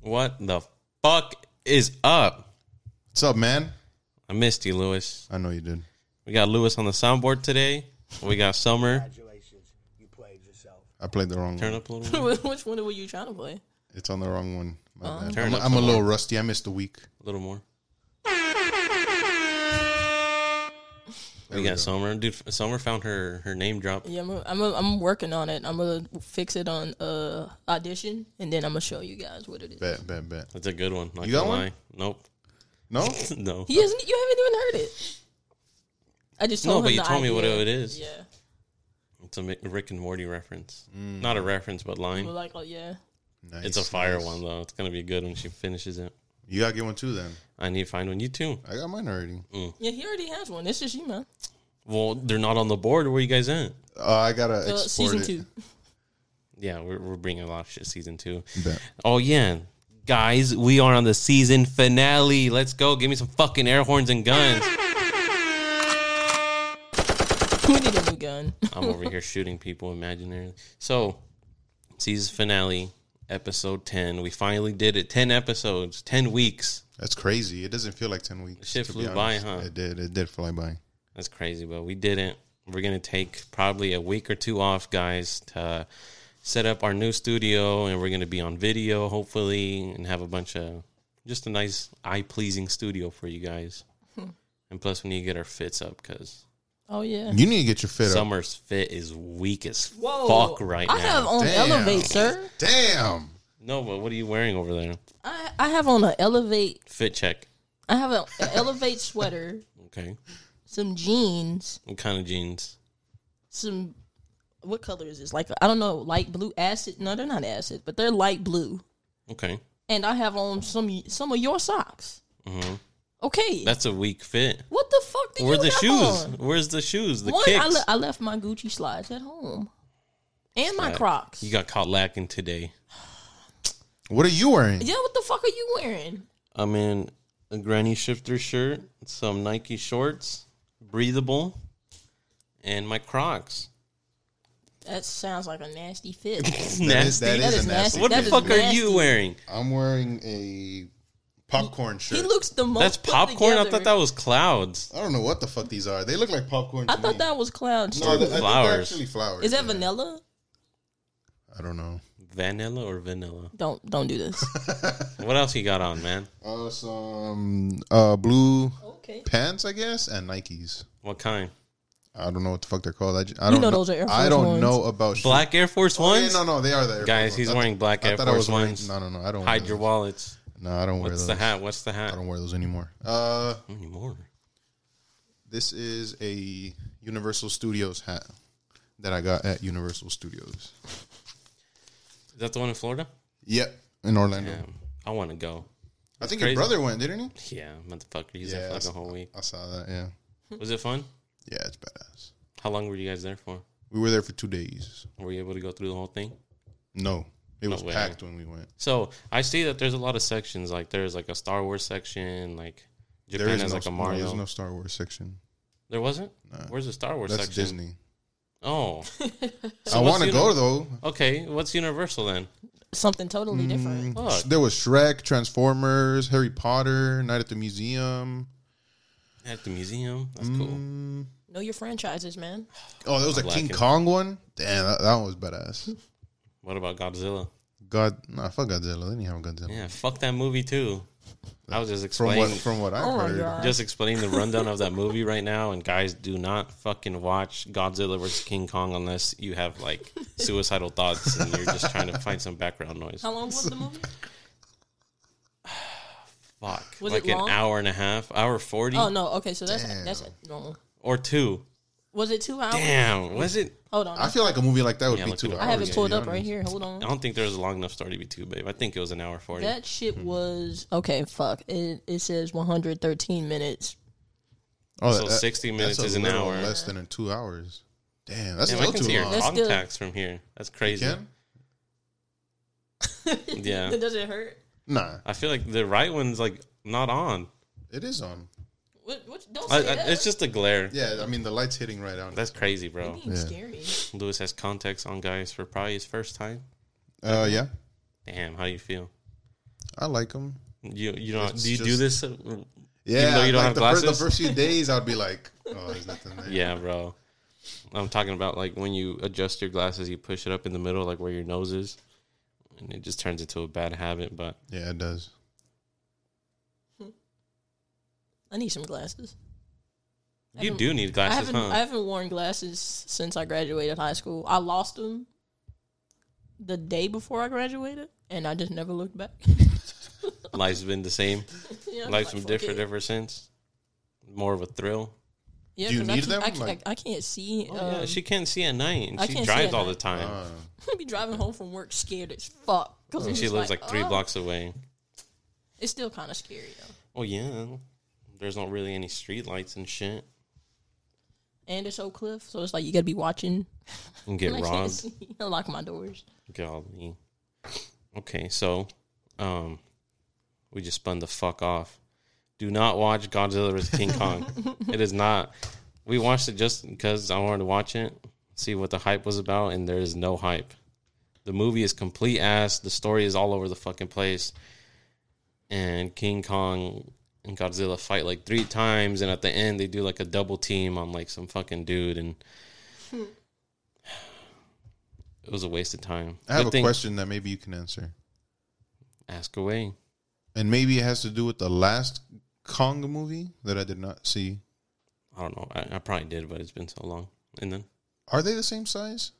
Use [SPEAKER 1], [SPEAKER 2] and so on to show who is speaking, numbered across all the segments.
[SPEAKER 1] What the fuck is up?
[SPEAKER 2] What's up, man?
[SPEAKER 1] I missed you, Lewis.
[SPEAKER 2] I know you did.
[SPEAKER 1] We got Lewis on the soundboard today. We got Summer.
[SPEAKER 3] Congratulations, you played yourself.
[SPEAKER 2] I played the wrong
[SPEAKER 1] Turn
[SPEAKER 2] one.
[SPEAKER 1] up a little,
[SPEAKER 4] Which one were you trying to play?
[SPEAKER 2] It's on the wrong one. My
[SPEAKER 4] Oh.
[SPEAKER 2] bad.
[SPEAKER 1] Turn
[SPEAKER 2] I'm,
[SPEAKER 1] up
[SPEAKER 2] I'm a
[SPEAKER 1] some
[SPEAKER 2] little rusty. I missed a week.
[SPEAKER 1] a little more.
[SPEAKER 2] There
[SPEAKER 1] we got
[SPEAKER 2] go.
[SPEAKER 1] Summer, dude. Summer found her her name drop.
[SPEAKER 4] Yeah, I'm a, I'm, a, I'm working on it. I'm gonna fix it on uh audition, and then I'm gonna show you guys what it is.
[SPEAKER 2] Bet, bet, bet.
[SPEAKER 1] That's a good one. Not
[SPEAKER 2] You got
[SPEAKER 1] gonna
[SPEAKER 2] one?
[SPEAKER 1] lie. Nope.
[SPEAKER 2] No?
[SPEAKER 1] no.
[SPEAKER 4] He hasn't. You haven't even heard it. I just told
[SPEAKER 1] No,
[SPEAKER 4] him
[SPEAKER 1] but you
[SPEAKER 4] the
[SPEAKER 1] told me what
[SPEAKER 4] idea.
[SPEAKER 1] it is.
[SPEAKER 4] Yeah,
[SPEAKER 1] It's a Mi- Rick and Morty reference. Not a reference, but line.
[SPEAKER 4] Well, like oh, yeah.
[SPEAKER 2] Nice,
[SPEAKER 1] it's a fire
[SPEAKER 2] nice.
[SPEAKER 1] one though. It's gonna be good when she finishes it.
[SPEAKER 2] You got to get one too, then.
[SPEAKER 1] I need to find one. You too.
[SPEAKER 2] I got mine already.
[SPEAKER 1] Mm.
[SPEAKER 4] Yeah, he already has one. It's just you, man.
[SPEAKER 1] Well, they're not on the board. Where you guys at?
[SPEAKER 2] Uh, I got to
[SPEAKER 4] Uh,
[SPEAKER 2] export
[SPEAKER 4] season
[SPEAKER 2] it.
[SPEAKER 4] two.
[SPEAKER 1] Yeah, we're, we're bringing a lot of shit season two.
[SPEAKER 2] Bet.
[SPEAKER 1] Oh yeah, guys, we are on the season finale. Let's go. Give me some fucking air horns and guns.
[SPEAKER 4] we need a new gun.
[SPEAKER 1] I'm over here shooting people imaginary. So, season finale, episode ten. We finally did it. Ten episodes, ten weeks.
[SPEAKER 2] That's crazy. It doesn't feel like 10 weeks.
[SPEAKER 1] Shit
[SPEAKER 2] to be
[SPEAKER 1] flew by,
[SPEAKER 2] honest.
[SPEAKER 1] huh?
[SPEAKER 2] It did. It did fly by.
[SPEAKER 1] That's crazy, but we did it. We're gonna take probably a week or two off, guys, to set up our new studio, and we're gonna be on video hopefully, and have a bunch of just a nice eye pleasing studio for you guys. and plus, we need to get our fits up because
[SPEAKER 4] Oh yeah.
[SPEAKER 2] You need to get your fit up.
[SPEAKER 1] Summer's fit is weak as fuck right
[SPEAKER 4] I
[SPEAKER 1] now.
[SPEAKER 4] have on
[SPEAKER 2] Damn.
[SPEAKER 4] elevate, sir.
[SPEAKER 2] Damn.
[SPEAKER 1] no, but what are you wearing over there?
[SPEAKER 4] I I have on a elevate.
[SPEAKER 1] Fit check.
[SPEAKER 4] I have an elevate sweater,
[SPEAKER 1] Okay.
[SPEAKER 4] some jeans,
[SPEAKER 1] What kind of jeans?
[SPEAKER 4] some. What color is this? Like I don't know, light blue acid. No, they're not acid, but they're light blue.
[SPEAKER 1] Okay.
[SPEAKER 4] and I have on some some of your socks. Okay,
[SPEAKER 1] Mm-hmm. That's a weak fit.
[SPEAKER 4] what the fuck did
[SPEAKER 1] Where
[SPEAKER 4] you
[SPEAKER 1] the
[SPEAKER 4] have
[SPEAKER 1] shoes?
[SPEAKER 4] on?
[SPEAKER 1] Where's the shoes? The
[SPEAKER 4] One,
[SPEAKER 1] kicks.
[SPEAKER 4] I, le- I left my Gucci slides at home, and my
[SPEAKER 1] Uh,
[SPEAKER 4] Crocs.
[SPEAKER 1] you got caught lacking today.
[SPEAKER 2] What are you wearing?
[SPEAKER 4] yeah, what the fuck are you wearing?
[SPEAKER 1] I'm in a granny shifter shirt, some Nike shorts, breathable, and my Crocs.
[SPEAKER 4] That sounds like a nasty fit. that
[SPEAKER 2] That is-
[SPEAKER 1] Nasty.
[SPEAKER 2] that is
[SPEAKER 4] is
[SPEAKER 2] a
[SPEAKER 4] nasty.
[SPEAKER 2] nasty.
[SPEAKER 1] what
[SPEAKER 4] that
[SPEAKER 1] the
[SPEAKER 4] is
[SPEAKER 1] fuck are
[SPEAKER 4] nasty.
[SPEAKER 1] you wearing?
[SPEAKER 2] I'm wearing a popcorn shirt.
[SPEAKER 4] He looks the most.
[SPEAKER 1] That's
[SPEAKER 4] put
[SPEAKER 1] popcorn. I
[SPEAKER 4] together.
[SPEAKER 1] thought that was clouds.
[SPEAKER 2] I don't know what the fuck these are. They look like popcorn.
[SPEAKER 4] I
[SPEAKER 2] to
[SPEAKER 4] thought
[SPEAKER 2] me.
[SPEAKER 4] that was cloud.
[SPEAKER 2] No, they- I think they're
[SPEAKER 1] Flowers.
[SPEAKER 2] actually flowers.
[SPEAKER 4] is that
[SPEAKER 2] yeah.
[SPEAKER 4] vanilla?
[SPEAKER 2] I don't know.
[SPEAKER 1] Vanilla or vanilla?
[SPEAKER 4] Don't don't do this.
[SPEAKER 1] What else you got on, man?
[SPEAKER 2] Uh, some uh, blue
[SPEAKER 4] okay.
[SPEAKER 2] pants, I guess, and Nikes.
[SPEAKER 1] What kind?
[SPEAKER 2] I don't know what the fuck they're called. I, ju- I don't
[SPEAKER 4] know those are Air
[SPEAKER 2] I
[SPEAKER 4] Force
[SPEAKER 2] don't
[SPEAKER 4] Ones.
[SPEAKER 2] know about shoes.
[SPEAKER 1] Black Air Force
[SPEAKER 2] Oh, yeah,
[SPEAKER 1] Ones?
[SPEAKER 2] no, no, they are the Air Force
[SPEAKER 1] Guys,
[SPEAKER 2] Ones.
[SPEAKER 1] he's
[SPEAKER 2] I-
[SPEAKER 1] wearing black
[SPEAKER 2] I
[SPEAKER 1] Air
[SPEAKER 2] thought I was
[SPEAKER 1] Force
[SPEAKER 2] wearing-
[SPEAKER 1] Ones.
[SPEAKER 2] No, no, no. I don't.
[SPEAKER 1] Hide
[SPEAKER 2] wear
[SPEAKER 1] your
[SPEAKER 2] those.
[SPEAKER 1] wallets.
[SPEAKER 2] No, I don't wear
[SPEAKER 1] What's
[SPEAKER 2] those.
[SPEAKER 1] the hat? What's the
[SPEAKER 2] I
[SPEAKER 1] hat?
[SPEAKER 2] don't wear those anymore. Uh,
[SPEAKER 1] Not anymore.
[SPEAKER 2] this is a Universal Studios hat that I got at Universal Studios.
[SPEAKER 1] Is that the one in Florida?
[SPEAKER 2] Yep, in Orlando.
[SPEAKER 1] Damn, I want to go.
[SPEAKER 2] I think
[SPEAKER 1] crazy.
[SPEAKER 2] your brother went, didn't he?
[SPEAKER 1] Yeah, motherfucker. He's there
[SPEAKER 2] Yeah,
[SPEAKER 1] for like
[SPEAKER 2] that's-
[SPEAKER 1] a whole week.
[SPEAKER 2] I saw that. Yeah,
[SPEAKER 1] Was it fun?
[SPEAKER 2] yeah, it's badass.
[SPEAKER 1] How long were you guys there for?
[SPEAKER 2] We were there for two days.
[SPEAKER 1] Were you able to go through the whole thing?
[SPEAKER 2] No, it was
[SPEAKER 1] way.
[SPEAKER 2] packed when we went.
[SPEAKER 1] So I see that there's a lot of sections. Like there's like a Star Wars section. Like Japan
[SPEAKER 2] there is
[SPEAKER 1] has
[SPEAKER 2] no,
[SPEAKER 1] like a
[SPEAKER 2] no,
[SPEAKER 1] Mario.
[SPEAKER 2] there's no Star Wars section.
[SPEAKER 1] there wasn't.
[SPEAKER 2] Nah.
[SPEAKER 1] Where's the Star Wars
[SPEAKER 2] That's
[SPEAKER 1] section?
[SPEAKER 2] Disney.
[SPEAKER 1] Oh,
[SPEAKER 2] I
[SPEAKER 1] what's
[SPEAKER 2] want to
[SPEAKER 1] uni-
[SPEAKER 2] go though.
[SPEAKER 1] okay. What's Universal then?
[SPEAKER 4] Something totally different.
[SPEAKER 1] Fuck.
[SPEAKER 2] There was Shrek, Transformers, Harry Potter, Night at the Museum.
[SPEAKER 1] At the museum. That's cool.
[SPEAKER 2] Mm.
[SPEAKER 4] Know your franchises, man.
[SPEAKER 2] Oh, there was a
[SPEAKER 1] like
[SPEAKER 2] King
[SPEAKER 1] it.
[SPEAKER 2] Kong one. Damn, that, that one was badass.
[SPEAKER 1] What about Godzilla?
[SPEAKER 2] God, nah, fuck Godzilla. They didn't have Godzilla.
[SPEAKER 1] Yeah, fuck that movie too. I was just
[SPEAKER 2] From
[SPEAKER 1] explaining.
[SPEAKER 2] what from what I
[SPEAKER 4] Oh my
[SPEAKER 2] heard,
[SPEAKER 4] God.
[SPEAKER 1] just explain the rundown of that movie right now and guys do not fucking watch godzilla versus king kong unless you have like suicidal thoughts and you're just trying to find some background noise
[SPEAKER 4] How long was the movie?
[SPEAKER 1] fuck
[SPEAKER 4] Was
[SPEAKER 1] like
[SPEAKER 4] it
[SPEAKER 1] an
[SPEAKER 4] long?
[SPEAKER 1] hour and a half hour 40
[SPEAKER 4] Oh no. Okay, so that's
[SPEAKER 2] Damn.
[SPEAKER 4] that's normal.
[SPEAKER 1] or two
[SPEAKER 4] Was it two hours?
[SPEAKER 1] damn was it
[SPEAKER 4] Hold on.
[SPEAKER 2] I feel like a movie like that would
[SPEAKER 1] Yeah,
[SPEAKER 2] be
[SPEAKER 1] look
[SPEAKER 2] two
[SPEAKER 1] it up.
[SPEAKER 2] hours.
[SPEAKER 1] I
[SPEAKER 4] I have it
[SPEAKER 2] to
[SPEAKER 1] Yeah,
[SPEAKER 4] pulled
[SPEAKER 2] be
[SPEAKER 4] up right
[SPEAKER 2] honest.
[SPEAKER 4] here. Hold
[SPEAKER 1] i
[SPEAKER 4] on.
[SPEAKER 1] don't think there's a long enough story to be two babe i think it was an hour 40
[SPEAKER 4] That shit
[SPEAKER 1] Hmm.
[SPEAKER 4] was okay. Fuck it. It says 113 minutes.
[SPEAKER 2] Oh,
[SPEAKER 1] So 60 minutes
[SPEAKER 2] that's a
[SPEAKER 1] is an
[SPEAKER 2] little
[SPEAKER 1] hour.
[SPEAKER 2] Less than in two hours. Damn, that's
[SPEAKER 1] Damn, i
[SPEAKER 2] still
[SPEAKER 1] can see
[SPEAKER 2] too
[SPEAKER 1] your
[SPEAKER 2] long.
[SPEAKER 4] That's still-
[SPEAKER 1] contacts from here that's crazy
[SPEAKER 2] Ken?
[SPEAKER 1] yeah
[SPEAKER 4] Does it hurt?
[SPEAKER 2] Nah,
[SPEAKER 1] i feel like the right one's like not on
[SPEAKER 2] it is on.
[SPEAKER 4] What? what don't
[SPEAKER 1] I,
[SPEAKER 4] say
[SPEAKER 1] I,
[SPEAKER 4] that.
[SPEAKER 1] it's just a glare
[SPEAKER 2] Yeah, I mean the light's hitting right on.
[SPEAKER 1] that's crazy bro
[SPEAKER 4] Being scary.
[SPEAKER 1] lewis has contacts on guys for probably his first time
[SPEAKER 2] Uh, yeah.
[SPEAKER 1] damn how do you feel
[SPEAKER 2] I like them.
[SPEAKER 1] You you don't
[SPEAKER 2] It's
[SPEAKER 1] do you do
[SPEAKER 2] just-
[SPEAKER 1] this?
[SPEAKER 2] Yeah,
[SPEAKER 1] though you don't
[SPEAKER 2] like
[SPEAKER 1] have
[SPEAKER 2] the, first, the
[SPEAKER 1] glasses?
[SPEAKER 2] first few days, I'd be like, "Oh, there's nothing there."
[SPEAKER 1] Yeah, bro. I'm talking about like when you adjust your glasses, you push it up in the middle, like where your nose is, and it just turns into a bad habit. But
[SPEAKER 2] yeah, it does.
[SPEAKER 4] I need some glasses. I
[SPEAKER 1] you
[SPEAKER 4] haven't-
[SPEAKER 1] do need
[SPEAKER 4] I
[SPEAKER 1] glasses,
[SPEAKER 4] haven't
[SPEAKER 1] huh?
[SPEAKER 4] I haven't worn glasses since I graduated high school. I lost them the day before I graduated, and I just never looked back.
[SPEAKER 1] Life's been the same.
[SPEAKER 4] Yeah, I'm
[SPEAKER 1] Life's
[SPEAKER 4] like,
[SPEAKER 1] been
[SPEAKER 4] fuck
[SPEAKER 1] different
[SPEAKER 4] it.
[SPEAKER 1] ever since. More of a thrill.
[SPEAKER 4] Yeah,
[SPEAKER 2] Do you
[SPEAKER 4] 'cause I
[SPEAKER 2] need
[SPEAKER 4] can't-
[SPEAKER 2] them?
[SPEAKER 4] I can't,
[SPEAKER 2] Like-
[SPEAKER 4] I, I can't see.
[SPEAKER 1] Oh, yeah,
[SPEAKER 4] um,
[SPEAKER 1] she can't see at night,
[SPEAKER 4] I
[SPEAKER 1] and
[SPEAKER 4] can't
[SPEAKER 1] she
[SPEAKER 4] see
[SPEAKER 1] drives
[SPEAKER 4] at
[SPEAKER 1] all
[SPEAKER 4] night.
[SPEAKER 1] the time.
[SPEAKER 2] Uh,
[SPEAKER 4] be driving home from work scared as fuck because
[SPEAKER 1] and she lives like,
[SPEAKER 4] "Oh."
[SPEAKER 1] three blocks away.
[SPEAKER 4] It's still kind of scary though,
[SPEAKER 1] Oh yeah, there's not really any street lights and shit.
[SPEAKER 4] and it's Oak Cliff, so it's like you gotta be watching.
[SPEAKER 1] And get
[SPEAKER 4] I can't
[SPEAKER 1] robbed.
[SPEAKER 4] see. I lock my doors.
[SPEAKER 1] Golly. Okay, so um we just spun the fuck off. Do not watch Godzilla vs. King Kong. it is not. We watched it just because I wanted to watch it, see what the hype was about, and there is no hype. The movie is complete ass. The story is all over the fucking place. And King Kong and Godzilla fight like three times, and at the end they do like a double team on like some fucking dude, and it was a waste of time.
[SPEAKER 2] I have
[SPEAKER 1] Good
[SPEAKER 2] a
[SPEAKER 1] thing-
[SPEAKER 2] question that maybe you can answer,
[SPEAKER 1] Ask away.
[SPEAKER 2] and maybe it has to do with the last Kong movie that I did not see.
[SPEAKER 1] I don't know. I, I probably did, but it's been so long. And then
[SPEAKER 2] Are they the same size?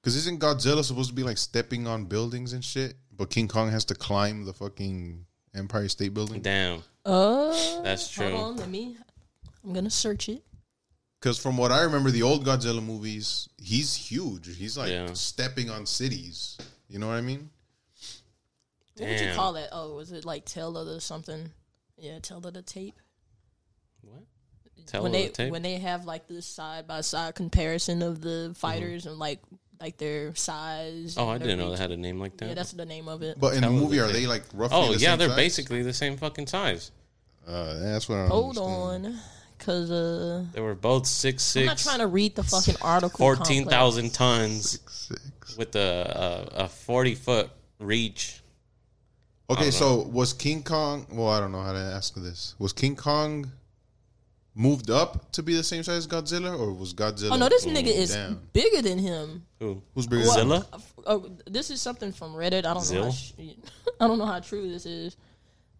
[SPEAKER 2] Because isn't Godzilla supposed to be like stepping on buildings and shit? But King Kong has to climb the fucking Empire State Building.
[SPEAKER 1] damn,
[SPEAKER 4] Uh,
[SPEAKER 1] That's true.
[SPEAKER 4] Hold on, let me. I'm gonna search it.
[SPEAKER 2] Because from what I remember, the old Godzilla movies, he's huge. He's like
[SPEAKER 1] Yeah.
[SPEAKER 2] stepping on cities. You know what I mean?
[SPEAKER 4] What would you
[SPEAKER 1] Damn.
[SPEAKER 4] call that? Oh, was it like tail of the something? Yeah, tail of the tape.
[SPEAKER 1] what? Tell
[SPEAKER 4] when
[SPEAKER 1] her
[SPEAKER 4] they
[SPEAKER 1] the tape.
[SPEAKER 4] when they have like the side by side comparison of the fighters and like like their size.
[SPEAKER 1] oh,
[SPEAKER 4] and
[SPEAKER 1] I
[SPEAKER 4] their
[SPEAKER 1] didn't know they
[SPEAKER 4] reach.
[SPEAKER 1] had a name like that.
[SPEAKER 4] Yeah, that's the name of it.
[SPEAKER 2] But in the
[SPEAKER 1] Tell them
[SPEAKER 2] movie,
[SPEAKER 1] the
[SPEAKER 2] are
[SPEAKER 1] thing.
[SPEAKER 2] they like roughly?
[SPEAKER 1] oh
[SPEAKER 2] the
[SPEAKER 1] yeah,
[SPEAKER 2] same
[SPEAKER 1] they're
[SPEAKER 2] size?
[SPEAKER 1] basically the same fucking size.
[SPEAKER 2] Uh, that's what I don't
[SPEAKER 4] Hold
[SPEAKER 2] understand.
[SPEAKER 4] on, cause uh,
[SPEAKER 1] They were both six
[SPEAKER 4] I'm not
[SPEAKER 1] six,
[SPEAKER 4] trying to read the fucking article.
[SPEAKER 1] fourteen
[SPEAKER 4] complex.
[SPEAKER 1] thousand tons
[SPEAKER 2] Six.
[SPEAKER 1] with a a, a forty foot reach.
[SPEAKER 2] Okay, so was King Kong? Well, I don't know how to ask this. Was King Kong moved up to be the same size as Godzilla, or was Godzilla?
[SPEAKER 4] Oh no, this nigga is
[SPEAKER 2] damn.
[SPEAKER 4] bigger than him.
[SPEAKER 1] Who?
[SPEAKER 2] who's bigger? than
[SPEAKER 1] Zilla?
[SPEAKER 4] Oh, this is something from Reddit. I don't know. How
[SPEAKER 1] Zill?
[SPEAKER 4] sh- I don't know how true this is,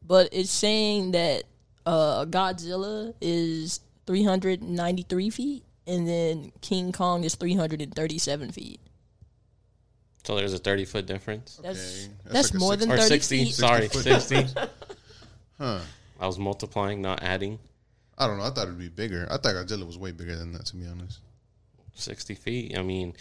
[SPEAKER 4] but it's saying that uh, Godzilla is 393 feet, and then King Kong is 337 feet.
[SPEAKER 1] So there's a thirty foot difference,
[SPEAKER 4] That's
[SPEAKER 2] Okay, that's like
[SPEAKER 4] that's
[SPEAKER 2] a
[SPEAKER 4] more
[SPEAKER 2] six-
[SPEAKER 4] than
[SPEAKER 1] or
[SPEAKER 4] 30
[SPEAKER 1] sixty?
[SPEAKER 4] feet.
[SPEAKER 1] Sorry,
[SPEAKER 2] 60
[SPEAKER 1] sixty.
[SPEAKER 2] Huh.
[SPEAKER 1] I was multiplying, not adding.
[SPEAKER 2] I don't know. I thought it'd be bigger. I thought Godzilla was way bigger than that. To be honest,
[SPEAKER 1] 60 feet. I mean,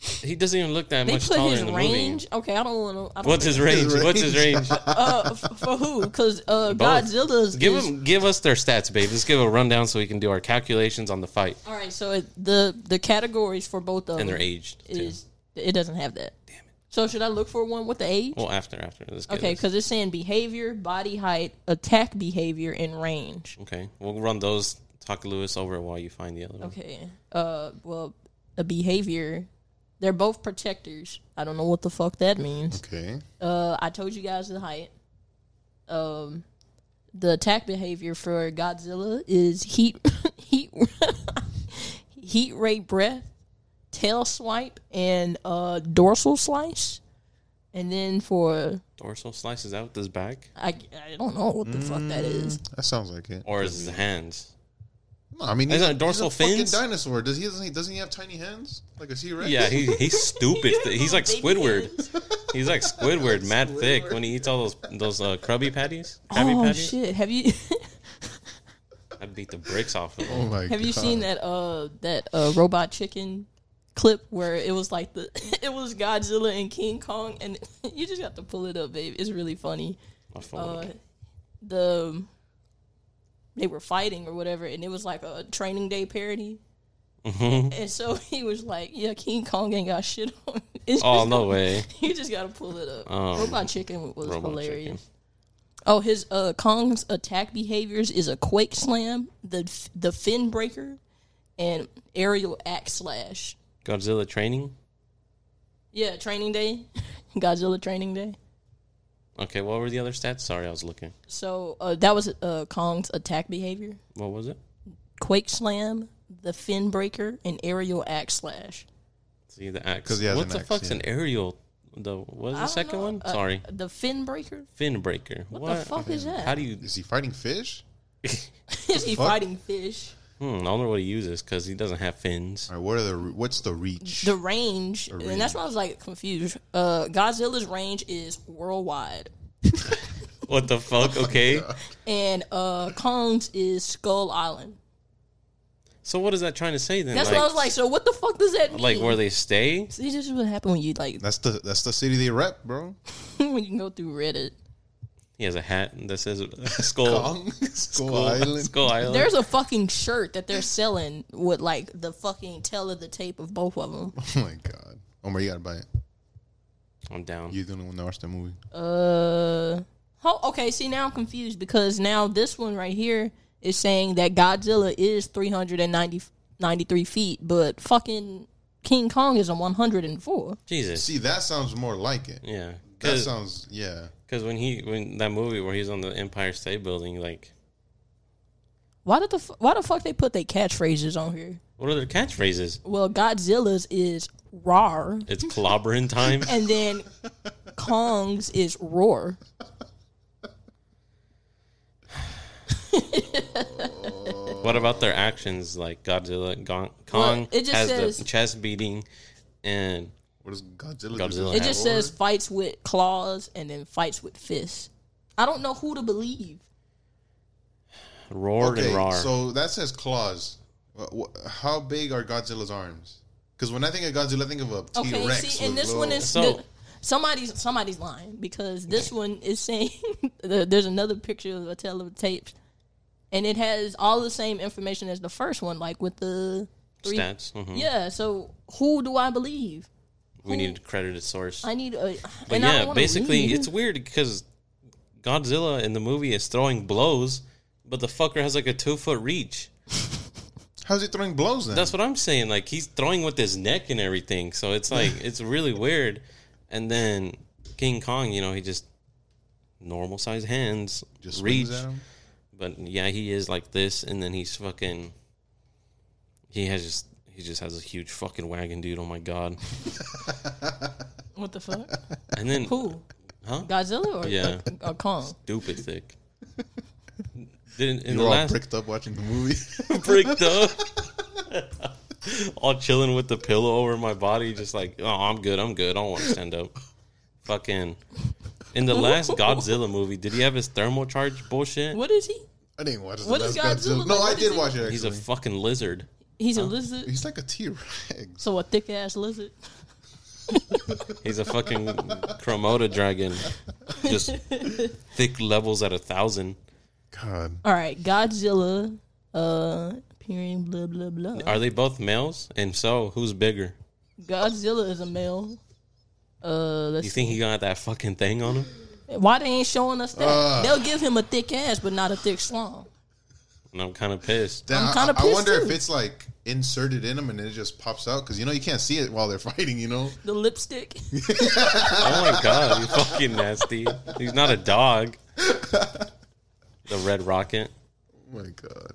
[SPEAKER 1] he doesn't even look that
[SPEAKER 4] They
[SPEAKER 1] much
[SPEAKER 4] put
[SPEAKER 1] taller
[SPEAKER 4] his
[SPEAKER 1] in the
[SPEAKER 4] range.
[SPEAKER 1] movie.
[SPEAKER 4] Okay, I don't want to.
[SPEAKER 1] What's his range?
[SPEAKER 2] His
[SPEAKER 1] What's his range?
[SPEAKER 4] uh, f- for who? Because uh,
[SPEAKER 1] Both.
[SPEAKER 4] Godzilla's
[SPEAKER 1] give
[SPEAKER 4] is-
[SPEAKER 1] him, give us their stats, babe. Let's give a rundown so we can do our calculations on the fight
[SPEAKER 4] All right, so it, the the categories for both of
[SPEAKER 1] and
[SPEAKER 4] them
[SPEAKER 1] their age. Too.
[SPEAKER 4] is it doesn't have that. Damn it. So should I look for one with the age?
[SPEAKER 1] Well, after after this.
[SPEAKER 4] Okay, because it's saying behavior, body height, attack behavior, and range.
[SPEAKER 1] okay, we'll run those. Talk Lewis over while you find the other one.
[SPEAKER 4] Okay. Uh, well, a behavior. They're both protectors. I don't know what the fuck that means.
[SPEAKER 2] okay.
[SPEAKER 4] Uh, I told you guys the height. Um, the attack behavior for Godzilla is heat, heat, heat rate breath, tail swipe, and uh dorsal slice. And then for
[SPEAKER 1] Dorsal slices out this back,
[SPEAKER 4] I, I don't know what the fuck that is.
[SPEAKER 2] That sounds like it.
[SPEAKER 1] or is his hands?
[SPEAKER 2] No, I mean,
[SPEAKER 1] Is
[SPEAKER 2] he's
[SPEAKER 1] it dorsal
[SPEAKER 2] fucking
[SPEAKER 1] fins?
[SPEAKER 2] dinosaur. Does he doesn't he doesn't he have tiny hands like a T Rex?
[SPEAKER 1] Yeah, he, he's stupid. he's like
[SPEAKER 4] Baby
[SPEAKER 1] Squidward.
[SPEAKER 4] hands.
[SPEAKER 1] He's like Squidward, mad thick when he eats all those those uh, Krabby patties. Krabby
[SPEAKER 4] oh
[SPEAKER 1] patties.
[SPEAKER 4] shit! Have you
[SPEAKER 1] I beat the bricks off of him.
[SPEAKER 2] Oh my
[SPEAKER 4] have you
[SPEAKER 2] God.
[SPEAKER 4] seen that uh that uh robot chicken clip where it was like the it was Godzilla and King Kong and you just have to pull it up, babe. It's really funny.
[SPEAKER 1] My
[SPEAKER 4] Uh,
[SPEAKER 1] phone.
[SPEAKER 4] the um, they were fighting or whatever, and it was like a training day parody.
[SPEAKER 1] Mm-hmm.
[SPEAKER 4] And so he was like, "Yeah, King Kong ain't got shit on." It's
[SPEAKER 1] oh
[SPEAKER 4] just-
[SPEAKER 1] no way.
[SPEAKER 4] You just gotta pull it up.
[SPEAKER 1] Um,
[SPEAKER 4] Robot Chicken was
[SPEAKER 1] Robot
[SPEAKER 4] hilarious.
[SPEAKER 1] Chicken.
[SPEAKER 4] Oh, his uh, Kong's attack behaviors is a quake slam, the f- the fin breaker, and aerial axe slash.
[SPEAKER 1] Godzilla training.
[SPEAKER 4] Yeah, training day, Godzilla training day.
[SPEAKER 1] Okay, what were the other stats? Sorry, I was looking.
[SPEAKER 4] So uh, that was uh, Kong's attack behavior:
[SPEAKER 1] What was it?
[SPEAKER 4] Quake Slam, the Fin Breaker, and Aerial Axe Slash.
[SPEAKER 1] See the axe.
[SPEAKER 2] 'Cause he has
[SPEAKER 1] what
[SPEAKER 2] an
[SPEAKER 1] the
[SPEAKER 2] axe,
[SPEAKER 1] fuck's
[SPEAKER 2] yeah.
[SPEAKER 1] an aerial? The what is
[SPEAKER 4] I
[SPEAKER 1] the
[SPEAKER 4] don't
[SPEAKER 1] second
[SPEAKER 4] know.
[SPEAKER 1] one?
[SPEAKER 4] Uh,
[SPEAKER 1] Sorry,
[SPEAKER 4] The Fin Breaker.
[SPEAKER 1] fin breaker.
[SPEAKER 4] What, the fuck is that?
[SPEAKER 1] How do you?
[SPEAKER 2] Is he fighting fish?
[SPEAKER 4] is he
[SPEAKER 2] fuck?
[SPEAKER 4] fighting fish?
[SPEAKER 1] Hmm, I don't know what he uses because he doesn't have fins.
[SPEAKER 2] All right, what are the what's the reach?
[SPEAKER 4] The range, and that's
[SPEAKER 2] range.
[SPEAKER 4] why I was like confused. Uh, Godzilla's range is worldwide,
[SPEAKER 1] What the fuck?
[SPEAKER 2] Oh,
[SPEAKER 1] Okay.
[SPEAKER 4] and uh, Kong's is Skull Island.
[SPEAKER 1] So what is that trying to say then?
[SPEAKER 4] That's what I was like. So what the fuck does that mean?
[SPEAKER 1] Like where they stay?
[SPEAKER 4] See, this is what happened when you like
[SPEAKER 2] that's the that's the city they rep, bro.
[SPEAKER 4] when you go through Reddit.
[SPEAKER 1] He has a hat that says uh, Skull
[SPEAKER 2] Kong, Skull Island.
[SPEAKER 1] Skull Island.
[SPEAKER 4] There's a fucking shirt that they're selling with like the fucking tail of the tape of both of them.
[SPEAKER 2] Oh my god, Omar, you gotta buy it.
[SPEAKER 1] I'm down.
[SPEAKER 2] You're the only one that watched that movie.
[SPEAKER 4] Uh, oh, okay. See, now I'm confused because now this one right here is saying that Godzilla is 393 feet, but fucking King Kong is a 104.
[SPEAKER 1] Jesus.
[SPEAKER 2] See, that sounds more like it.
[SPEAKER 1] yeah.
[SPEAKER 2] That
[SPEAKER 1] Because
[SPEAKER 2] sounds yeah.
[SPEAKER 1] when he when that movie where he's on the Empire State Building, like
[SPEAKER 4] Why did the fu- why the fuck they put their catchphrases on here?
[SPEAKER 1] what are their catchphrases?
[SPEAKER 4] Well, Godzilla's is rar,
[SPEAKER 1] It's clobbering time.
[SPEAKER 4] and then Kong's is roar.
[SPEAKER 1] What about their actions? Like Godzilla, Gon- Kong
[SPEAKER 4] it just
[SPEAKER 1] has the
[SPEAKER 4] says-
[SPEAKER 1] chest beating, and
[SPEAKER 2] What does Godzilla? do?
[SPEAKER 1] Godzilla.
[SPEAKER 4] It just
[SPEAKER 1] Roar?
[SPEAKER 4] says fights with claws and then fights with fists. I don't know who to believe.
[SPEAKER 1] roared
[SPEAKER 2] Okay,
[SPEAKER 1] and roar.
[SPEAKER 2] so that says claws. Wha- wha- How big are Godzilla's arms? Because when I think of Godzilla, I think of a T
[SPEAKER 4] Okay,
[SPEAKER 2] Rex.
[SPEAKER 4] see, and this one is
[SPEAKER 1] So-
[SPEAKER 4] th- somebody's somebody's lying because this one is saying there- there's another picture of a tail of tapes, and it has all the same information as the first one, like with the three.
[SPEAKER 1] Stats. mhm.
[SPEAKER 4] Yeah, so who do I believe?
[SPEAKER 1] We need a credited source.
[SPEAKER 4] I need a.
[SPEAKER 1] But
[SPEAKER 4] and I don't
[SPEAKER 1] yeah,
[SPEAKER 4] wanna
[SPEAKER 1] basically,
[SPEAKER 4] read.
[SPEAKER 1] it's weird because Godzilla in the movie is throwing blows, but the fucker has like a two foot reach.
[SPEAKER 2] How's he throwing blows then?
[SPEAKER 1] That's what I'm saying. Like he's throwing with his neck and everything, so it's like it's really weird. And then King Kong, you know, he just normal size hands,
[SPEAKER 2] just
[SPEAKER 1] just
[SPEAKER 2] swings
[SPEAKER 1] reach.
[SPEAKER 2] at him.
[SPEAKER 1] But yeah, he is like this, and then he's fucking. He has just he just has a huge fucking wagon, dude. Oh my god!
[SPEAKER 4] what the fuck?
[SPEAKER 1] And then
[SPEAKER 4] Who?
[SPEAKER 1] Huh?
[SPEAKER 4] Godzilla or,
[SPEAKER 1] Yeah.
[SPEAKER 4] or Kong?
[SPEAKER 1] stupid thick. Then in
[SPEAKER 2] You're
[SPEAKER 1] the
[SPEAKER 2] all
[SPEAKER 1] last
[SPEAKER 2] bricked up watching the movie.
[SPEAKER 1] bricked up. All chilling with the pillow over my body, just like, oh, I'm good, I'm good. I don't want to stand up. Fucking. In the last Godzilla movie, did he have his thermal charge bullshit?
[SPEAKER 4] What is he?
[SPEAKER 2] I didn't watch the
[SPEAKER 4] What
[SPEAKER 2] last
[SPEAKER 4] is
[SPEAKER 2] Godzilla.
[SPEAKER 4] Godzilla?
[SPEAKER 2] No, I
[SPEAKER 4] Like, what is
[SPEAKER 2] did
[SPEAKER 4] he?
[SPEAKER 2] watch it. Actually.
[SPEAKER 1] He's a fucking lizard.
[SPEAKER 4] He's a lizard.
[SPEAKER 2] He's like a T Rex.
[SPEAKER 4] So a thick ass lizard.
[SPEAKER 1] He's a fucking Chromota dragon. Just thick levels at a thousand.
[SPEAKER 2] God,
[SPEAKER 4] All right, Godzilla. Uh, appearing blah blah blah.
[SPEAKER 1] Are they both males? And so, who's bigger?
[SPEAKER 4] Godzilla is a male. Uh,
[SPEAKER 1] You
[SPEAKER 4] let's
[SPEAKER 1] think he got that fucking thing on him?
[SPEAKER 4] why they ain't showing us that?
[SPEAKER 1] Uh.
[SPEAKER 4] They'll give him a thick ass, but not a thick slung.
[SPEAKER 1] And I'm kind of pissed.
[SPEAKER 2] Damn,
[SPEAKER 4] I'm
[SPEAKER 2] I-
[SPEAKER 4] kinda
[SPEAKER 2] I, I
[SPEAKER 4] pissed
[SPEAKER 2] wonder if
[SPEAKER 4] too.
[SPEAKER 2] it's like inserted in him and it just pops out because you know you can't see it while they're fighting. You know,
[SPEAKER 4] The lipstick.
[SPEAKER 1] Oh my god, you fucking nasty. He's not a dog. The Red Rocket.
[SPEAKER 2] oh my God.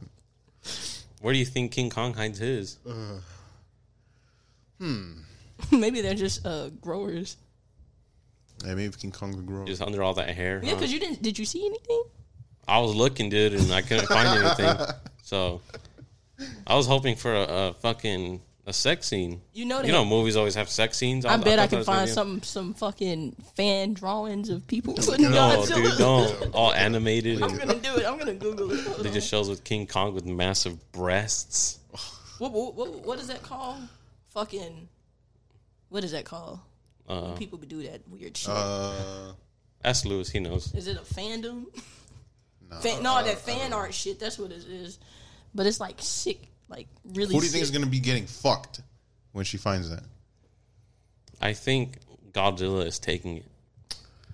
[SPEAKER 1] Where do you think King Kong hides his?
[SPEAKER 4] Maybe they're just uh growers.
[SPEAKER 2] Hey, maybe King Kong could grow.
[SPEAKER 1] Just under all that hair.
[SPEAKER 4] Yeah,
[SPEAKER 1] huh?
[SPEAKER 4] because you didn't. Did you see anything?
[SPEAKER 1] I was looking, dude, and I couldn't find anything. So I was hoping for a, a fucking a sex scene.
[SPEAKER 4] You know
[SPEAKER 1] you
[SPEAKER 4] they-
[SPEAKER 1] know, movies always have sex scenes.
[SPEAKER 4] I,
[SPEAKER 1] was-
[SPEAKER 4] bet
[SPEAKER 1] thought
[SPEAKER 4] I,
[SPEAKER 1] that
[SPEAKER 4] can
[SPEAKER 1] was gonna
[SPEAKER 4] find
[SPEAKER 1] be a-
[SPEAKER 4] some some fucking fan drawings of people putting
[SPEAKER 1] No,
[SPEAKER 4] Godzilla.
[SPEAKER 1] dude, don't. All animated.
[SPEAKER 4] I'm
[SPEAKER 1] And
[SPEAKER 4] gonna do it. I'm gonna Google it. Hold
[SPEAKER 1] they
[SPEAKER 4] on.
[SPEAKER 1] just shows with King Kong with massive breasts.
[SPEAKER 4] What, what, what, what is that called? Fucking. What is that called?
[SPEAKER 1] Uh-huh.
[SPEAKER 4] When people do that weird shit.
[SPEAKER 2] Uh,
[SPEAKER 1] Ask Lewis, he knows.
[SPEAKER 4] is it a fandom?
[SPEAKER 2] no.
[SPEAKER 4] Fan, no, that fan art shit. That's what it is. But it's like sick. Like really.
[SPEAKER 2] Who do you
[SPEAKER 4] sick.
[SPEAKER 2] think is gonna be getting fucked when she finds that?
[SPEAKER 1] I think Godzilla is taking it.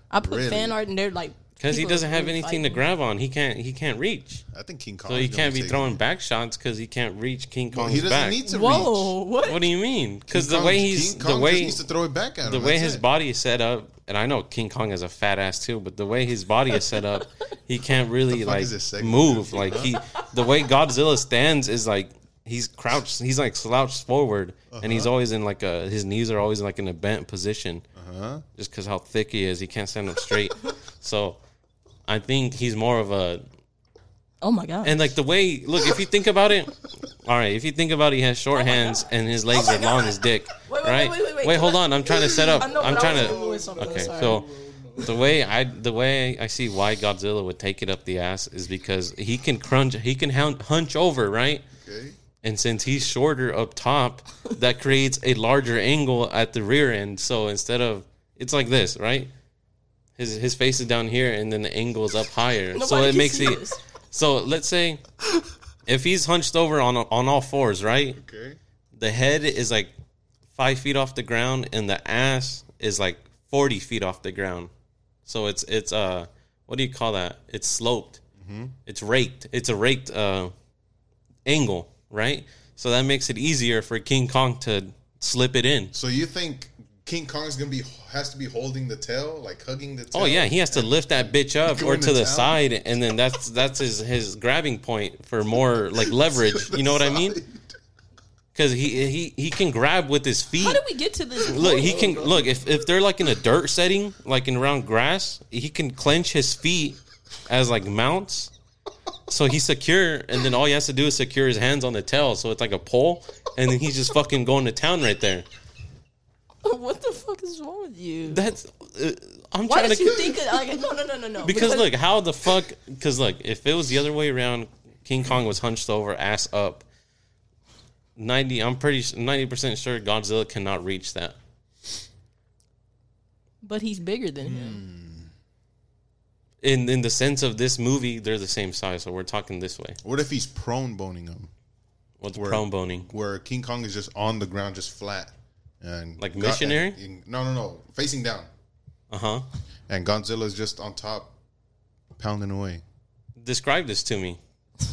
[SPEAKER 4] I put
[SPEAKER 2] Really?
[SPEAKER 4] fan art and they're like
[SPEAKER 1] because he
[SPEAKER 4] People are
[SPEAKER 1] doesn't have
[SPEAKER 4] really
[SPEAKER 1] anything to
[SPEAKER 4] fighting.
[SPEAKER 1] grab on. He can't. He can't reach,
[SPEAKER 2] I think King Kong.
[SPEAKER 1] so
[SPEAKER 2] is
[SPEAKER 1] he
[SPEAKER 2] gonna
[SPEAKER 1] can't be
[SPEAKER 2] take-
[SPEAKER 1] throwing back shots because he can't reach King
[SPEAKER 2] Well,
[SPEAKER 1] Kong's
[SPEAKER 2] he doesn't
[SPEAKER 1] back.
[SPEAKER 2] need to
[SPEAKER 4] Whoa, what?
[SPEAKER 1] what do you mean?
[SPEAKER 2] reach.
[SPEAKER 1] Because the way he's
[SPEAKER 2] King
[SPEAKER 1] the
[SPEAKER 2] Kong just
[SPEAKER 1] way
[SPEAKER 2] needs to throw it back at him.
[SPEAKER 1] the way
[SPEAKER 2] That's
[SPEAKER 1] his
[SPEAKER 2] it.
[SPEAKER 1] body is set up, and I know King Kong has a fat ass too, but the way his body is set up, he can't really
[SPEAKER 2] The fuck
[SPEAKER 1] like
[SPEAKER 2] is this segment,
[SPEAKER 1] move.
[SPEAKER 2] dude?
[SPEAKER 1] Like he, the way Godzilla stands is like he's crouched, he's like slouched forward, and
[SPEAKER 4] Uh-huh.
[SPEAKER 1] he's always in like a his knees are always in like in a bent position, uh-huh. just because how thick he is, he can't stand up straight. so I think he's more of a
[SPEAKER 4] Oh my god!
[SPEAKER 1] and like the way, look, if you think about it, all right, if you think about it, he has short hands and his legs
[SPEAKER 4] my
[SPEAKER 1] are long
[SPEAKER 4] Oh God.
[SPEAKER 1] as dick.
[SPEAKER 4] Wait, wait,
[SPEAKER 1] right?
[SPEAKER 4] wait, wait, wait.
[SPEAKER 1] hold on. I'm trying to set up.
[SPEAKER 4] I know,
[SPEAKER 1] I'm
[SPEAKER 4] but I was
[SPEAKER 1] trying
[SPEAKER 4] gonna
[SPEAKER 1] to.
[SPEAKER 4] move something,
[SPEAKER 1] Okay,
[SPEAKER 4] sorry.
[SPEAKER 1] so the way I the way I see why Godzilla would take it up the ass is because he can crunch, he can hun- hunch over, right?
[SPEAKER 2] Okay.
[SPEAKER 1] And since he's shorter up top, that creates a larger angle at the rear end. So instead of it's like this, right? His his face is down here, and then the angle is up higher. so
[SPEAKER 4] Nobody
[SPEAKER 1] it
[SPEAKER 4] can
[SPEAKER 1] makes
[SPEAKER 4] see
[SPEAKER 1] it.
[SPEAKER 4] this.
[SPEAKER 1] So let's say if he's hunched over on on all fours, right?
[SPEAKER 2] Okay.
[SPEAKER 1] The head is like five feet off the ground, and the ass is like forty feet off the ground. So it's it's uh what do you call that? It's sloped. It's raked. It's a raked uh angle, right? So that makes it easier for King Kong to slip it in.
[SPEAKER 2] So you think King Kong's gonna be has to be holding the tail, like hugging the tail?
[SPEAKER 1] Oh yeah, he has to lift that bitch up or
[SPEAKER 2] Going
[SPEAKER 1] to
[SPEAKER 2] to
[SPEAKER 1] the
[SPEAKER 2] town.
[SPEAKER 1] side, and then that's that's his his grabbing point for more like leverage. You know what I mean? Because he he he can grab with his feet.
[SPEAKER 4] How did we get to this?
[SPEAKER 1] Look,
[SPEAKER 4] point?
[SPEAKER 1] he can look if if they're like in a dirt setting, like in around grass, he can clench his feet as like mounts. So he's secure, and then all he has to do is secure his hands on the tail. So it's like a pole, and then he's just fucking going to town right there.
[SPEAKER 4] what the fuck is wrong with you?
[SPEAKER 1] That's uh, I'm
[SPEAKER 4] Why
[SPEAKER 1] trying
[SPEAKER 4] did
[SPEAKER 1] to
[SPEAKER 4] you think? Of, like, no, no, no, no, no.
[SPEAKER 1] Because look, how the fuck? Because look, if it was the other way around, King Kong was hunched over, ass up. Ninety, I'm pretty ninety percent sure Godzilla cannot reach that.
[SPEAKER 4] but he's bigger than him.
[SPEAKER 1] In in the sense of this movie, they're the same size, so we're talking this way.
[SPEAKER 2] What if he's prone boning him,
[SPEAKER 1] What's
[SPEAKER 2] Word.
[SPEAKER 1] prone boning?
[SPEAKER 2] where King Kong is just on the ground, just flat, and
[SPEAKER 1] Like
[SPEAKER 2] Go-
[SPEAKER 1] missionary?
[SPEAKER 2] and- and- no, no, no, facing down,
[SPEAKER 1] Uh huh.
[SPEAKER 2] and Godzilla's just on top, pounding away.
[SPEAKER 1] Describe this to me.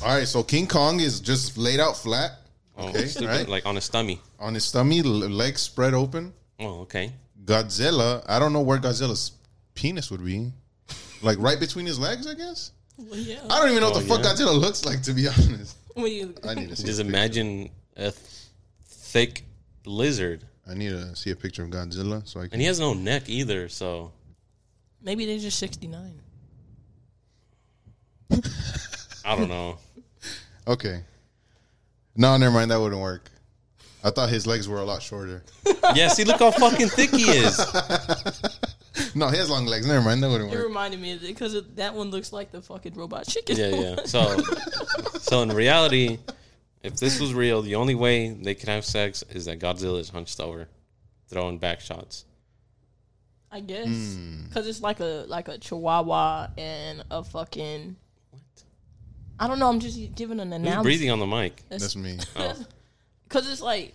[SPEAKER 2] All right, so King Kong is just laid out flat,
[SPEAKER 1] Oh,
[SPEAKER 2] okay,
[SPEAKER 1] stupid,
[SPEAKER 2] right,
[SPEAKER 1] Like on a stummy.
[SPEAKER 2] on his tummy, l- legs spread open.
[SPEAKER 1] Oh, okay.
[SPEAKER 2] Godzilla, I don't know where Godzilla's penis would be, like right between his legs, I guess.
[SPEAKER 4] Well, yeah.
[SPEAKER 2] I don't even know what
[SPEAKER 1] Oh,
[SPEAKER 2] the fuck
[SPEAKER 1] yeah.
[SPEAKER 2] Godzilla looks like, to be honest.
[SPEAKER 4] What do you?
[SPEAKER 2] I need to see.
[SPEAKER 1] Just
[SPEAKER 2] a pic-
[SPEAKER 1] imagine a th- thick lizard,
[SPEAKER 2] I need to see a picture of Godzilla so I
[SPEAKER 1] and
[SPEAKER 2] can.
[SPEAKER 1] he has no neck either. So
[SPEAKER 4] Maybe they're just sixty nine.
[SPEAKER 1] I don't know.
[SPEAKER 2] Okay. No, never mind. That wouldn't work. I thought his legs were a lot shorter.
[SPEAKER 1] yeah, see, look how fucking thick he is.
[SPEAKER 2] No, he has long legs. Never mind. That wouldn't
[SPEAKER 4] It
[SPEAKER 2] work.
[SPEAKER 4] reminded me of it because that one looks like the fucking robot chicken.
[SPEAKER 1] Yeah, yeah. So, so in reality, if this was real, the only way they could have sex is that Godzilla is hunched over, throwing back shots.
[SPEAKER 4] I guess
[SPEAKER 1] Hmm.
[SPEAKER 4] because it's like a like a chihuahua and a fucking.
[SPEAKER 1] What?
[SPEAKER 4] I don't know. I'm just giving an
[SPEAKER 1] Who's
[SPEAKER 4] analogy
[SPEAKER 1] breathing on the mic? Oh.
[SPEAKER 2] That's me.
[SPEAKER 4] because it's like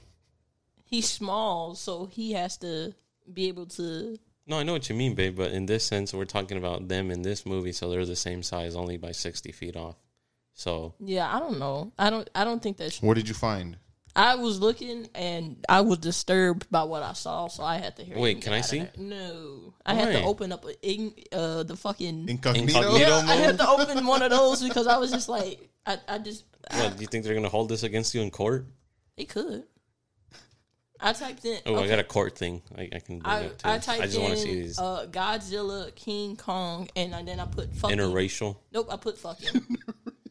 [SPEAKER 4] he's small, so he has to be able to.
[SPEAKER 1] No, I know what you mean, babe. But in this sense, we're talking about them in this movie, so they're the same size, only by sixty feet off. So
[SPEAKER 4] Yeah, I don't know. I don't. I don't think that's.
[SPEAKER 2] What did you find?
[SPEAKER 4] I was looking and I was disturbed by what I saw, so I had to hear.
[SPEAKER 1] Wait,
[SPEAKER 4] him
[SPEAKER 1] can
[SPEAKER 4] get
[SPEAKER 1] I
[SPEAKER 4] out of
[SPEAKER 1] see?
[SPEAKER 4] there. No, I had
[SPEAKER 1] Why?
[SPEAKER 4] to open up a, ing- uh, the fucking.
[SPEAKER 2] Incognito.
[SPEAKER 1] Incognito?
[SPEAKER 4] I had to open one of those because I was just like, I, I just.
[SPEAKER 1] what, do you think they're gonna hold this against you in court?
[SPEAKER 4] They could. I typed in.
[SPEAKER 1] Oh,
[SPEAKER 4] okay,
[SPEAKER 1] I got a court thing. I, I can. Bring
[SPEAKER 4] I,
[SPEAKER 1] up too.
[SPEAKER 4] I typed
[SPEAKER 1] I just
[SPEAKER 4] in
[SPEAKER 1] want to see these
[SPEAKER 4] uh, Godzilla, King Kong, and I, then I put fucking.
[SPEAKER 1] interracial.
[SPEAKER 4] Nope, I put fucking.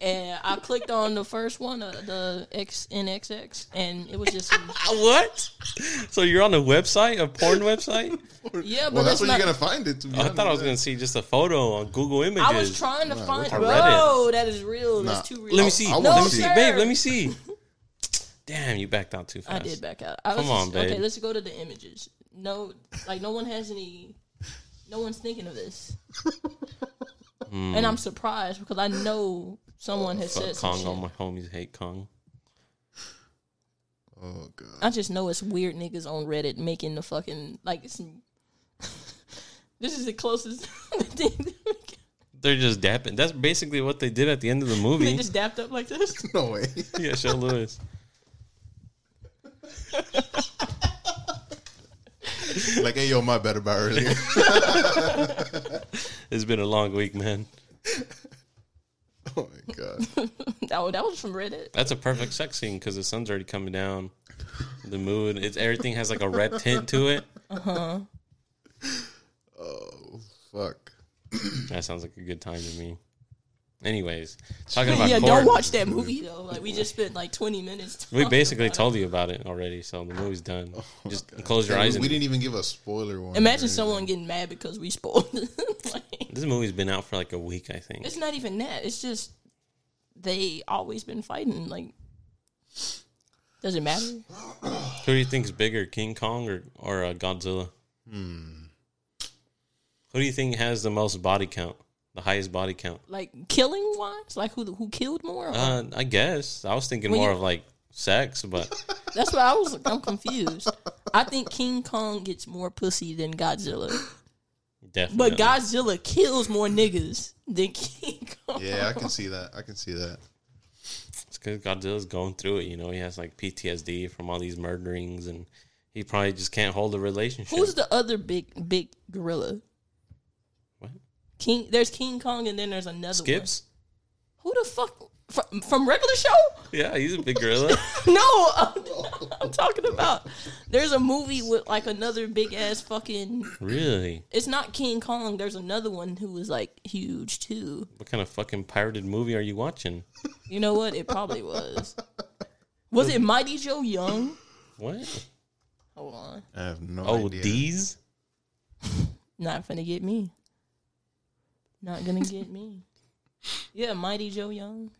[SPEAKER 4] and I clicked on the first one, uh, the XNXX, and it was just.
[SPEAKER 1] What? So you're on a website, a porn website?
[SPEAKER 4] yeah, but
[SPEAKER 2] Well, that's
[SPEAKER 4] that's
[SPEAKER 2] where
[SPEAKER 4] not.
[SPEAKER 2] you're gonna find it. To be
[SPEAKER 1] I thought I was gonna see just a photo on Google Images.
[SPEAKER 4] I was trying to find.
[SPEAKER 1] on
[SPEAKER 4] Bro, that is real.
[SPEAKER 2] Nah.
[SPEAKER 4] That's too real.
[SPEAKER 1] Let me see.
[SPEAKER 2] I
[SPEAKER 1] let
[SPEAKER 2] wanna
[SPEAKER 1] me
[SPEAKER 2] see
[SPEAKER 1] see,
[SPEAKER 4] it.
[SPEAKER 1] babe. Let me see. Damn, you backed out too
[SPEAKER 4] I
[SPEAKER 1] fast.
[SPEAKER 4] did back out. I was
[SPEAKER 1] Come on,
[SPEAKER 4] just-
[SPEAKER 1] babe.
[SPEAKER 4] Okay, let's go to the images. No, like no one has any. No one's thinking of this, and I'm surprised because I know someone has
[SPEAKER 1] Hmm. Fuck
[SPEAKER 4] said some
[SPEAKER 1] Kong.
[SPEAKER 4] shit.
[SPEAKER 1] All my homies hate Kong.
[SPEAKER 2] Oh god.
[SPEAKER 4] I just know it's weird niggas on Reddit making the fucking like. It's, this is the closest thing. to-
[SPEAKER 1] They're just dapping. That's basically what they did at the end of the
[SPEAKER 4] They
[SPEAKER 1] movie.
[SPEAKER 4] just dapped up like this.
[SPEAKER 2] No way.
[SPEAKER 1] yeah, show Lewis.
[SPEAKER 2] like, hey, yo, my bad about earlier.
[SPEAKER 1] It's been a long week, man.
[SPEAKER 2] oh my god.
[SPEAKER 4] Oh, that was from Reddit.
[SPEAKER 1] That's a perfect sex scene because the sun's already coming down. The mood, it's everything has like a red tint to it.
[SPEAKER 2] Oh, Fuck.
[SPEAKER 1] That sounds like a good time to me. Anyways, talking about
[SPEAKER 4] yeah,
[SPEAKER 1] court,
[SPEAKER 4] don't watch that movie though. Like we just spent like twenty minutes.
[SPEAKER 1] we
[SPEAKER 4] talking
[SPEAKER 1] basically
[SPEAKER 4] about it.
[SPEAKER 1] told you about it already, so the movie's done.
[SPEAKER 4] Oh,
[SPEAKER 1] Just close your
[SPEAKER 2] Yeah,
[SPEAKER 1] eyes.
[SPEAKER 2] we,
[SPEAKER 1] And,
[SPEAKER 2] we didn't even give a spoiler one.
[SPEAKER 4] Imagine someone getting mad because we spoiled. it. like,
[SPEAKER 1] this movie's been out for like a week, I think.
[SPEAKER 4] it's not even that. It's just they always been fighting. Like, does it matter?
[SPEAKER 1] Who do you think's bigger, King Kong or or uh, Godzilla?
[SPEAKER 4] Hmm.
[SPEAKER 1] Who do you think has the most body count, the highest body count?
[SPEAKER 4] Like killing wise, like who who killed more?
[SPEAKER 1] Uh, I guess I was thinking
[SPEAKER 4] When
[SPEAKER 1] more
[SPEAKER 4] you-
[SPEAKER 1] of like sex, but
[SPEAKER 4] That's why I was. I'm confused. I think King Kong gets more pussy than Godzilla,
[SPEAKER 1] definitely.
[SPEAKER 4] but Godzilla kills more niggas than King Kong.
[SPEAKER 2] Yeah, I can see that. I can see that.
[SPEAKER 1] It's because Godzilla's going through it. You know, he has like PTSD from all these murderings, and he probably just can't hold a relationship.
[SPEAKER 4] Who's the other big big gorilla?
[SPEAKER 1] What?
[SPEAKER 4] King. There's King Kong, and then there's another
[SPEAKER 1] Skips?
[SPEAKER 4] One. Who the fuck from, from regular show?
[SPEAKER 1] Yeah, he's a big gorilla.
[SPEAKER 4] No, I'm, I'm talking about. There's a movie with like another big ass fucking.
[SPEAKER 1] really?
[SPEAKER 4] It's not King Kong. There's another one who was like huge too.
[SPEAKER 1] What kind of fucking pirated movie are you watching?
[SPEAKER 4] You know what? It probably was. Was it Mighty Joe Young?
[SPEAKER 1] What?
[SPEAKER 4] Hold on.
[SPEAKER 2] I have no
[SPEAKER 1] Oh,
[SPEAKER 2] idea.
[SPEAKER 1] these?
[SPEAKER 4] Not gonna get me. Not gonna get me. Yeah, Mighty Joe Young.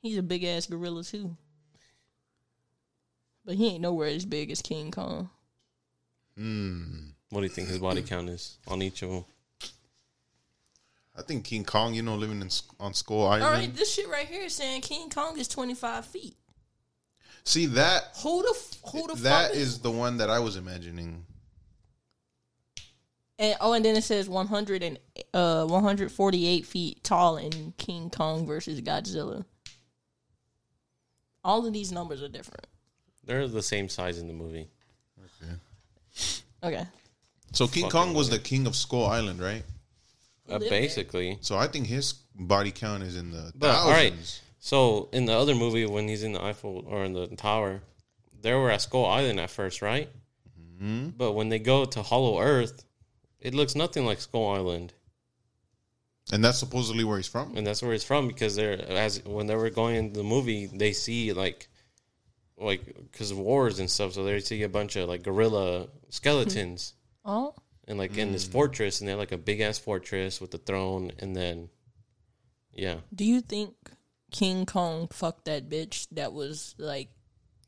[SPEAKER 4] He's a big ass gorilla too. But he ain't nowhere as big as King Kong.
[SPEAKER 1] What do you think his body count is on each of them?
[SPEAKER 2] I think King Kong, you know, living in Sk- on Skull Island.
[SPEAKER 4] All right, this shit right here is saying King Kong is twenty five feet.
[SPEAKER 2] See that
[SPEAKER 4] Who the f- who the
[SPEAKER 2] that
[SPEAKER 4] fuck
[SPEAKER 2] is the one that I was imagining.
[SPEAKER 4] and, oh, and then it says one hundred and uh one hundred forty eight feet tall in King Kong versus Godzilla. All of these numbers are different.
[SPEAKER 1] They're the same size in the movie.
[SPEAKER 4] Okay,
[SPEAKER 2] So King
[SPEAKER 1] Fucking
[SPEAKER 2] Kong was the king of Skull Island, right?
[SPEAKER 1] Uh,
[SPEAKER 4] Live
[SPEAKER 1] basically.
[SPEAKER 2] So I think his body count is in the
[SPEAKER 1] But, all right.
[SPEAKER 2] thousands.
[SPEAKER 1] So in the other movie, when he's in the Eiffel or in the tower, they were at Skull Island at first, right? But when they go to Hollow Earth, it looks nothing like Skull Island.
[SPEAKER 2] And that's supposedly where he's from.
[SPEAKER 1] and that's where it's from because they're as when they were going into the movie they see like like because of wars and stuff so they see a bunch of like gorilla skeletons
[SPEAKER 4] oh.
[SPEAKER 1] and like in this fortress and they're like a big ass fortress with the throne and then yeah
[SPEAKER 4] Do you think King Kong fucked that bitch that was like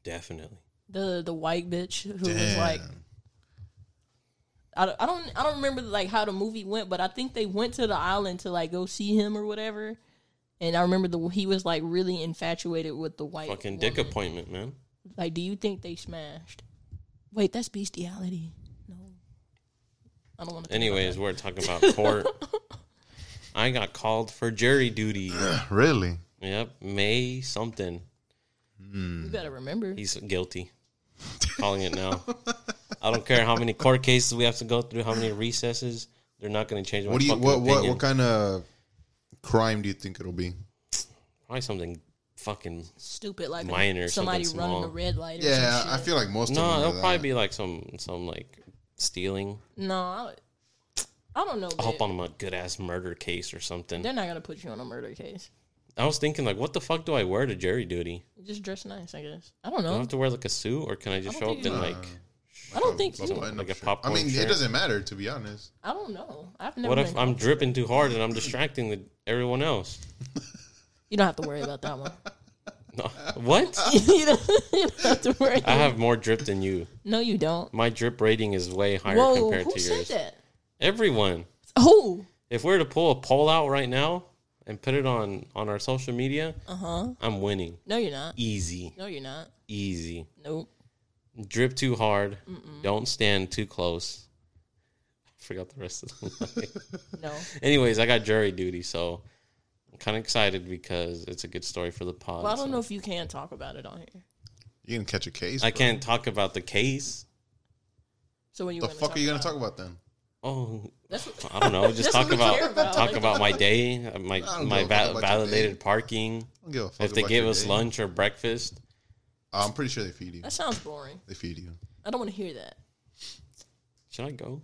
[SPEAKER 1] definitely
[SPEAKER 4] the the white bitch who was
[SPEAKER 2] Damn.
[SPEAKER 4] like I don't, I don't I don't remember like how the movie went, but I think they went to the island to like go see him or whatever. And I remember the he was like really infatuated with the white
[SPEAKER 1] fucking
[SPEAKER 4] woman.
[SPEAKER 1] dick appointment man
[SPEAKER 4] Like, do you think they smashed? Wait, that's bestiality. No, I don't want to.
[SPEAKER 1] anyways we're talking about court i got called for jury duty
[SPEAKER 2] really?
[SPEAKER 1] yep may something
[SPEAKER 4] You better remember.
[SPEAKER 1] He's guilty. Calling it now. I don't care how many court cases we have to go through, how many recesses. They're not going to change my
[SPEAKER 2] What do you
[SPEAKER 1] fucking
[SPEAKER 2] what what,
[SPEAKER 1] opinion.
[SPEAKER 2] what kind of crime do you think it'll be?
[SPEAKER 1] Probably something fucking.
[SPEAKER 4] Stupid, like
[SPEAKER 1] Minor,
[SPEAKER 4] somebody
[SPEAKER 1] something
[SPEAKER 4] running
[SPEAKER 1] small.
[SPEAKER 4] a red light. Or
[SPEAKER 2] Yeah,
[SPEAKER 4] some
[SPEAKER 2] I
[SPEAKER 4] shit.
[SPEAKER 2] feel like most
[SPEAKER 1] No,
[SPEAKER 2] of them.
[SPEAKER 1] it'll probably be like some some like stealing.
[SPEAKER 4] no. I, I don't know.
[SPEAKER 1] I
[SPEAKER 4] babe.
[SPEAKER 1] hope on a good ass murder case or something.
[SPEAKER 4] They're not gonna put you on a murder case.
[SPEAKER 1] I was thinking like, what the fuck do I wear to jury duty?
[SPEAKER 4] Just dress nice, I guess. I don't
[SPEAKER 1] Do I
[SPEAKER 4] know.
[SPEAKER 1] have to wear like a suit, or can I just
[SPEAKER 4] I
[SPEAKER 1] show
[SPEAKER 4] don't
[SPEAKER 1] up
[SPEAKER 4] think
[SPEAKER 1] in
[SPEAKER 4] you-
[SPEAKER 1] like?
[SPEAKER 2] Uh,
[SPEAKER 4] I don't think you.
[SPEAKER 1] like a
[SPEAKER 2] I
[SPEAKER 1] popcorn
[SPEAKER 2] mean, it
[SPEAKER 1] shirt?
[SPEAKER 2] doesn't matter to be honest.
[SPEAKER 4] I don't know. I've never.
[SPEAKER 1] What if
[SPEAKER 4] been-
[SPEAKER 1] I'm dripping too hard and I'm distracting the, everyone else?
[SPEAKER 4] You don't have to worry about that one.
[SPEAKER 1] No. What?
[SPEAKER 4] you, don't, you don't have to worry.
[SPEAKER 1] I have more drip than you.
[SPEAKER 4] no, you don't.
[SPEAKER 1] My drip rating is way higher
[SPEAKER 4] Whoa,
[SPEAKER 1] compared
[SPEAKER 4] who
[SPEAKER 1] to
[SPEAKER 4] said
[SPEAKER 1] yours.
[SPEAKER 4] that?
[SPEAKER 1] Everyone.
[SPEAKER 4] Who?
[SPEAKER 1] if we were to pull a poll out right now and put it on on our social media,
[SPEAKER 4] Uh-huh.
[SPEAKER 1] I'm winning.
[SPEAKER 4] No, you're not.
[SPEAKER 1] Easy,
[SPEAKER 4] No, you're not.
[SPEAKER 1] easy.
[SPEAKER 4] Nope.
[SPEAKER 1] Drip too hard. Don't stand too close. forgot the rest of the line.
[SPEAKER 4] No.
[SPEAKER 1] Anyways, I got jury duty, so I'm kind of excited because it's a good story for the pod.
[SPEAKER 4] Well, I don't
[SPEAKER 1] so-
[SPEAKER 4] know if you can talk about it on here.
[SPEAKER 2] You're gonna catch a case.
[SPEAKER 1] I
[SPEAKER 2] bro.
[SPEAKER 1] can't talk about the case.
[SPEAKER 4] So when you
[SPEAKER 2] The
[SPEAKER 4] gonna
[SPEAKER 2] fuck
[SPEAKER 4] talk
[SPEAKER 2] are you gonna
[SPEAKER 4] about
[SPEAKER 2] talk about then?
[SPEAKER 1] Oh,
[SPEAKER 4] it? That's what-
[SPEAKER 1] I don't know. Just
[SPEAKER 4] That's
[SPEAKER 1] talk
[SPEAKER 4] what we
[SPEAKER 1] about,
[SPEAKER 4] care about.
[SPEAKER 1] talk
[SPEAKER 4] Like,
[SPEAKER 1] about my day, uh, my
[SPEAKER 2] don't
[SPEAKER 1] my
[SPEAKER 2] give a fuck
[SPEAKER 1] va-
[SPEAKER 2] about your
[SPEAKER 1] validated
[SPEAKER 2] day.
[SPEAKER 1] parking.
[SPEAKER 2] I don't give a fuck.
[SPEAKER 1] If they
[SPEAKER 2] about
[SPEAKER 1] give
[SPEAKER 2] your
[SPEAKER 1] us
[SPEAKER 2] day.
[SPEAKER 1] lunch or breakfast,
[SPEAKER 2] I'm pretty sure they feed you.
[SPEAKER 4] that sounds boring.
[SPEAKER 2] They feed you.
[SPEAKER 4] I don't want to hear that.
[SPEAKER 1] should I go?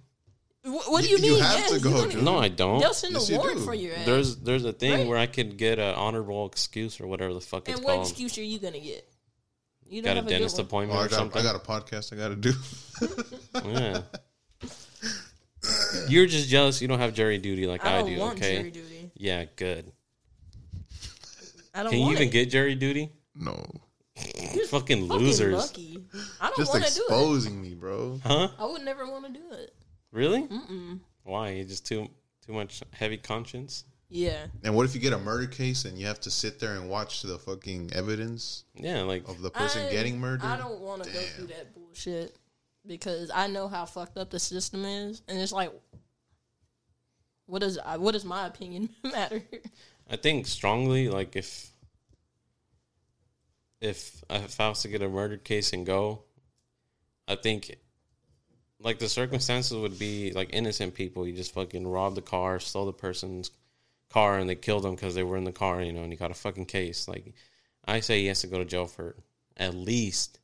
[SPEAKER 4] What, what do
[SPEAKER 2] You-
[SPEAKER 4] you
[SPEAKER 2] you
[SPEAKER 4] mean?
[SPEAKER 2] have to go,
[SPEAKER 4] don't
[SPEAKER 2] dude.
[SPEAKER 4] even-
[SPEAKER 1] No, I don't.
[SPEAKER 4] They'll send
[SPEAKER 2] Yes,
[SPEAKER 4] a
[SPEAKER 2] you
[SPEAKER 4] warrant
[SPEAKER 2] do.
[SPEAKER 4] for your ass.
[SPEAKER 1] There's there's a thing
[SPEAKER 4] Right.
[SPEAKER 1] where I could get an honorable excuse or whatever the fuck it's
[SPEAKER 4] and what
[SPEAKER 1] called.
[SPEAKER 4] excuse are you gonna get? You don't
[SPEAKER 1] Got a
[SPEAKER 4] have
[SPEAKER 1] dentist
[SPEAKER 4] good one.
[SPEAKER 2] Oh,
[SPEAKER 1] appointment
[SPEAKER 2] I
[SPEAKER 1] or
[SPEAKER 2] got, I
[SPEAKER 1] something.
[SPEAKER 2] got a podcast I gotta do.
[SPEAKER 1] Yeah. You're just jealous you don't have jury duty like I,
[SPEAKER 4] I don't
[SPEAKER 1] do,
[SPEAKER 4] want
[SPEAKER 1] okay?
[SPEAKER 4] jury duty.
[SPEAKER 1] Yeah, good.
[SPEAKER 4] I don't
[SPEAKER 1] Can you
[SPEAKER 4] want
[SPEAKER 1] even
[SPEAKER 4] it.
[SPEAKER 1] get jury duty?
[SPEAKER 2] no,
[SPEAKER 1] Fucking
[SPEAKER 4] Fucking
[SPEAKER 1] losers.
[SPEAKER 4] lucky. I don't
[SPEAKER 2] just
[SPEAKER 4] want to do it.
[SPEAKER 2] exposing me, bro.
[SPEAKER 1] Huh?
[SPEAKER 4] I would never want to do it.
[SPEAKER 1] Really? Mm-mm. Why? You just too too much heavy conscience?
[SPEAKER 4] Yeah.
[SPEAKER 2] And what if you get a murder case and you have to sit there and watch the fucking evidence
[SPEAKER 1] Yeah, like
[SPEAKER 2] of the person
[SPEAKER 4] I-
[SPEAKER 2] getting murdered?
[SPEAKER 4] I don't want to go through that bullshit because I know how fucked up the system is, and it's like, what does I- what does my opinion matter?
[SPEAKER 1] I think strongly like if if if I was to get a murder case and go, I think like the circumstances would be like innocent people. You just fucking robbed the car, stole the person's car, and they killed them because they were in the car, you know, and you got a fucking case. Like I say, he has to go to jail for at least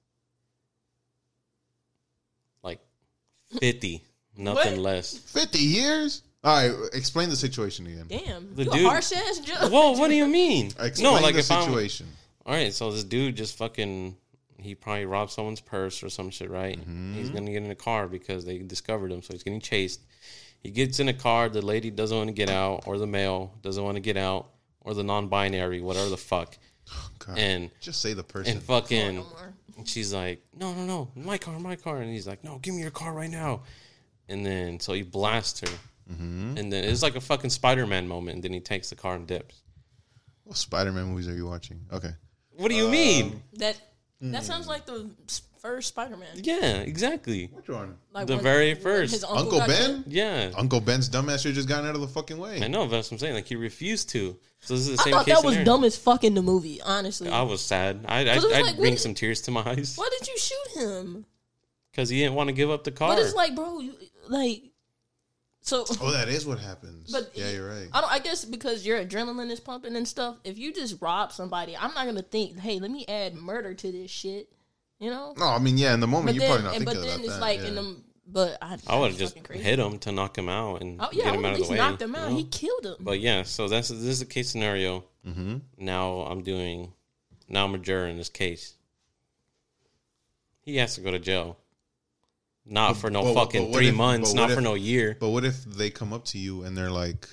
[SPEAKER 1] like fifty, nothing
[SPEAKER 4] What?
[SPEAKER 1] less.
[SPEAKER 2] Fifty years. All right, explain the situation again.
[SPEAKER 4] Damn,
[SPEAKER 1] The
[SPEAKER 4] you
[SPEAKER 1] dude-
[SPEAKER 4] a harsh ass judge.
[SPEAKER 1] Whoa, what do you mean?
[SPEAKER 2] Explain the
[SPEAKER 1] I'm-
[SPEAKER 2] situation.
[SPEAKER 1] All right, so this dude just fucking he probably robbed someone's purse or some shit, right? He's gonna get in a car because they discovered him, so he's getting chased. He gets in a car, the lady doesn't want to get out, or the male doesn't want to get out, or the non-binary, whatever the fuck,
[SPEAKER 2] God,
[SPEAKER 1] and
[SPEAKER 2] just say the person.
[SPEAKER 1] and fucking.
[SPEAKER 4] No more.
[SPEAKER 1] And she's like, no, no, no, my car, my car. And he's like, no, give me your car right now. And then, so he blasts her. And then it's like a fucking Spider Man moment. And then he takes the car and dips.
[SPEAKER 2] what Spider-Man movies are you watching? Okay,
[SPEAKER 1] What do you mean?
[SPEAKER 4] That that
[SPEAKER 2] Mm.
[SPEAKER 4] sounds like the s- first Spider Man.
[SPEAKER 1] Yeah, exactly.
[SPEAKER 2] which one?
[SPEAKER 4] Like
[SPEAKER 1] The
[SPEAKER 4] when-
[SPEAKER 1] very
[SPEAKER 4] when
[SPEAKER 1] first.
[SPEAKER 4] his
[SPEAKER 2] Uncle
[SPEAKER 4] got
[SPEAKER 2] Ben.
[SPEAKER 4] killed.
[SPEAKER 1] Yeah.
[SPEAKER 2] Uncle Ben's dumbass should have just gotten out of the fucking
[SPEAKER 1] I
[SPEAKER 2] way.
[SPEAKER 1] know, that's what I'm saying. Like, he refused to. So this is the
[SPEAKER 4] I
[SPEAKER 1] same
[SPEAKER 4] thought
[SPEAKER 1] case.
[SPEAKER 4] that was
[SPEAKER 1] scenario.
[SPEAKER 4] dumb as fuck in the movie. Honestly,
[SPEAKER 1] I was sad. I, I,
[SPEAKER 4] it was
[SPEAKER 1] I'd
[SPEAKER 4] like,
[SPEAKER 1] bring
[SPEAKER 4] what-
[SPEAKER 1] some tears to my eyes
[SPEAKER 4] why did you shoot him?
[SPEAKER 1] because he didn't want to give up the car.
[SPEAKER 4] But it's like, bro, you like so.
[SPEAKER 2] Oh, that is what happens.
[SPEAKER 4] But
[SPEAKER 2] yeah, you're right.
[SPEAKER 4] I don't. I guess because your adrenaline is pumping and stuff. If you just rob somebody, I'm not gonna think, hey, let me add murder to this shit. You know.
[SPEAKER 2] No, I mean, yeah, in the moment
[SPEAKER 4] But
[SPEAKER 2] you're
[SPEAKER 4] then,
[SPEAKER 2] probably not
[SPEAKER 4] and,
[SPEAKER 2] thinking
[SPEAKER 4] but then
[SPEAKER 2] about
[SPEAKER 4] it's
[SPEAKER 2] that.
[SPEAKER 4] like
[SPEAKER 2] yeah.
[SPEAKER 4] in the. But I,
[SPEAKER 1] I would have just
[SPEAKER 4] fucking crazy.
[SPEAKER 1] hit him to knock him out and
[SPEAKER 4] Oh yeah,
[SPEAKER 1] get
[SPEAKER 4] I
[SPEAKER 1] him
[SPEAKER 4] would
[SPEAKER 1] out
[SPEAKER 4] at
[SPEAKER 1] of the
[SPEAKER 4] least
[SPEAKER 1] way.
[SPEAKER 4] knocked him
[SPEAKER 1] you
[SPEAKER 4] out.
[SPEAKER 1] know?
[SPEAKER 4] He killed him.
[SPEAKER 1] But yeah, so that's this is the case scenario.
[SPEAKER 2] Mm-hmm.
[SPEAKER 1] Now I'm doing, now I'm a juror in this case. He has to go to jail, not for no
[SPEAKER 2] Mm, but-
[SPEAKER 1] fucking
[SPEAKER 2] but what
[SPEAKER 1] three
[SPEAKER 2] if-
[SPEAKER 1] months,
[SPEAKER 2] but
[SPEAKER 1] not
[SPEAKER 2] what
[SPEAKER 1] for
[SPEAKER 2] if-
[SPEAKER 1] no year.
[SPEAKER 2] But what if they come up to you and they're like,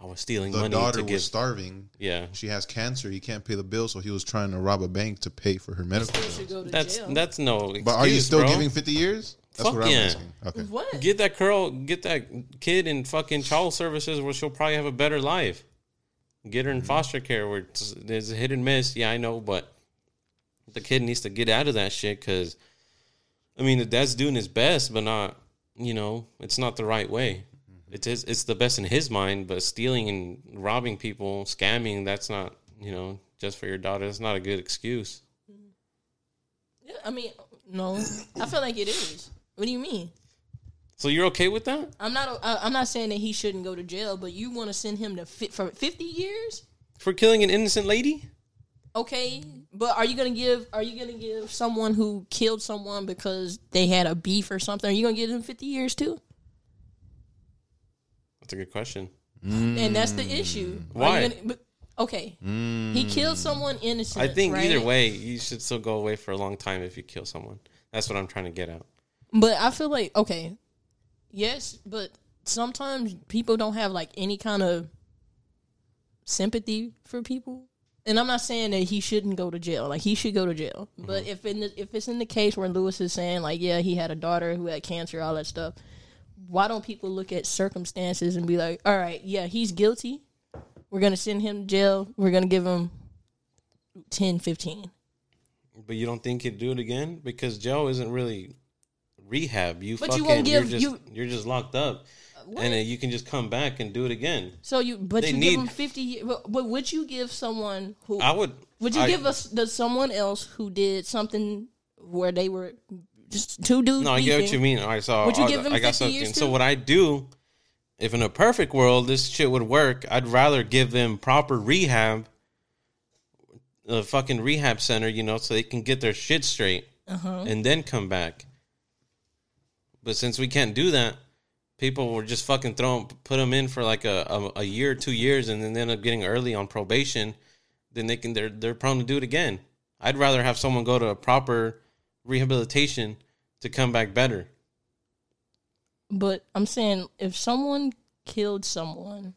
[SPEAKER 1] I was stealing
[SPEAKER 2] the
[SPEAKER 1] money
[SPEAKER 2] daughter
[SPEAKER 1] to give.
[SPEAKER 2] was starving.
[SPEAKER 1] yeah,
[SPEAKER 2] She has cancer. He can't pay the bill, so he was trying to rob a bank to pay for her medical
[SPEAKER 4] He
[SPEAKER 2] bills.
[SPEAKER 4] should go to
[SPEAKER 1] that's
[SPEAKER 4] jail.
[SPEAKER 1] that's no. Excuse,
[SPEAKER 2] But are you still
[SPEAKER 1] bro.
[SPEAKER 2] giving 50 years? That's
[SPEAKER 1] Fuck
[SPEAKER 2] what I'm
[SPEAKER 1] yeah.
[SPEAKER 2] asking. Okay.
[SPEAKER 4] what?
[SPEAKER 1] Get that girl, get that kid in fucking child services where she'll probably have a better life. Get her in foster care where it's, there's a hit and miss. Yeah, I know, but the kid needs to get out of that shit because, I mean, the dad's doing his best, but not, you know, it's not the right way. It's his, it's the best in his mind, but stealing and robbing people, scamming, that's not, you know, just for your daughter. That's not a good excuse.
[SPEAKER 4] Yeah, I mean, no. I feel like it is. What do you mean?
[SPEAKER 1] So you're okay with that?
[SPEAKER 4] I'm not. Uh, I'm not saying that he shouldn't go to jail, but you want to send him to fit for 50 years?
[SPEAKER 1] For killing an innocent lady?
[SPEAKER 4] okay but are you gonna give are you gonna give someone who killed someone because they had a beef or something are you gonna give them 50 years too
[SPEAKER 1] That's a good question.
[SPEAKER 4] and that's the issue Are you
[SPEAKER 1] Why? Mm.
[SPEAKER 4] gonna- but- okay he killed someone innocent
[SPEAKER 1] I think
[SPEAKER 4] right?
[SPEAKER 1] either way, you should still go away for a long time if you kill someone. That's what I'm trying to get at.
[SPEAKER 4] but i feel like okay yes but sometimes people don't have like any kind of sympathy for people and i'm not saying that he shouldn't go to jail like he should go to jail
[SPEAKER 1] Mm-hmm.
[SPEAKER 4] but if in the, if it's in the case where lewis is saying like yeah he had a daughter who had cancer all that stuff why don't people look at circumstances and be like, all right, yeah, he's guilty. We're going to send him to jail. We're going to give him 10, 15.
[SPEAKER 1] But you don't think he'd do it again because Joe isn't really rehab. You
[SPEAKER 4] But
[SPEAKER 1] fucking
[SPEAKER 4] you won't
[SPEAKER 1] you are
[SPEAKER 4] give-
[SPEAKER 1] just
[SPEAKER 4] you- Uh,
[SPEAKER 1] you, are just locked up.
[SPEAKER 4] What?
[SPEAKER 1] and then you can just come back and do it again.
[SPEAKER 4] so you, but
[SPEAKER 1] they
[SPEAKER 4] you
[SPEAKER 1] need-
[SPEAKER 4] give them fifty. ye- But, but would you give someone who
[SPEAKER 1] I would.
[SPEAKER 4] Would you
[SPEAKER 1] I-
[SPEAKER 4] give us the someone else who did something where they were just two dudes?
[SPEAKER 1] No, I get what you mean. All right, so
[SPEAKER 4] Would you
[SPEAKER 1] I'll-
[SPEAKER 4] give them
[SPEAKER 1] Uh, I got
[SPEAKER 4] 50 years
[SPEAKER 1] something. So
[SPEAKER 4] too?
[SPEAKER 1] what I do, if in a perfect world this shit would work, I'd rather give them proper rehab, a fucking rehab center, you know, so they can get their shit straight
[SPEAKER 4] Uh-huh.
[SPEAKER 1] and then come back. But since we can't do that, people were just fucking throwing, put them in for like a, a, a year, two years, and then they end up getting early on probation. Then they can they're they're prone to do it again. I'd rather have someone go to a proper rehabilitation to come back better.
[SPEAKER 4] But I'm saying if someone killed someone,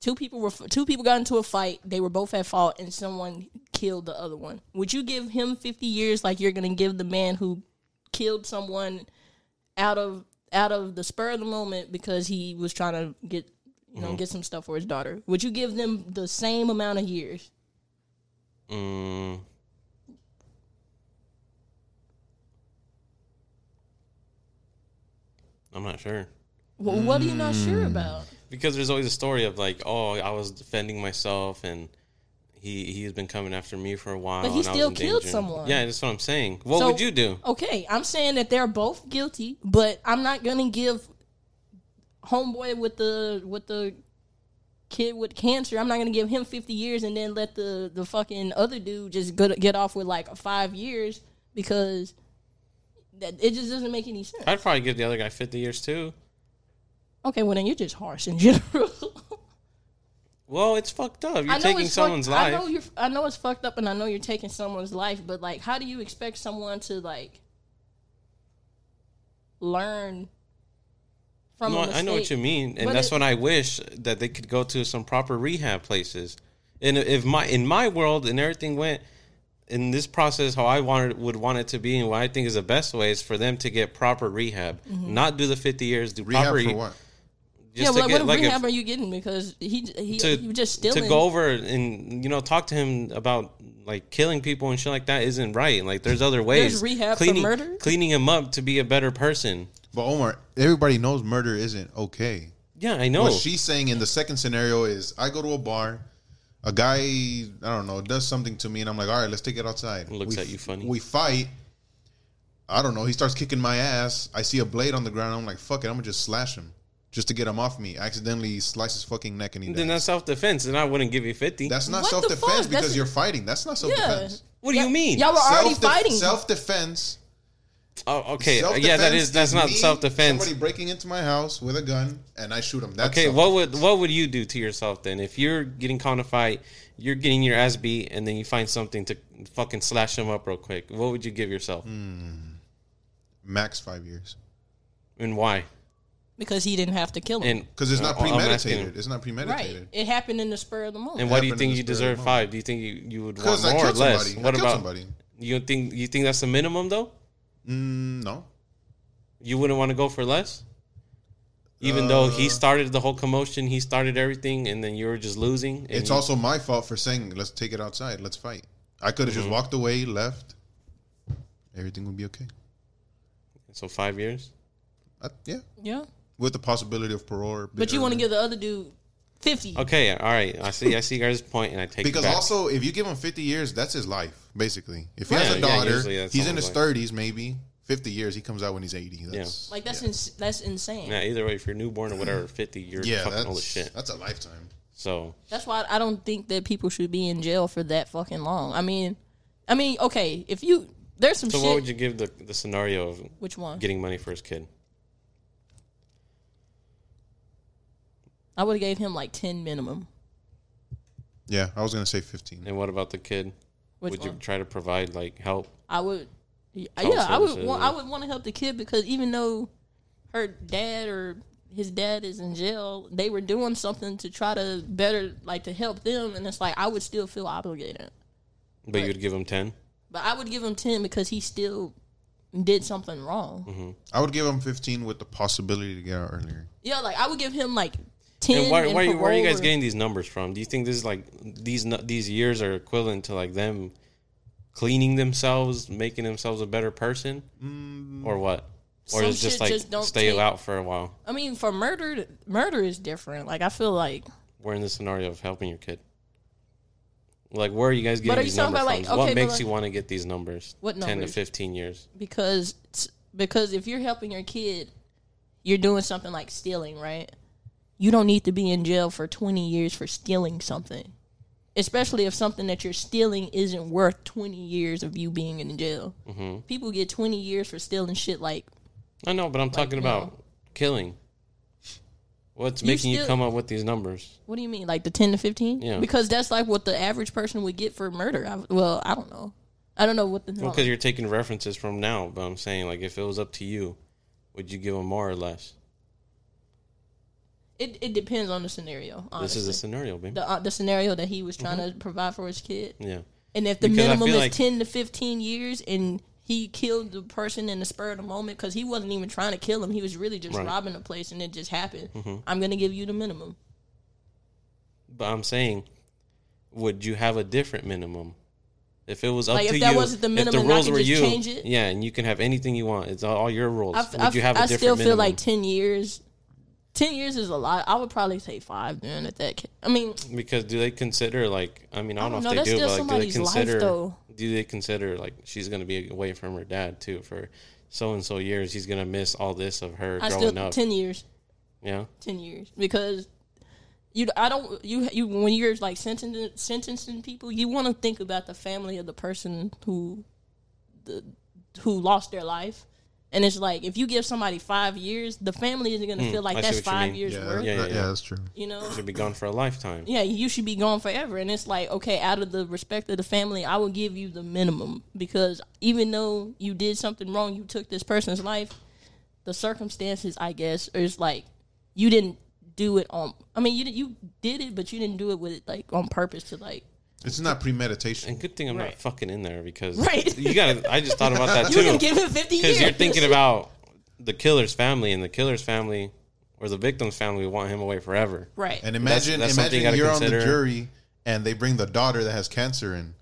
[SPEAKER 4] two people were two people got into a fight. They were both at fault, and someone killed the other one. Would you give him 50 years like you're gonna give the man who killed someone out of out of the spur of the moment because he was trying to get you
[SPEAKER 1] Mm-hmm.
[SPEAKER 4] know get some stuff for his daughter? Would you give them the same amount of years?
[SPEAKER 1] Mm, I'm not sure
[SPEAKER 4] Well, what are you not
[SPEAKER 1] Mm.
[SPEAKER 4] sure about?
[SPEAKER 1] because there's always a story of like, oh, I was defending myself and. He, he's been coming after me for a while.
[SPEAKER 4] But he
[SPEAKER 1] and I was
[SPEAKER 4] still
[SPEAKER 1] in
[SPEAKER 4] killed
[SPEAKER 1] danger.
[SPEAKER 4] someone.
[SPEAKER 1] Yeah, that's what I'm saying. What
[SPEAKER 4] So-
[SPEAKER 1] would you do?
[SPEAKER 4] Okay, I'm saying that they're both guilty, but I'm not gonna give homeboy with the with the kid with cancer. I'm not gonna give him 50 years and then let the the fucking other dude just go, get off with like five years because that it just doesn't make any sense.
[SPEAKER 1] I'd probably give the other guy 50 years too.
[SPEAKER 4] Okay, well then you're just harsh in general.
[SPEAKER 1] Well, it's fucked up. You're taking
[SPEAKER 4] fuck-
[SPEAKER 1] someone's
[SPEAKER 4] I
[SPEAKER 1] life.
[SPEAKER 4] know you're. I know it's fucked up, and I know you're taking someone's life. But like, how do you expect someone to like learn from?
[SPEAKER 1] No,
[SPEAKER 4] a
[SPEAKER 1] I know what
[SPEAKER 4] mistake?
[SPEAKER 1] you mean, and
[SPEAKER 4] But
[SPEAKER 1] that's
[SPEAKER 4] it-
[SPEAKER 1] what I wish that they could go to some proper rehab places. And if my in my world and everything went in this process how I wanted would want it to be, and what I think is the best way is for them to get proper rehab, not do the fifty years, do
[SPEAKER 2] Rehab
[SPEAKER 1] proper
[SPEAKER 2] for what?
[SPEAKER 4] Mm-hmm. Yeah,
[SPEAKER 1] Just
[SPEAKER 4] but
[SPEAKER 1] to
[SPEAKER 4] like,
[SPEAKER 1] get
[SPEAKER 4] what
[SPEAKER 1] like
[SPEAKER 4] rehab
[SPEAKER 1] a,
[SPEAKER 4] are you getting? Because he he,
[SPEAKER 1] to
[SPEAKER 4] he was just stealing.
[SPEAKER 1] to go over and you know talk to him about like killing people and shit like that isn't right. Like there's other ways.
[SPEAKER 4] rehab for
[SPEAKER 1] cleaning,
[SPEAKER 4] murder?
[SPEAKER 1] Cleaning him up to be a better person.
[SPEAKER 2] But Omar, everybody knows murder isn't okay.
[SPEAKER 1] Yeah, I know.
[SPEAKER 2] What she's saying in the second scenario is I go to a bar, a guy, I don't know, does something to me, and I'm like, all right, let's take it outside.
[SPEAKER 1] Looks
[SPEAKER 2] We
[SPEAKER 1] at you funny.
[SPEAKER 2] We fight. I don't know. He starts kicking my ass. I see a blade on the ground. I'm like, fuck it. I'm going to just slash him just to get him off me. I accidentally slice his fucking neck and he
[SPEAKER 1] then
[SPEAKER 2] dies.
[SPEAKER 1] that's self defense, and I wouldn't give you fifty.
[SPEAKER 2] That's not
[SPEAKER 4] What the
[SPEAKER 2] self defense
[SPEAKER 4] fuck? That's
[SPEAKER 2] because
[SPEAKER 4] a-
[SPEAKER 2] you're fighting. That's not self
[SPEAKER 4] yeah.
[SPEAKER 2] defense.
[SPEAKER 1] What do you mean?
[SPEAKER 4] Y'all were already fighting.
[SPEAKER 2] Self defense.
[SPEAKER 1] Oh, okay. Yeah, that is that's not self defense.
[SPEAKER 2] Somebody breaking into my house with a gun and I shoot him. That's
[SPEAKER 1] Okay,
[SPEAKER 2] self-
[SPEAKER 1] what would what would you do to yourself then if you're getting caught in a fight, you're getting your ass beat, and then you find something to fucking slash them up real quick? What would you give yourself,
[SPEAKER 2] Hmm. max five years.
[SPEAKER 1] and why?
[SPEAKER 4] because he didn't have to kill him.
[SPEAKER 1] And
[SPEAKER 2] Because it's not
[SPEAKER 1] I- Uh, I'm asking
[SPEAKER 2] premeditated.
[SPEAKER 1] you.
[SPEAKER 2] It's not premeditated.
[SPEAKER 4] right, it happened in the spur of the moment.
[SPEAKER 1] And why do you
[SPEAKER 2] Happened in
[SPEAKER 1] think
[SPEAKER 2] the
[SPEAKER 1] you
[SPEAKER 2] spur of the
[SPEAKER 1] deserve
[SPEAKER 2] moment.
[SPEAKER 1] five? Do you think you, you would want
[SPEAKER 2] Because I
[SPEAKER 1] more or
[SPEAKER 2] killed
[SPEAKER 1] less?
[SPEAKER 2] somebody. I
[SPEAKER 1] What
[SPEAKER 2] killed
[SPEAKER 1] about
[SPEAKER 2] somebody.
[SPEAKER 1] you? don't Think you think that's the minimum though?
[SPEAKER 2] Mm, no.
[SPEAKER 1] You wouldn't want to go for less, even though
[SPEAKER 2] Uh,
[SPEAKER 1] he started the whole commotion, he started everything, and then you were just losing. And
[SPEAKER 2] It's
[SPEAKER 1] you-
[SPEAKER 2] also my fault for saying, let's take it outside. Let's fight. I
[SPEAKER 1] Mm-hmm.
[SPEAKER 2] could have just walked away, left. Everything would be okay.
[SPEAKER 1] so five years.
[SPEAKER 2] I, yeah.
[SPEAKER 4] yeah,
[SPEAKER 2] With the possibility of parole. Or
[SPEAKER 4] but you want to give the other dude fifty.
[SPEAKER 1] Okay, all right. I see. I see your guys' point, and I take
[SPEAKER 2] Because
[SPEAKER 1] it back.
[SPEAKER 2] also, if you give him 50 years, that's his life, basically. If he has
[SPEAKER 1] Yeah,
[SPEAKER 2] a
[SPEAKER 1] yeah,
[SPEAKER 2] daughter,
[SPEAKER 1] usually that's
[SPEAKER 2] he's in
[SPEAKER 1] someone's
[SPEAKER 2] his
[SPEAKER 1] life.
[SPEAKER 2] 30s, maybe. 50 years, he comes out when he's 80. That's,
[SPEAKER 4] Like that's ins- that's insane.
[SPEAKER 1] Yeah, either way, if you're newborn or whatever, fifty, you're
[SPEAKER 2] yeah,
[SPEAKER 1] fucking
[SPEAKER 2] that's,
[SPEAKER 1] old as shit.
[SPEAKER 2] that's a lifetime.
[SPEAKER 1] So
[SPEAKER 4] That's why I don't think that people should be in jail for that fucking long. I mean, I mean, okay, if you there's some
[SPEAKER 1] So
[SPEAKER 4] shit.
[SPEAKER 1] what would you give the the scenario of
[SPEAKER 4] which one?
[SPEAKER 1] getting money for his kid?
[SPEAKER 4] I would have gave him like ten minimum.
[SPEAKER 2] Yeah, I was going to say 15.
[SPEAKER 1] And what about the kid?
[SPEAKER 4] Which
[SPEAKER 1] would
[SPEAKER 4] one?
[SPEAKER 1] you try to provide like help?
[SPEAKER 4] I would. Yeah,
[SPEAKER 1] Child
[SPEAKER 4] I would.
[SPEAKER 1] services,
[SPEAKER 4] Want,
[SPEAKER 1] yeah.
[SPEAKER 4] I would want to help the kid because even though her dad or his dad is in jail, they were doing something to try to better, like to help them, and it's like I would still feel obligated.
[SPEAKER 1] But you'd give him ten.
[SPEAKER 4] But I would give him ten because he still did something wrong.
[SPEAKER 1] Mm-hmm.
[SPEAKER 2] I would give him 15 with the possibility to get out earlier.
[SPEAKER 4] Yeah, like I would give him like ten.
[SPEAKER 1] And why,
[SPEAKER 4] and
[SPEAKER 1] why are you, where are you
[SPEAKER 4] parole
[SPEAKER 1] guys
[SPEAKER 4] or-
[SPEAKER 1] getting these numbers from? Do you think this is like these nu- these years are equivalent to like them
[SPEAKER 2] Mm.
[SPEAKER 1] cleaning themselves, making themselves a better person, or what? or
[SPEAKER 4] Some
[SPEAKER 1] it's just
[SPEAKER 4] shit
[SPEAKER 1] like
[SPEAKER 4] just don't
[SPEAKER 1] stay
[SPEAKER 4] take-
[SPEAKER 1] out for a while.
[SPEAKER 4] I mean, for murder, murder is different. Like I feel like,
[SPEAKER 1] We're in the scenario of helping your kid. Like, where are you guys getting
[SPEAKER 4] are you
[SPEAKER 1] these
[SPEAKER 4] talking
[SPEAKER 1] numbers
[SPEAKER 4] about,
[SPEAKER 1] from?
[SPEAKER 4] like, okay,
[SPEAKER 1] what
[SPEAKER 4] but
[SPEAKER 1] makes
[SPEAKER 4] like-
[SPEAKER 1] you want to get these numbers?
[SPEAKER 4] What
[SPEAKER 1] Ten to
[SPEAKER 4] numbers?
[SPEAKER 1] fifteen years.
[SPEAKER 4] because because if you're helping your kid, you're doing something like stealing, right? You don't need to be in jail for 20 years for stealing something. Especially if something that you're stealing isn't worth 20 years of you being in jail.
[SPEAKER 1] Mm-hmm.
[SPEAKER 4] People get 20 years for stealing shit like
[SPEAKER 1] I know, but I'm talking
[SPEAKER 4] you know.
[SPEAKER 1] about killing. What's
[SPEAKER 4] You
[SPEAKER 1] making you
[SPEAKER 4] still-
[SPEAKER 1] come up with these numbers?
[SPEAKER 4] What do you mean, like the ten to fifteen?
[SPEAKER 1] Yeah.
[SPEAKER 4] Because that's like what the average person would get for murder. I, well, I don't know. I don't know what the.
[SPEAKER 1] Well, because you're taking references from now, but I'm saying, like, if it was up to you, would you give them more or less?
[SPEAKER 4] it it depends on the scenario. Honestly.
[SPEAKER 1] This is a scenario, baby.
[SPEAKER 4] the uh, the scenario that he was trying to provide for his kid,
[SPEAKER 1] Yeah.
[SPEAKER 4] and if the
[SPEAKER 1] Mm-hmm. Because I
[SPEAKER 4] minimum
[SPEAKER 1] feel
[SPEAKER 4] is
[SPEAKER 1] like-
[SPEAKER 4] ten to fifteen years, and he killed the person in the spur of the moment because he wasn't even trying to kill him, he was really just
[SPEAKER 1] Right. Mm-hmm.
[SPEAKER 4] robbing the place, and it just happened. I'm gonna give you the minimum.
[SPEAKER 1] But I'm saying, would you have a different minimum? If it was up
[SPEAKER 4] Like,
[SPEAKER 1] to
[SPEAKER 4] if that
[SPEAKER 1] you,
[SPEAKER 4] wasn't the minimum
[SPEAKER 1] if
[SPEAKER 4] and
[SPEAKER 1] the
[SPEAKER 4] I
[SPEAKER 1] rules
[SPEAKER 4] could
[SPEAKER 1] were
[SPEAKER 4] just
[SPEAKER 1] you,
[SPEAKER 4] change it?
[SPEAKER 1] yeah, and you can have anything you want. It's all, all your rules.
[SPEAKER 4] I, f-
[SPEAKER 1] would
[SPEAKER 4] I
[SPEAKER 1] you have
[SPEAKER 4] f-
[SPEAKER 1] a
[SPEAKER 4] I
[SPEAKER 1] different
[SPEAKER 4] still feel
[SPEAKER 1] minimum?
[SPEAKER 4] like ten years. Ten years is a lot. I would probably say five. Then at that, ca- I mean,
[SPEAKER 1] because do they consider like I mean I
[SPEAKER 4] I
[SPEAKER 1] don't,
[SPEAKER 4] don't
[SPEAKER 1] know,
[SPEAKER 4] know,
[SPEAKER 1] if
[SPEAKER 4] that's
[SPEAKER 1] they do,
[SPEAKER 4] still
[SPEAKER 1] but like do they
[SPEAKER 4] somebody's life,
[SPEAKER 1] consider
[SPEAKER 4] though.
[SPEAKER 1] do they consider like she's gonna be away from her dad too for so and so years? He's gonna miss all this of her
[SPEAKER 4] I
[SPEAKER 1] growing
[SPEAKER 4] still
[SPEAKER 1] up.
[SPEAKER 4] ten years.
[SPEAKER 1] yeah,
[SPEAKER 4] ten years because you I don't you you when you're like sentencing sentencing people you want to think about the family of the person who the who lost their life and it's like if you give somebody five years the family isn't gonna feel like
[SPEAKER 1] Hmm, I see
[SPEAKER 4] that's
[SPEAKER 1] what you
[SPEAKER 4] five
[SPEAKER 1] mean.
[SPEAKER 4] years
[SPEAKER 2] Yeah,
[SPEAKER 4] worth
[SPEAKER 1] Yeah,
[SPEAKER 2] that-
[SPEAKER 1] yeah,
[SPEAKER 2] yeah,
[SPEAKER 1] yeah.
[SPEAKER 2] that's true.
[SPEAKER 4] you know
[SPEAKER 1] should be gone for a lifetime.
[SPEAKER 4] yeah you should be gone forever and it's like okay out of the respect of the family I will give you the minimum because even though you did something wrong you took this person's life the circumstances, I guess, is like you didn't do it on. I mean, you did- you did it, but you didn't do it with like on purpose to like.
[SPEAKER 2] It's not premeditation.
[SPEAKER 1] And good thing I'm
[SPEAKER 4] Right.
[SPEAKER 1] not fucking in there because
[SPEAKER 4] Right.
[SPEAKER 1] you gotta. I just thought about that
[SPEAKER 4] You can
[SPEAKER 1] too
[SPEAKER 4] give him fifty years.
[SPEAKER 1] because you're thinking about the killer's family and the killer's family or the victim's family want him away forever.
[SPEAKER 4] right.
[SPEAKER 2] And imagine,
[SPEAKER 1] that's something you gotta
[SPEAKER 2] imagine you're on
[SPEAKER 1] consider.
[SPEAKER 2] the jury and they bring the daughter that has cancer in,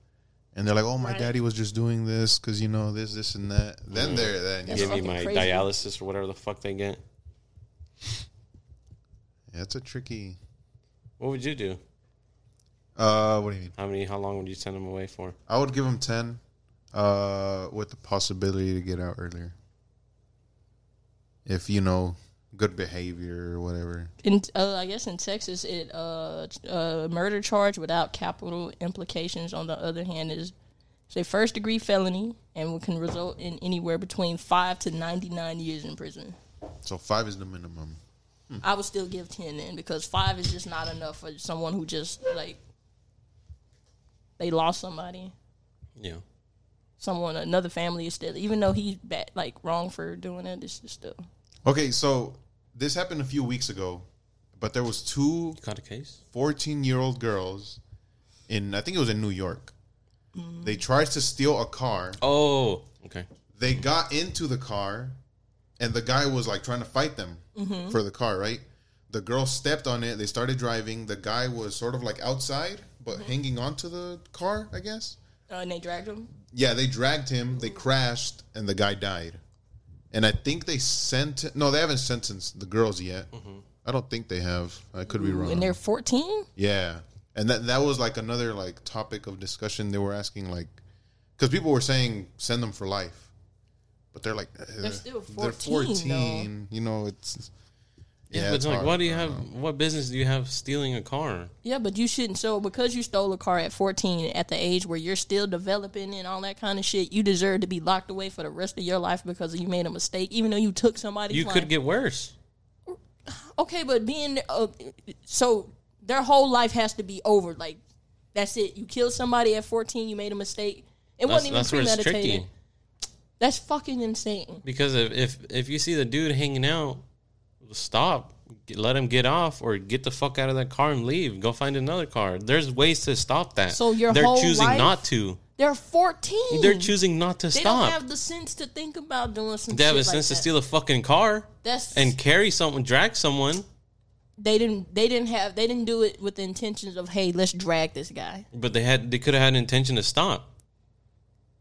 [SPEAKER 2] and they're like, "Oh, my
[SPEAKER 4] Right.
[SPEAKER 2] daddy was just doing this because you know this, this, and that."
[SPEAKER 1] Mm.
[SPEAKER 2] Then they're then you
[SPEAKER 4] That's
[SPEAKER 1] Give
[SPEAKER 2] know,
[SPEAKER 1] me
[SPEAKER 4] fucking
[SPEAKER 1] my
[SPEAKER 4] crazy.
[SPEAKER 1] dialysis or whatever the fuck they get.
[SPEAKER 2] that's a tricky.
[SPEAKER 1] What would you do?
[SPEAKER 2] Uh, what do you mean?
[SPEAKER 1] How many? How long would you send him away for?
[SPEAKER 2] I would give him ten, uh, with the possibility to get out earlier. If you know good behavior or whatever,
[SPEAKER 4] In, uh, I guess in Texas, it uh, ch- uh, murder charge without capital implications. On the other hand, is it's a first degree felony and can result in anywhere between five to ninety nine years in prison.
[SPEAKER 2] so five is the minimum.
[SPEAKER 4] I would still give ten in because five is just not enough for someone who just like they lost somebody.
[SPEAKER 1] Yeah.
[SPEAKER 4] someone, another family is still, even though he's bad, like wrong for doing it, it's just still.
[SPEAKER 2] Okay, so this happened a few weeks ago, but there was two
[SPEAKER 1] Caught a case.
[SPEAKER 2] 14 year old girls in I think it was in New York. They tried to steal a car.
[SPEAKER 1] Oh, okay.
[SPEAKER 2] They got into the car and the guy was like trying to fight them
[SPEAKER 4] Mm-hmm.
[SPEAKER 2] for the car, right? The girl stepped on it. They started driving. The guy was sort of like outside but
[SPEAKER 4] Mm-hmm.
[SPEAKER 2] hanging on to the car, I guess.
[SPEAKER 4] Uh, and they dragged him.
[SPEAKER 2] Yeah, they dragged him.
[SPEAKER 4] Mm-hmm.
[SPEAKER 2] They crashed and the guy died. And I think they sent No, they haven't sentenced the girls yet. I don't think they have. I could be wrong.
[SPEAKER 4] Mm-hmm. And they're 14?
[SPEAKER 2] Yeah, and that that was like another like topic of discussion. They were asking like, because people were saying send them for life, but they're like eh, they're
[SPEAKER 4] still 14,
[SPEAKER 2] You know, it's
[SPEAKER 1] Yeah, but
[SPEAKER 2] it's
[SPEAKER 1] like,
[SPEAKER 2] hard.
[SPEAKER 1] why do you have? What business do you have stealing a car?
[SPEAKER 4] Yeah, but you shouldn't. So, because you stole a car at 14, at the age where you're still developing and all that kind of shit, you deserve to be locked away for the rest of your life because you made a mistake, even though you took somebody's
[SPEAKER 1] You
[SPEAKER 4] life.
[SPEAKER 1] could get worse.
[SPEAKER 4] okay, but being. Uh, so, their whole life has to be over. Like, that's it. You killed somebody at 14, you made a mistake. It
[SPEAKER 1] That's,
[SPEAKER 4] wasn't even
[SPEAKER 1] that's where it's
[SPEAKER 4] premeditated.
[SPEAKER 1] tricky
[SPEAKER 4] That's fucking insane.
[SPEAKER 1] because if, if if you see the dude hanging out, stop, Get- let him get off, or get the fuck out of that car and leave. Go find another car. There's ways to stop that.
[SPEAKER 4] So your
[SPEAKER 1] they're
[SPEAKER 4] whole
[SPEAKER 1] choosing
[SPEAKER 4] life-
[SPEAKER 1] not to.
[SPEAKER 4] They're 14.
[SPEAKER 1] They're choosing not to
[SPEAKER 4] They
[SPEAKER 1] stop.
[SPEAKER 4] don't have the sense to think about doing some.
[SPEAKER 1] they have
[SPEAKER 4] shit
[SPEAKER 1] a sense
[SPEAKER 4] like
[SPEAKER 1] to
[SPEAKER 4] that.
[SPEAKER 1] steal a fucking car
[SPEAKER 4] That's
[SPEAKER 1] and carry someone, drag someone.
[SPEAKER 4] they didn't. They didn't have. They didn't do it with the intentions of hey, let's drag this guy.
[SPEAKER 1] But they had they could have had an intention to stop.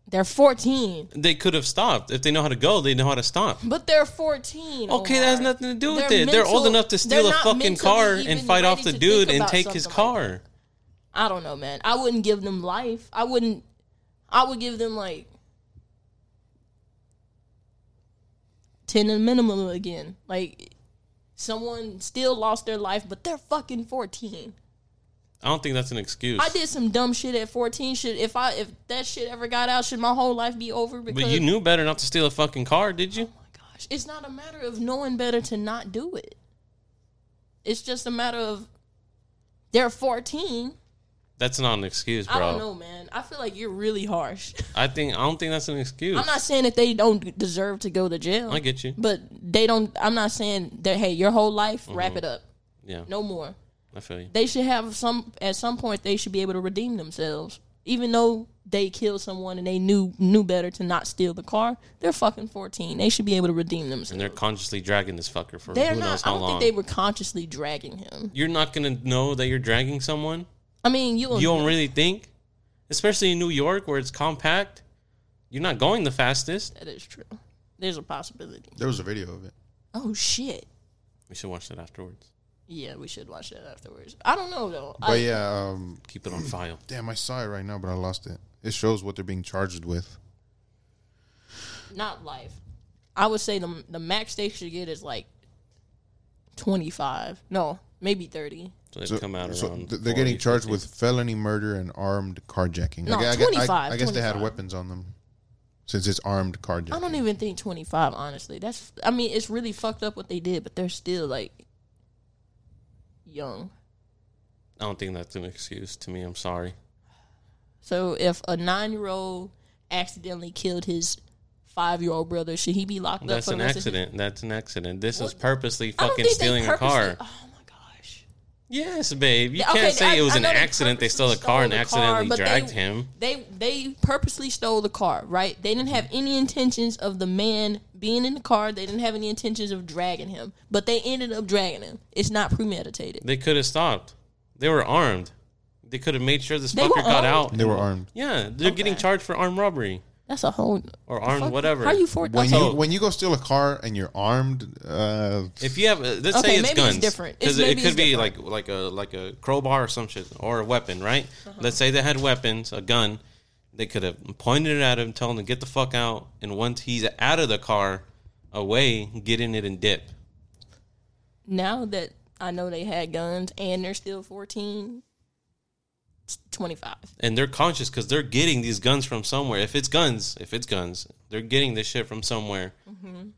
[SPEAKER 4] They're 14.
[SPEAKER 1] They could have stopped if they know how to go. They know how to stop.
[SPEAKER 4] But they're
[SPEAKER 1] Okay,
[SPEAKER 4] 14. Omar.
[SPEAKER 1] that has nothing to do with
[SPEAKER 4] oh They're
[SPEAKER 1] it. they're
[SPEAKER 4] mental-
[SPEAKER 1] old enough to steal
[SPEAKER 4] they're
[SPEAKER 1] a
[SPEAKER 4] not
[SPEAKER 1] fucking
[SPEAKER 4] mentally
[SPEAKER 1] car
[SPEAKER 4] even
[SPEAKER 1] and fight
[SPEAKER 4] ready
[SPEAKER 1] off the
[SPEAKER 4] to
[SPEAKER 1] dude
[SPEAKER 4] think
[SPEAKER 1] and
[SPEAKER 4] about
[SPEAKER 1] take his
[SPEAKER 4] something like
[SPEAKER 1] car.
[SPEAKER 4] I don't know, man. I wouldn't give them life. I wouldn't. I would give them like ten and minimum again. Like someone still lost their life, but they're fucking fourteen.
[SPEAKER 1] I don't think that's an excuse.
[SPEAKER 4] I did some dumb shit at fourteen. Should if I if that shit ever got out, should my whole life be over? Because
[SPEAKER 1] But you knew better not to steal a fucking car, did you?
[SPEAKER 4] gosh, it's not a matter of knowing better to not do it. It's just a matter of they're fourteen.
[SPEAKER 1] That's not an excuse, bro.
[SPEAKER 4] I don't know, man. I feel like you're really harsh.
[SPEAKER 1] I think I don't think that's an excuse.
[SPEAKER 4] I'm not saying that they don't deserve to go to jail.
[SPEAKER 1] I get you.
[SPEAKER 4] But they don't. I'm not saying that. Hey, your whole life,
[SPEAKER 1] Mm-hmm.
[SPEAKER 4] wrap it up.
[SPEAKER 1] Yeah,
[SPEAKER 4] No more.
[SPEAKER 1] I feel you.
[SPEAKER 4] They should have some. At some point, they should be able to redeem themselves. Even though they killed someone and they knew knew better to not steal the car, they're fucking 14. They should be able to redeem
[SPEAKER 1] And
[SPEAKER 4] themselves.
[SPEAKER 1] they're consciously dragging this fucker for
[SPEAKER 4] They're
[SPEAKER 1] who knows
[SPEAKER 4] not. I
[SPEAKER 1] how
[SPEAKER 4] don't
[SPEAKER 1] long.
[SPEAKER 4] think they were consciously dragging him.
[SPEAKER 1] You're not gonna know that you're dragging someone.
[SPEAKER 4] I mean, you.
[SPEAKER 1] You don't really think, especially in New York where it's compact. You're not going the fastest.
[SPEAKER 4] that is true. There's a possibility.
[SPEAKER 2] There was a video of it.
[SPEAKER 4] Oh shit.
[SPEAKER 1] We should watch that afterwards.
[SPEAKER 4] Yeah, we should watch that afterwards. I don't know though. I,
[SPEAKER 2] But yeah, um,
[SPEAKER 1] Keep it on file.
[SPEAKER 2] damn, I saw it right now, but I lost it. It shows what they're being charged with.
[SPEAKER 4] not life. I would say the the max they should get is like twenty five. No, maybe thirty.
[SPEAKER 1] So they
[SPEAKER 2] So,
[SPEAKER 1] come out
[SPEAKER 2] so
[SPEAKER 1] around.
[SPEAKER 2] th- they're getting
[SPEAKER 1] 40,
[SPEAKER 2] charged
[SPEAKER 1] 50.
[SPEAKER 2] with felony murder and armed carjacking.
[SPEAKER 4] No,
[SPEAKER 2] I, gue- I, gue- I-
[SPEAKER 4] 25,
[SPEAKER 2] I guess they had
[SPEAKER 4] 25.
[SPEAKER 2] weapons on them, since it's armed carjacking.
[SPEAKER 4] I don't even think twenty five. Honestly, that's. I mean, it's really fucked up what they did, but they're still like young.
[SPEAKER 1] I don't think that's an excuse to me. I'm sorry.
[SPEAKER 4] So if a nine year old accidentally killed his five year old brother, should he be locked up?
[SPEAKER 1] That's
[SPEAKER 4] for the
[SPEAKER 1] an
[SPEAKER 4] rest of his-
[SPEAKER 1] accident. That's an accident. This is
[SPEAKER 4] What?
[SPEAKER 1] purposely
[SPEAKER 4] I don't
[SPEAKER 1] fucking
[SPEAKER 4] think they
[SPEAKER 1] stealing a
[SPEAKER 4] purposely-
[SPEAKER 1] car.
[SPEAKER 4] Oh my gosh.
[SPEAKER 1] Yes, babe. You
[SPEAKER 4] Yeah, okay,
[SPEAKER 1] can't say
[SPEAKER 4] I-
[SPEAKER 1] it was
[SPEAKER 4] I
[SPEAKER 1] an
[SPEAKER 4] know they
[SPEAKER 1] accident. They stole a
[SPEAKER 4] purposely
[SPEAKER 1] car and
[SPEAKER 4] stole the car,
[SPEAKER 1] accidentally
[SPEAKER 4] but they-
[SPEAKER 1] dragged him.
[SPEAKER 4] They they purposely stole the car, right? They didn't have any intentions of the man being in the car. They didn't have any intentions of dragging him, but they ended up dragging him. It's not premeditated.
[SPEAKER 1] They could have stopped. They were armed. They could have made sure this
[SPEAKER 4] They
[SPEAKER 1] fucker
[SPEAKER 4] were
[SPEAKER 1] got
[SPEAKER 4] armed?
[SPEAKER 1] out.
[SPEAKER 2] They were armed.
[SPEAKER 1] Yeah, they're getting charged for armed robbery
[SPEAKER 4] That's a whole
[SPEAKER 1] or armed
[SPEAKER 4] fuck-
[SPEAKER 1] whatever.
[SPEAKER 4] How you for
[SPEAKER 2] When
[SPEAKER 4] okay,
[SPEAKER 1] So-
[SPEAKER 2] you when you go steal a car and you're armed, uh,
[SPEAKER 1] if you have, uh, let's
[SPEAKER 4] Okay,
[SPEAKER 1] say it's
[SPEAKER 4] maybe it's
[SPEAKER 1] guns,
[SPEAKER 4] different. It's-
[SPEAKER 1] because it
[SPEAKER 4] maybe
[SPEAKER 1] could
[SPEAKER 4] it's
[SPEAKER 1] be like
[SPEAKER 4] different.
[SPEAKER 1] like a like a crowbar or some shit or a weapon, right?
[SPEAKER 4] Uh-huh.
[SPEAKER 1] Let's say they had weapons, a gun. They could have pointed it at him, told him to get the fuck out, and once he's out of the car, away, get in it and dip.
[SPEAKER 4] now that I know they had guns and they're still 14, it's 25.
[SPEAKER 1] and they're conscious because they're getting these guns from somewhere. If it's guns, if it's guns, they're getting this shit from somewhere.
[SPEAKER 4] Mm-hmm.
[SPEAKER 1] And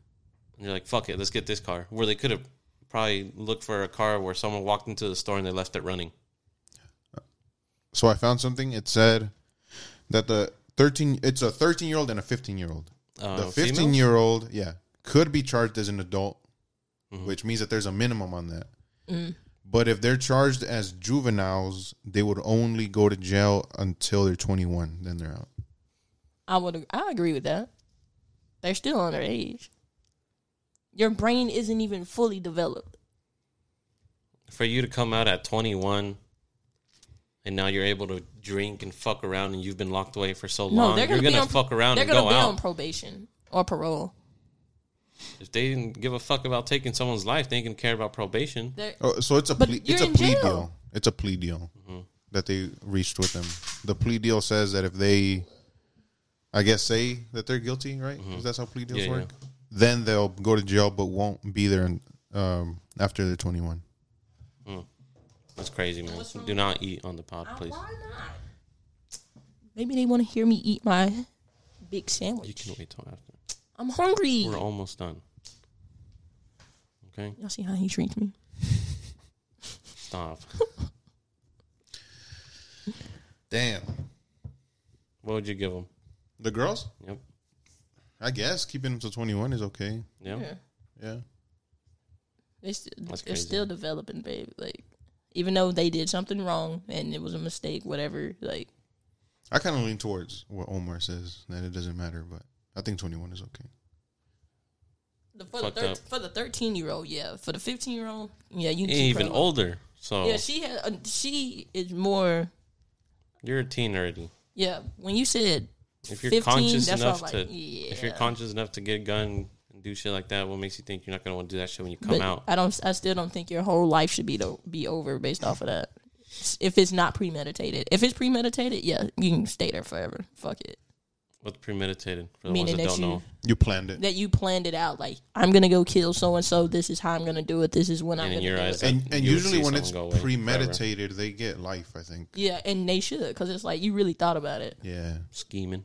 [SPEAKER 1] you're like, fuck it, let's get this car. Where they could have probably looked for a car where someone walked into the store and they left it running.
[SPEAKER 2] so I found something. It said that the thirteen, it's a thirteen year old and a fifteen year old.
[SPEAKER 1] Uh,
[SPEAKER 2] the
[SPEAKER 1] female?
[SPEAKER 2] 15 year old yeah could be charged as an adult which means that there's a minimum on that but if they're charged as juveniles they would only go to jail until they're 21 then they're out
[SPEAKER 4] I would I agree with that. They're still underage. Your brain isn't even fully developed.
[SPEAKER 1] for you to come out at 21 and now you're able to drink and fuck around and you've been locked away for so
[SPEAKER 4] No,
[SPEAKER 1] long,
[SPEAKER 4] they're
[SPEAKER 1] you're
[SPEAKER 4] gonna
[SPEAKER 1] going
[SPEAKER 4] be
[SPEAKER 1] to
[SPEAKER 4] on,
[SPEAKER 1] fuck around
[SPEAKER 4] They're
[SPEAKER 1] and
[SPEAKER 4] gonna
[SPEAKER 1] go
[SPEAKER 4] be
[SPEAKER 1] out.
[SPEAKER 4] on probation or parole.
[SPEAKER 1] if they didn't give a fuck about taking someone's life, they didn't care about probation.
[SPEAKER 4] They're,
[SPEAKER 2] oh, so it's a
[SPEAKER 4] But
[SPEAKER 2] plea,
[SPEAKER 4] you're
[SPEAKER 2] it's a
[SPEAKER 4] in
[SPEAKER 2] plea
[SPEAKER 4] jail.
[SPEAKER 2] deal it's a plea deal
[SPEAKER 1] Mm-hmm.
[SPEAKER 2] that they reached with them the plea deal says that if they i guess say that they're guilty right 'Cause that's how plea deals
[SPEAKER 1] Mm-hmm. Yeah,
[SPEAKER 2] work then they'll go to jail but won't be there in, um, after they're 21
[SPEAKER 1] That's crazy, man. Do not eat on the pod, please.
[SPEAKER 4] not? Maybe they want to hear me eat my big sandwich.
[SPEAKER 1] You can wait till after.
[SPEAKER 4] I'm hungry.
[SPEAKER 1] We're almost done. Okay,
[SPEAKER 4] Y'all see how he treats me?
[SPEAKER 1] stop.
[SPEAKER 2] damn
[SPEAKER 1] what would you give them?
[SPEAKER 2] the girls
[SPEAKER 1] Yep.
[SPEAKER 2] I guess keeping them to 21 is okay.
[SPEAKER 1] Yep.
[SPEAKER 2] Yeah.
[SPEAKER 4] They st-
[SPEAKER 1] That's
[SPEAKER 4] they're
[SPEAKER 1] crazy.
[SPEAKER 4] still developing, babe. Like, even though they did something wrong and it was a mistake, whatever. Like,
[SPEAKER 2] I kind of lean towards what Omar says that it doesn't matter, but I think 21 is okay.
[SPEAKER 4] the, for, the
[SPEAKER 1] Fucked
[SPEAKER 4] thir-
[SPEAKER 1] up.
[SPEAKER 4] for the thirteen year old, yeah. For the fifteen year old, yeah, you can
[SPEAKER 1] And
[SPEAKER 4] keep
[SPEAKER 1] even
[SPEAKER 4] her alone.
[SPEAKER 1] older. So
[SPEAKER 4] Yeah, she had. Uh, she is more.
[SPEAKER 1] you're a teen already.
[SPEAKER 4] Yeah, when you said
[SPEAKER 1] If you're
[SPEAKER 4] 15,
[SPEAKER 1] conscious
[SPEAKER 4] that's why I
[SPEAKER 1] enough
[SPEAKER 4] was
[SPEAKER 1] to,
[SPEAKER 4] like,
[SPEAKER 1] if you're
[SPEAKER 4] yeah.
[SPEAKER 1] conscious enough to get a gun and do shit like that, what makes you think you're not gonna want to do that shit when you come
[SPEAKER 4] But
[SPEAKER 1] out?
[SPEAKER 4] I don't. I still don't think your whole life should be to, be over based off of that. If it's not premeditated, if it's premeditated, yeah, you can stay there forever. Fuck it.
[SPEAKER 1] What's premeditated for the ones
[SPEAKER 4] Meaning
[SPEAKER 1] that
[SPEAKER 4] that
[SPEAKER 1] don't
[SPEAKER 4] you-
[SPEAKER 1] know?
[SPEAKER 2] You planned it.
[SPEAKER 4] That you planned it out. Like I'm gonna go kill so and so. This is how I'm gonna do it. This is when I'm
[SPEAKER 1] And in
[SPEAKER 4] gonna
[SPEAKER 1] your
[SPEAKER 4] do
[SPEAKER 1] eyes,
[SPEAKER 4] it.
[SPEAKER 1] that-
[SPEAKER 2] And, and
[SPEAKER 1] you would
[SPEAKER 2] usually
[SPEAKER 1] see
[SPEAKER 2] when
[SPEAKER 1] someone
[SPEAKER 2] it's
[SPEAKER 1] go away forever.
[SPEAKER 2] premeditated, they get life. I think.
[SPEAKER 4] Yeah, and they should because it's like you really thought about it.
[SPEAKER 2] Yeah.
[SPEAKER 1] Scheming.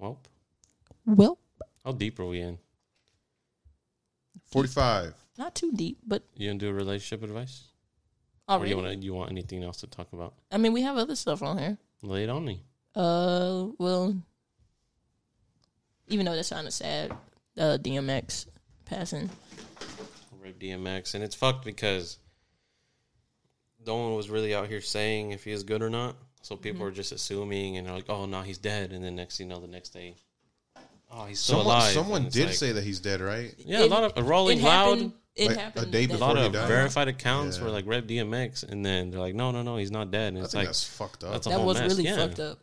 [SPEAKER 1] Well,
[SPEAKER 4] Well,
[SPEAKER 1] how deep are we in?
[SPEAKER 2] Forty-five.
[SPEAKER 4] not too deep, but
[SPEAKER 1] You gonna do relationship advice?
[SPEAKER 4] already.
[SPEAKER 1] Or do you want you want anything else to talk about?
[SPEAKER 4] I mean, we have other stuff on here.
[SPEAKER 1] Lay it on me.
[SPEAKER 4] Uh, well, even though that's kind of sad, uh, DMX passing.
[SPEAKER 1] Rip DMX, and it's fucked because no one was really out here saying if he is good or not. So people
[SPEAKER 4] Mm-hmm.
[SPEAKER 1] were just assuming, and they're like, "Oh no, he's dead." And then next thing you know, the next day, oh, he's still
[SPEAKER 2] someone
[SPEAKER 1] alive.
[SPEAKER 2] someone
[SPEAKER 1] And it's
[SPEAKER 2] did
[SPEAKER 1] like-
[SPEAKER 2] say that he's dead, right?
[SPEAKER 1] yeah, a lot of a Rolling
[SPEAKER 4] it
[SPEAKER 1] Loud,
[SPEAKER 4] Happened, it
[SPEAKER 2] Like, a
[SPEAKER 4] happened
[SPEAKER 2] day
[SPEAKER 4] that-
[SPEAKER 1] a
[SPEAKER 2] before
[SPEAKER 1] lot
[SPEAKER 2] he
[SPEAKER 1] of
[SPEAKER 2] died.
[SPEAKER 1] verified accounts were
[SPEAKER 2] Yeah.
[SPEAKER 1] like Rep DMX, and then they're like, "No, no, no, he's not dead." And
[SPEAKER 2] I
[SPEAKER 1] it's
[SPEAKER 2] think
[SPEAKER 1] like,
[SPEAKER 2] that's fucked up.
[SPEAKER 1] that's a
[SPEAKER 4] that
[SPEAKER 1] whole
[SPEAKER 4] was
[SPEAKER 1] mess.
[SPEAKER 4] really
[SPEAKER 1] Yeah.
[SPEAKER 4] fucked up.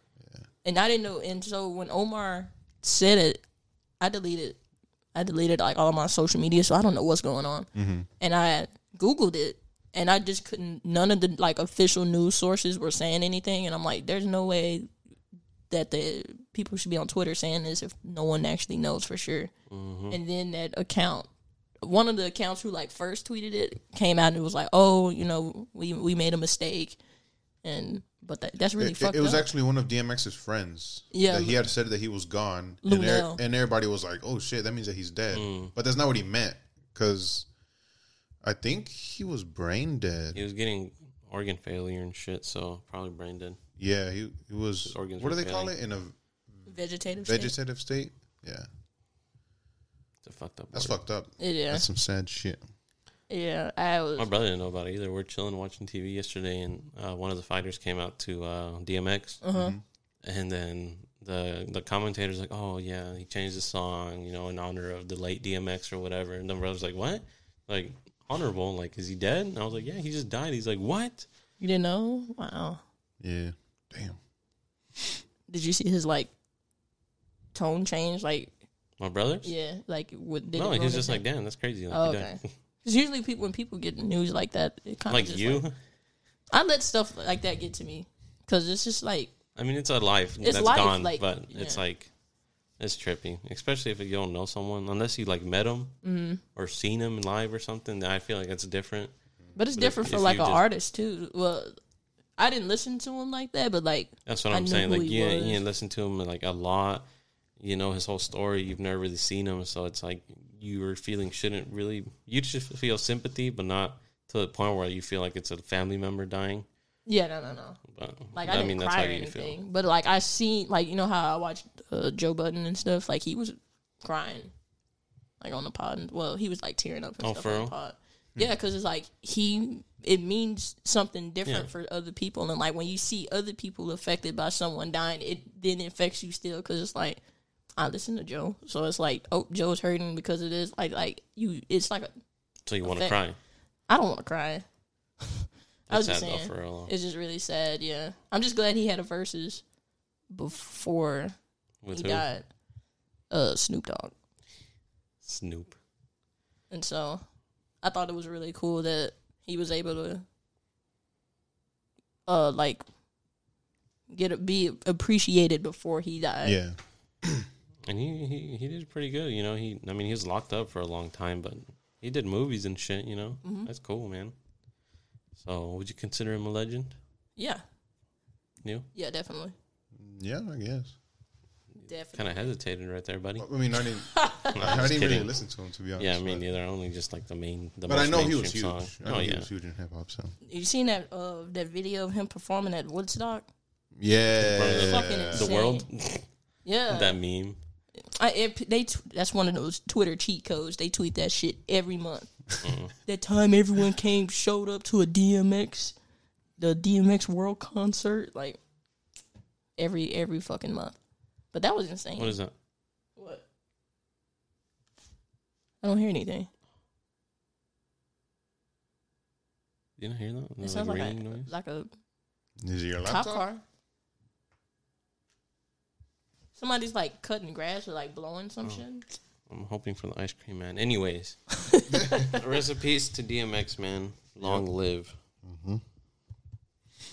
[SPEAKER 4] And I didn't know. And so when Omar said it, I deleted. I deleted like all my social media, so I don't know what's going on. And I googled it, and I just couldn't. None of the like official news sources were saying anything, and I'm like, there's no way that the people should be on Twitter saying this if no one actually knows for sure.
[SPEAKER 1] Mm-hmm.
[SPEAKER 4] And then that account, one of the accounts who like first tweeted it came out and it was like, oh, you know, we we made a mistake, and but that, that's really
[SPEAKER 2] It,
[SPEAKER 4] fucked
[SPEAKER 2] it was
[SPEAKER 4] up.
[SPEAKER 2] actually one of DMX's friends.
[SPEAKER 4] Yeah,
[SPEAKER 2] that he
[SPEAKER 4] Lu-
[SPEAKER 2] had said that he was gone, and,
[SPEAKER 4] Lunel.
[SPEAKER 2] er- and everybody was like, "Oh shit, that means that he's dead."
[SPEAKER 1] Mm.
[SPEAKER 2] But that's not what he meant, because I think he was brain dead.
[SPEAKER 1] He was getting organ failure and shit, so probably brain dead.
[SPEAKER 2] yeah, he he was.
[SPEAKER 1] His organs
[SPEAKER 2] What do
[SPEAKER 1] were
[SPEAKER 2] they call
[SPEAKER 1] failing.
[SPEAKER 2] it in a
[SPEAKER 4] vegetative state.
[SPEAKER 2] vegetative state? Yeah,
[SPEAKER 1] It's a fucked up.
[SPEAKER 2] that's
[SPEAKER 1] word.
[SPEAKER 2] fucked up.
[SPEAKER 4] Yeah.
[SPEAKER 2] That's some sad shit.
[SPEAKER 4] yeah, I was.
[SPEAKER 1] My brother didn't know about it either. We're chilling watching TV yesterday, and uh, one of the fighters came out to uh, DMX,
[SPEAKER 4] Uh-huh.
[SPEAKER 1] and then the the commentator's like, "Oh yeah, he changed the song, you know, in honor of the late DMX or whatever." And the brother's like, "What? Like honorable? Like is he dead?" And I was like, "Yeah, he just died." He's like, "What?"
[SPEAKER 4] You didn't know? Wow.
[SPEAKER 2] Yeah, damn.
[SPEAKER 4] Did you see his like tone change? Like
[SPEAKER 1] My brother?
[SPEAKER 4] yeah, like what? Did
[SPEAKER 1] no,
[SPEAKER 4] it
[SPEAKER 1] he
[SPEAKER 4] ruin
[SPEAKER 1] was just
[SPEAKER 4] it?
[SPEAKER 1] like, "Damn, that's crazy." Like,
[SPEAKER 4] Oh,
[SPEAKER 1] he
[SPEAKER 4] okay.
[SPEAKER 1] died.
[SPEAKER 4] Because usually people when people get news like that, it kind of
[SPEAKER 1] like you.
[SPEAKER 4] I let stuff like that get to me because it's just like
[SPEAKER 1] I mean, it's a life that's
[SPEAKER 4] life,
[SPEAKER 1] gone,
[SPEAKER 4] like,
[SPEAKER 1] but
[SPEAKER 4] yeah.
[SPEAKER 1] it's like it's trippy, especially if you don't know someone, unless you like met them
[SPEAKER 4] Mm-hmm.
[SPEAKER 1] or seen them live or something. then I feel like that's different.
[SPEAKER 4] But it's
[SPEAKER 1] But if-
[SPEAKER 4] different for
[SPEAKER 1] if
[SPEAKER 4] like
[SPEAKER 1] you
[SPEAKER 4] an
[SPEAKER 1] just-
[SPEAKER 4] artist too. Well, I didn't listen to him like that, but like
[SPEAKER 1] That's what
[SPEAKER 4] I
[SPEAKER 1] I'm
[SPEAKER 4] knew
[SPEAKER 1] saying.
[SPEAKER 4] who
[SPEAKER 1] Like
[SPEAKER 4] he
[SPEAKER 1] you, ain't-
[SPEAKER 4] was.
[SPEAKER 1] you ain't listen to him like a lot. You know his whole story. You've never really seen him, so it's like your feeling shouldn't really. You should feel sympathy, but not to the point where you feel like it's a family member dying.
[SPEAKER 4] yeah, no, no, no.
[SPEAKER 1] But
[SPEAKER 4] Like I, didn't cry or anything, but like I seen like you know how I watched uh, Joe Budden and stuff. Like he was crying, like on the pod. And, well, he was like tearing up and
[SPEAKER 1] Oh,
[SPEAKER 4] stuff
[SPEAKER 1] for
[SPEAKER 4] on
[SPEAKER 1] real? Hmm.
[SPEAKER 4] the pod. Yeah, because it's like he it means something different
[SPEAKER 1] Yeah.
[SPEAKER 4] for other people, and like when you see other people affected by someone dying, it then affects you still because it's like I listen to Joe, so it's like oh Joe's hurting because of this. Like like you, it's like a
[SPEAKER 1] So you want to
[SPEAKER 4] affect-
[SPEAKER 1] cry.
[SPEAKER 4] I don't want to cry. I was
[SPEAKER 1] That's
[SPEAKER 4] just
[SPEAKER 1] sad, though,
[SPEAKER 4] saying,
[SPEAKER 1] for real.
[SPEAKER 4] it's just really sad. Yeah, I'm just glad he had a versus before
[SPEAKER 1] With
[SPEAKER 4] he
[SPEAKER 1] who?
[SPEAKER 4] died. Uh, Snoop Dogg,
[SPEAKER 1] Snoop.
[SPEAKER 4] and so I thought it was really cool that he was able to, uh, like get a, be appreciated before he died.
[SPEAKER 2] Yeah,
[SPEAKER 1] And he, he he did pretty good, you know. He I mean he was locked up for a long time, but he did movies and shit, you know.
[SPEAKER 4] Mm-hmm.
[SPEAKER 1] That's cool, man. So would you consider him a legend?
[SPEAKER 4] yeah,
[SPEAKER 1] You
[SPEAKER 4] yeah, definitely,
[SPEAKER 2] yeah, I guess.
[SPEAKER 4] definitely.
[SPEAKER 1] kind of hesitated right there, buddy.
[SPEAKER 2] I mean, I didn't.
[SPEAKER 1] No, I'm
[SPEAKER 2] I didn't
[SPEAKER 1] just
[SPEAKER 2] really
[SPEAKER 1] kidding.
[SPEAKER 2] listen to him to be honest.
[SPEAKER 1] Yeah, I mean
[SPEAKER 2] but,
[SPEAKER 1] neither. Only just like the main. The
[SPEAKER 2] but I
[SPEAKER 1] most
[SPEAKER 2] know he was huge.
[SPEAKER 1] mainstream song.
[SPEAKER 2] I know
[SPEAKER 1] Oh
[SPEAKER 2] he
[SPEAKER 1] yeah,
[SPEAKER 2] was huge in hip hop. So
[SPEAKER 4] You seen that uh that video of him performing at Woodstock?
[SPEAKER 2] yeah,
[SPEAKER 4] Fucking
[SPEAKER 1] the
[SPEAKER 4] insane.
[SPEAKER 1] world.
[SPEAKER 4] Yeah,
[SPEAKER 1] that meme.
[SPEAKER 4] I, it, they t- that's one of those Twitter cheat codes. They tweet that shit every month. that time everyone came showed up to a DMX, the DMX World concert, like every every fucking month. But that was insane.
[SPEAKER 1] Mm. What is that?
[SPEAKER 4] What? I don't hear anything.
[SPEAKER 1] You not hear that?
[SPEAKER 4] It
[SPEAKER 1] The,
[SPEAKER 4] sounds
[SPEAKER 1] like,
[SPEAKER 4] like
[SPEAKER 1] ringing
[SPEAKER 4] a,
[SPEAKER 1] noise.
[SPEAKER 4] like a
[SPEAKER 2] Is it your
[SPEAKER 4] cop
[SPEAKER 2] laptop?
[SPEAKER 4] car. Somebody's like cutting grass or like blowing
[SPEAKER 1] Oh.
[SPEAKER 4] some shit.
[SPEAKER 1] I'm hoping for the ice cream man. Anyways, rest in peace to DMX man. Long live.
[SPEAKER 2] Mm-hmm.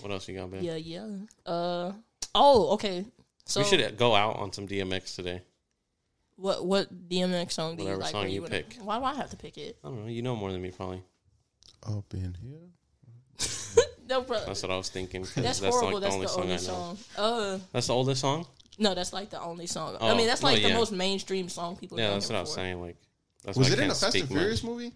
[SPEAKER 1] What else you got, man?
[SPEAKER 4] Yeah, yeah. Uh oh, okay. So
[SPEAKER 1] We should go out on some DMX today.
[SPEAKER 4] what what DMX song do you
[SPEAKER 1] Whatever
[SPEAKER 4] like?
[SPEAKER 1] song
[SPEAKER 4] or
[SPEAKER 1] you
[SPEAKER 4] would-
[SPEAKER 1] pick.
[SPEAKER 4] Why do I have to pick it?
[SPEAKER 1] I don't know. You know more than me, probably.
[SPEAKER 2] Up in here.
[SPEAKER 4] No, bro,
[SPEAKER 1] That's what I was thinking. 'cause
[SPEAKER 4] that's, horrible. that's the only song. Uh,
[SPEAKER 1] That's the oldest song.
[SPEAKER 4] no, that's like the only song. I
[SPEAKER 1] Oh,
[SPEAKER 4] mean, that's
[SPEAKER 1] no,
[SPEAKER 4] like the
[SPEAKER 1] yeah.
[SPEAKER 4] most mainstream song people.
[SPEAKER 1] Yeah,
[SPEAKER 4] don't
[SPEAKER 1] that's
[SPEAKER 4] hear
[SPEAKER 1] what I was
[SPEAKER 4] before.
[SPEAKER 1] saying. Like, that's
[SPEAKER 2] Was
[SPEAKER 1] why
[SPEAKER 2] it
[SPEAKER 1] I
[SPEAKER 2] in a
[SPEAKER 1] can't
[SPEAKER 2] Fast and
[SPEAKER 1] speak much.
[SPEAKER 2] Furious movie?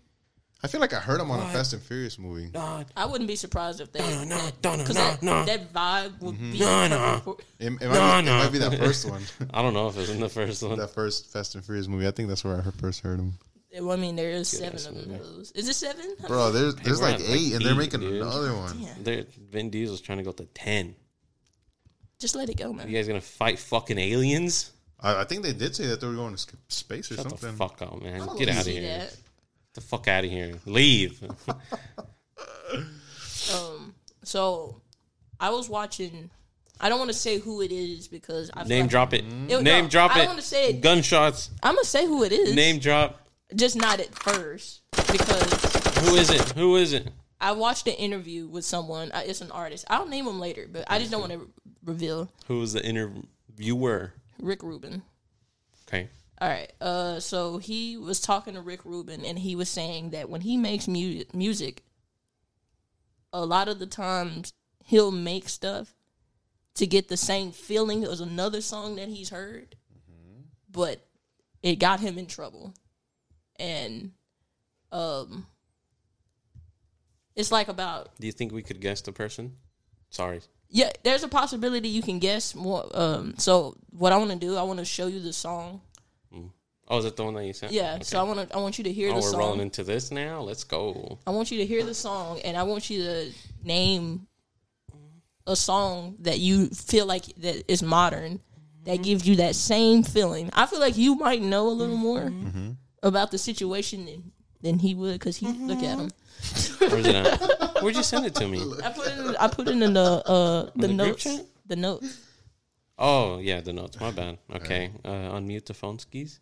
[SPEAKER 2] I feel like I heard him on a
[SPEAKER 1] What?
[SPEAKER 2] Fast and Furious movie.
[SPEAKER 1] Nah,
[SPEAKER 4] I wouldn't be surprised if
[SPEAKER 1] nah,
[SPEAKER 4] that
[SPEAKER 1] nah, nah,
[SPEAKER 4] because
[SPEAKER 1] nah,
[SPEAKER 4] that,
[SPEAKER 1] nah.
[SPEAKER 4] that vibe would be
[SPEAKER 1] Nah, nah.
[SPEAKER 4] perfect for-
[SPEAKER 2] It, it
[SPEAKER 1] No,
[SPEAKER 2] might, be, it
[SPEAKER 1] no.
[SPEAKER 2] might be that first one.
[SPEAKER 1] I don't know if it's in the first one.
[SPEAKER 2] that first Fast and Furious movie. I think that's where I first heard him.
[SPEAKER 4] Well, I mean, there is seven
[SPEAKER 1] ass
[SPEAKER 4] of
[SPEAKER 1] movie.
[SPEAKER 4] those. Is it seven?
[SPEAKER 2] Bro, there's there's
[SPEAKER 1] we're
[SPEAKER 2] like
[SPEAKER 1] at,
[SPEAKER 2] eight,
[SPEAKER 1] like,
[SPEAKER 2] and they're
[SPEAKER 1] eight,
[SPEAKER 2] making
[SPEAKER 1] dude.
[SPEAKER 2] another one.
[SPEAKER 4] Damn.
[SPEAKER 1] There, Vin Diesel's trying to go to ten.
[SPEAKER 4] Just let it go, man.
[SPEAKER 1] You guys gonna fight fucking aliens?
[SPEAKER 2] I, I think they did say that they were going to skip space or
[SPEAKER 1] Shut
[SPEAKER 2] something.
[SPEAKER 1] the fuck up, man.
[SPEAKER 4] don't
[SPEAKER 1] Get out of
[SPEAKER 4] see
[SPEAKER 1] here.
[SPEAKER 4] that.
[SPEAKER 1] Get the fuck out of here. Leave.
[SPEAKER 4] Um, so I was watching. I don't want to say who it is because I feel
[SPEAKER 1] Name
[SPEAKER 4] like-
[SPEAKER 1] drop it.
[SPEAKER 4] Yo,
[SPEAKER 1] Name
[SPEAKER 4] no,
[SPEAKER 1] drop
[SPEAKER 4] I
[SPEAKER 1] it.
[SPEAKER 4] don't wanna say it.
[SPEAKER 1] Gunshots.
[SPEAKER 4] I'm gonna say who it is.
[SPEAKER 1] Name drop.
[SPEAKER 4] just not at first because
[SPEAKER 1] Who is it? Who is it?
[SPEAKER 4] I watched an interview with someone. I, it's an artist. I'll name him later, but I just don't want to reveal
[SPEAKER 1] Who is the interviewer?
[SPEAKER 4] Rick Rubin.
[SPEAKER 1] Okay.
[SPEAKER 4] All right. Uh, so he was talking to Rick Rubin, and he was saying that when he makes mu- music, a lot of the times he'll make stuff to get the same feeling as another song that he's heard,
[SPEAKER 1] Mm-hmm.
[SPEAKER 4] but it got him in trouble, and um, it's like about
[SPEAKER 1] Do you think we could guess the person? Sorry.
[SPEAKER 4] yeah, there's a possibility you can guess more. Um, so what I want to do, I want to show you the song.
[SPEAKER 1] Oh, is that the one that you sent?
[SPEAKER 4] Yeah,
[SPEAKER 1] Okay.
[SPEAKER 4] so I want to, I want you to hear
[SPEAKER 1] oh,
[SPEAKER 4] the
[SPEAKER 1] we're
[SPEAKER 4] song.
[SPEAKER 1] rolling into this now. Let's go.
[SPEAKER 4] I want you to hear the song, and I want you to name a song that you feel like that is modern that gives you that same feeling. I feel like you might know a little more about the situation than, than he would because he look at him.
[SPEAKER 1] Where's it at? Where'd you send it to me?
[SPEAKER 4] I put it in, I put it in the uh, the,
[SPEAKER 1] group
[SPEAKER 4] notes.
[SPEAKER 1] chat?
[SPEAKER 4] The notes.
[SPEAKER 1] Oh yeah, the notes. My bad. Okay, uh, unmute the phone skis.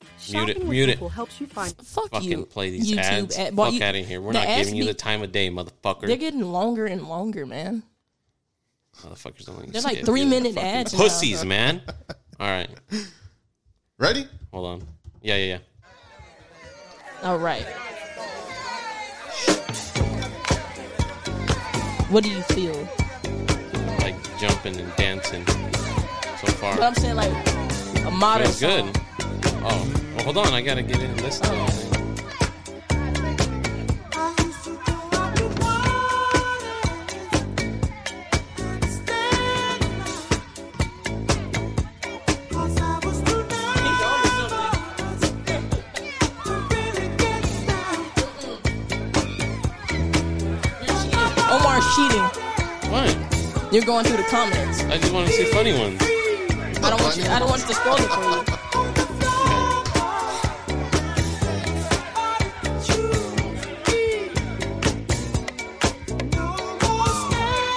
[SPEAKER 1] Mute it.
[SPEAKER 5] Shopping with
[SPEAKER 1] Mute it.
[SPEAKER 5] Google helps you find
[SPEAKER 4] Fuck
[SPEAKER 1] Fucking
[SPEAKER 4] you.
[SPEAKER 1] play these ads.
[SPEAKER 4] ad- boy,
[SPEAKER 1] Fuck
[SPEAKER 4] you-
[SPEAKER 1] out of here. We're
[SPEAKER 4] the
[SPEAKER 1] not
[SPEAKER 4] ads
[SPEAKER 1] giving you
[SPEAKER 4] be-
[SPEAKER 1] the time of day, motherfucker.
[SPEAKER 4] They're getting longer and longer, man.
[SPEAKER 1] Motherfuckers don't even
[SPEAKER 4] They're like
[SPEAKER 1] skip,
[SPEAKER 4] three
[SPEAKER 1] dude.
[SPEAKER 4] minute
[SPEAKER 1] Fucking
[SPEAKER 4] ads. now.
[SPEAKER 1] Pussies, man. All right,
[SPEAKER 2] Ready?
[SPEAKER 1] hold on. Yeah, yeah, yeah.
[SPEAKER 4] All Oh, right. What do you feel?
[SPEAKER 1] Like jumping and dancing. So far,
[SPEAKER 4] But I'm saying like a modern
[SPEAKER 1] feels good.
[SPEAKER 4] song.
[SPEAKER 1] Oh, well, hold on. I gotta get in and listen. to this thing.
[SPEAKER 4] Omar's cheating.
[SPEAKER 1] What?
[SPEAKER 4] You're going through the comments.
[SPEAKER 1] I just want to see funny ones.
[SPEAKER 4] I don't want you. I don't want to spoil it for you.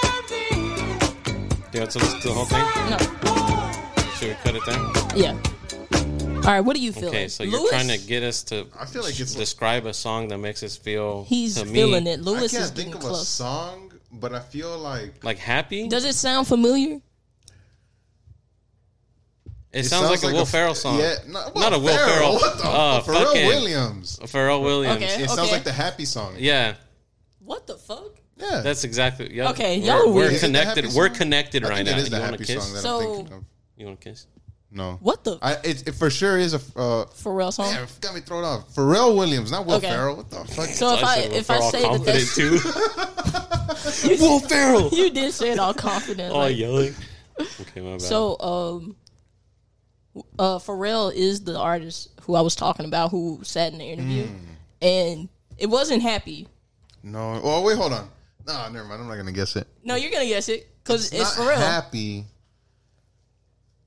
[SPEAKER 1] Do you want to listen to the whole thing?
[SPEAKER 4] No.
[SPEAKER 1] Should we cut it there?
[SPEAKER 4] Yeah. All right. What do you feel?
[SPEAKER 1] Okay, so you're
[SPEAKER 4] Lewis?
[SPEAKER 1] trying to get us to
[SPEAKER 2] I feel like it's-
[SPEAKER 1] describe a song that makes us feel
[SPEAKER 4] He's
[SPEAKER 1] to me,
[SPEAKER 4] feeling it.
[SPEAKER 2] I
[SPEAKER 4] Lewis
[SPEAKER 2] can't
[SPEAKER 4] is getting
[SPEAKER 2] think of a
[SPEAKER 4] close.
[SPEAKER 2] song, but I feel like
[SPEAKER 1] like happy.
[SPEAKER 4] Does it sound familiar?
[SPEAKER 1] it, sounds, like, a Will Ferrell song.
[SPEAKER 2] Yeah, not,
[SPEAKER 1] Not a Will Ferrell.
[SPEAKER 2] What the
[SPEAKER 1] Uh,
[SPEAKER 2] Pharrell
[SPEAKER 1] fucking-
[SPEAKER 2] Williams.
[SPEAKER 1] Pharrell Williams.
[SPEAKER 4] Okay.
[SPEAKER 2] It sounds like the happy song.
[SPEAKER 1] Yeah,
[SPEAKER 4] What the fuck?
[SPEAKER 2] yeah.
[SPEAKER 1] that's exactly. Yeah,
[SPEAKER 4] Okay,
[SPEAKER 1] we're,
[SPEAKER 4] y'all
[SPEAKER 1] we're
[SPEAKER 4] weird.
[SPEAKER 2] Is it the
[SPEAKER 1] connected.
[SPEAKER 2] happy
[SPEAKER 1] We're
[SPEAKER 2] song?
[SPEAKER 1] connected
[SPEAKER 2] I
[SPEAKER 1] right
[SPEAKER 2] think
[SPEAKER 1] now.
[SPEAKER 2] It is the
[SPEAKER 1] you want
[SPEAKER 2] happy
[SPEAKER 1] to
[SPEAKER 2] song
[SPEAKER 1] kiss?
[SPEAKER 2] that
[SPEAKER 4] So-
[SPEAKER 2] I'm thinking of.
[SPEAKER 1] You want to kiss?
[SPEAKER 2] No,
[SPEAKER 4] What the
[SPEAKER 2] I, it, it for sure is a. Uh,
[SPEAKER 4] Pharrell song?
[SPEAKER 2] damn, got me thrown off. Pharrell Williams, not Will
[SPEAKER 4] Okay.
[SPEAKER 2] Ferrell. What the fuck?
[SPEAKER 4] So if I
[SPEAKER 1] said we're
[SPEAKER 4] if I
[SPEAKER 1] all
[SPEAKER 4] say that
[SPEAKER 1] confident
[SPEAKER 4] that's,
[SPEAKER 1] too. Will Ferrell.
[SPEAKER 4] you did say it all confident.
[SPEAKER 1] All
[SPEAKER 4] like-
[SPEAKER 1] yelling. Okay, my bad.
[SPEAKER 4] So, um, uh, Pharrell is the artist who I was talking about who sat in the interview, and it wasn't happy.
[SPEAKER 2] No. Oh wait, hold on. No, never mind. I'm not gonna guess it.
[SPEAKER 4] No, you're gonna guess it because it's,
[SPEAKER 2] not
[SPEAKER 4] Pharrell.
[SPEAKER 2] happy.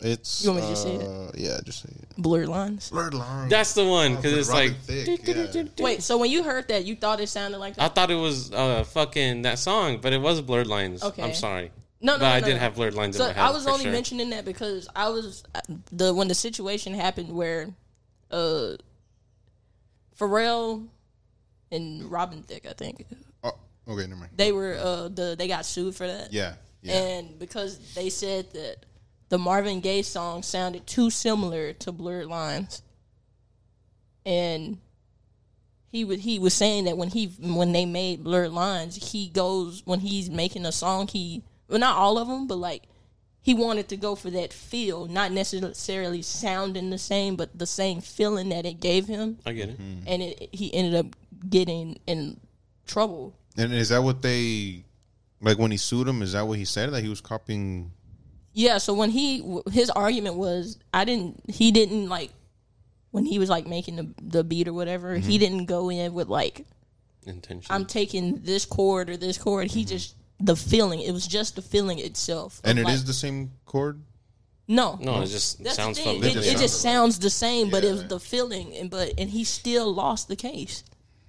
[SPEAKER 2] It's.
[SPEAKER 4] You want me to just say it?
[SPEAKER 2] uh, Yeah, just say it.
[SPEAKER 4] Blurred lines.
[SPEAKER 2] Blurred line.
[SPEAKER 1] that's the one because
[SPEAKER 2] With
[SPEAKER 1] it's
[SPEAKER 2] Oh, Robin
[SPEAKER 1] like.
[SPEAKER 2] Thicke, yeah.
[SPEAKER 4] Wait, so when you heard that, you thought it sounded like
[SPEAKER 1] I
[SPEAKER 4] that?
[SPEAKER 1] thought it was uh fucking that song, but it was Blurred Lines.
[SPEAKER 4] Okay.
[SPEAKER 1] I'm sorry.
[SPEAKER 4] No, no,
[SPEAKER 1] But
[SPEAKER 4] no,
[SPEAKER 1] I
[SPEAKER 4] no,
[SPEAKER 1] did
[SPEAKER 4] no.
[SPEAKER 1] have blurred lines.
[SPEAKER 4] So
[SPEAKER 1] in my head,
[SPEAKER 4] I was
[SPEAKER 1] for
[SPEAKER 4] only
[SPEAKER 1] sure.
[SPEAKER 4] mentioning that because I was uh, the when the situation happened where uh Pharrell and Robin Thicke, I think
[SPEAKER 2] Oh, okay, never mind.
[SPEAKER 4] they were uh the they got sued for that.
[SPEAKER 2] Yeah, yeah.
[SPEAKER 4] And because they said that the Marvin Gaye song sounded too similar to Blurred Lines, and he was he was saying that when he when they made Blurred Lines, he goes when he's making a song, he well not all of them, but like he wanted to go for that feel, not necessarily sounding the same, but the same feeling that it gave him,
[SPEAKER 1] I get it.
[SPEAKER 4] and it, he ended up getting in trouble.
[SPEAKER 2] and is that what they like when he sued him? Is that what he said that he was copying?
[SPEAKER 4] Yeah, so when he w- his argument was I didn't he didn't like when he was like making the the beat or whatever,
[SPEAKER 2] Mm-hmm.
[SPEAKER 4] he didn't go in with like
[SPEAKER 1] Intention.
[SPEAKER 4] I'm taking this chord or this chord. He just the feeling, it was just the feeling itself.
[SPEAKER 2] Mm-hmm. And it is
[SPEAKER 4] like,
[SPEAKER 2] the same chord.
[SPEAKER 4] No.
[SPEAKER 1] no, it just
[SPEAKER 4] That's
[SPEAKER 1] sounds
[SPEAKER 4] the thing.
[SPEAKER 1] familiar.
[SPEAKER 4] It, it just sounds the same, but it was
[SPEAKER 2] Yeah.
[SPEAKER 4] the feeling and but and he still lost the case.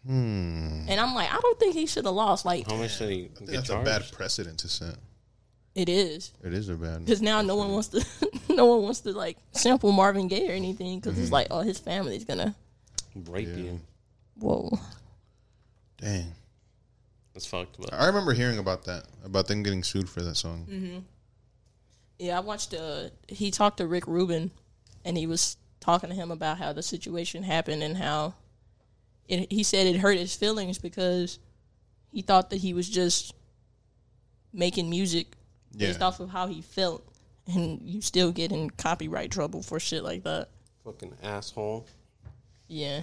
[SPEAKER 2] Hmm.
[SPEAKER 4] And I'm like, I don't think he should have lost. Like
[SPEAKER 1] How much did he get
[SPEAKER 2] That's a bad
[SPEAKER 1] charged?
[SPEAKER 2] precedent to set.
[SPEAKER 4] it is.
[SPEAKER 2] It is a bad.
[SPEAKER 4] because now no one wants to no one wants to like sample Marvin Gaye or anything because
[SPEAKER 2] Mm-hmm.
[SPEAKER 4] it's like oh his family's gonna
[SPEAKER 1] Rape you.
[SPEAKER 4] whoa
[SPEAKER 2] Dang.
[SPEAKER 1] That's fucked up.
[SPEAKER 2] I remember hearing about that, about them getting sued for that song.
[SPEAKER 4] Mm-hmm. yeah I watched uh he talked to Rick Rubin and he was talking to him about how the situation happened and how it, he said it hurt his feelings because he thought that he was just making music based
[SPEAKER 2] Yeah.
[SPEAKER 4] off of how he felt and you still get in copyright trouble for shit like that
[SPEAKER 1] Fucking asshole.
[SPEAKER 4] Yeah.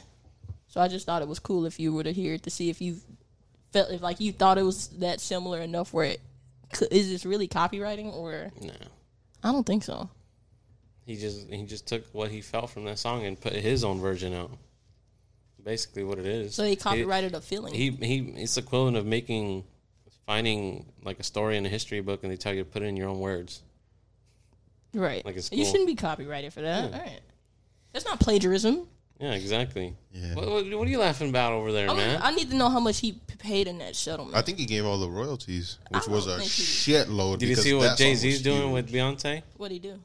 [SPEAKER 4] So I just thought it was cool if you were to hear it to see if you felt if like you thought it was that similar enough where it c- is this really copywriting or
[SPEAKER 1] No.
[SPEAKER 4] I don't think so.
[SPEAKER 1] He just he just took what he felt from that song and put his own version out. Basically, what it is.
[SPEAKER 4] So he
[SPEAKER 1] He-
[SPEAKER 4] copyrighted a feeling.
[SPEAKER 1] he he it's equivalent of making finding like a story in a history book and they tell you to put it in your own words
[SPEAKER 4] right.
[SPEAKER 1] like it's
[SPEAKER 4] You
[SPEAKER 1] cool.
[SPEAKER 4] shouldn't be copyrighted for that. All right. That's not plagiarism.
[SPEAKER 1] yeah exactly
[SPEAKER 2] Yeah.
[SPEAKER 1] what, what, what are you laughing about over there
[SPEAKER 4] I, mean,
[SPEAKER 1] man
[SPEAKER 4] I need to know how much he p- paid in that settlement.
[SPEAKER 2] I think he gave all the royalties, which
[SPEAKER 4] don't
[SPEAKER 2] was a
[SPEAKER 4] think he-
[SPEAKER 2] shitload.
[SPEAKER 1] did you
[SPEAKER 2] because
[SPEAKER 1] see
[SPEAKER 2] that
[SPEAKER 1] what
[SPEAKER 2] song
[SPEAKER 1] jay-z's
[SPEAKER 2] was
[SPEAKER 1] doing
[SPEAKER 2] huge.
[SPEAKER 1] with beyonce
[SPEAKER 4] What'd he do?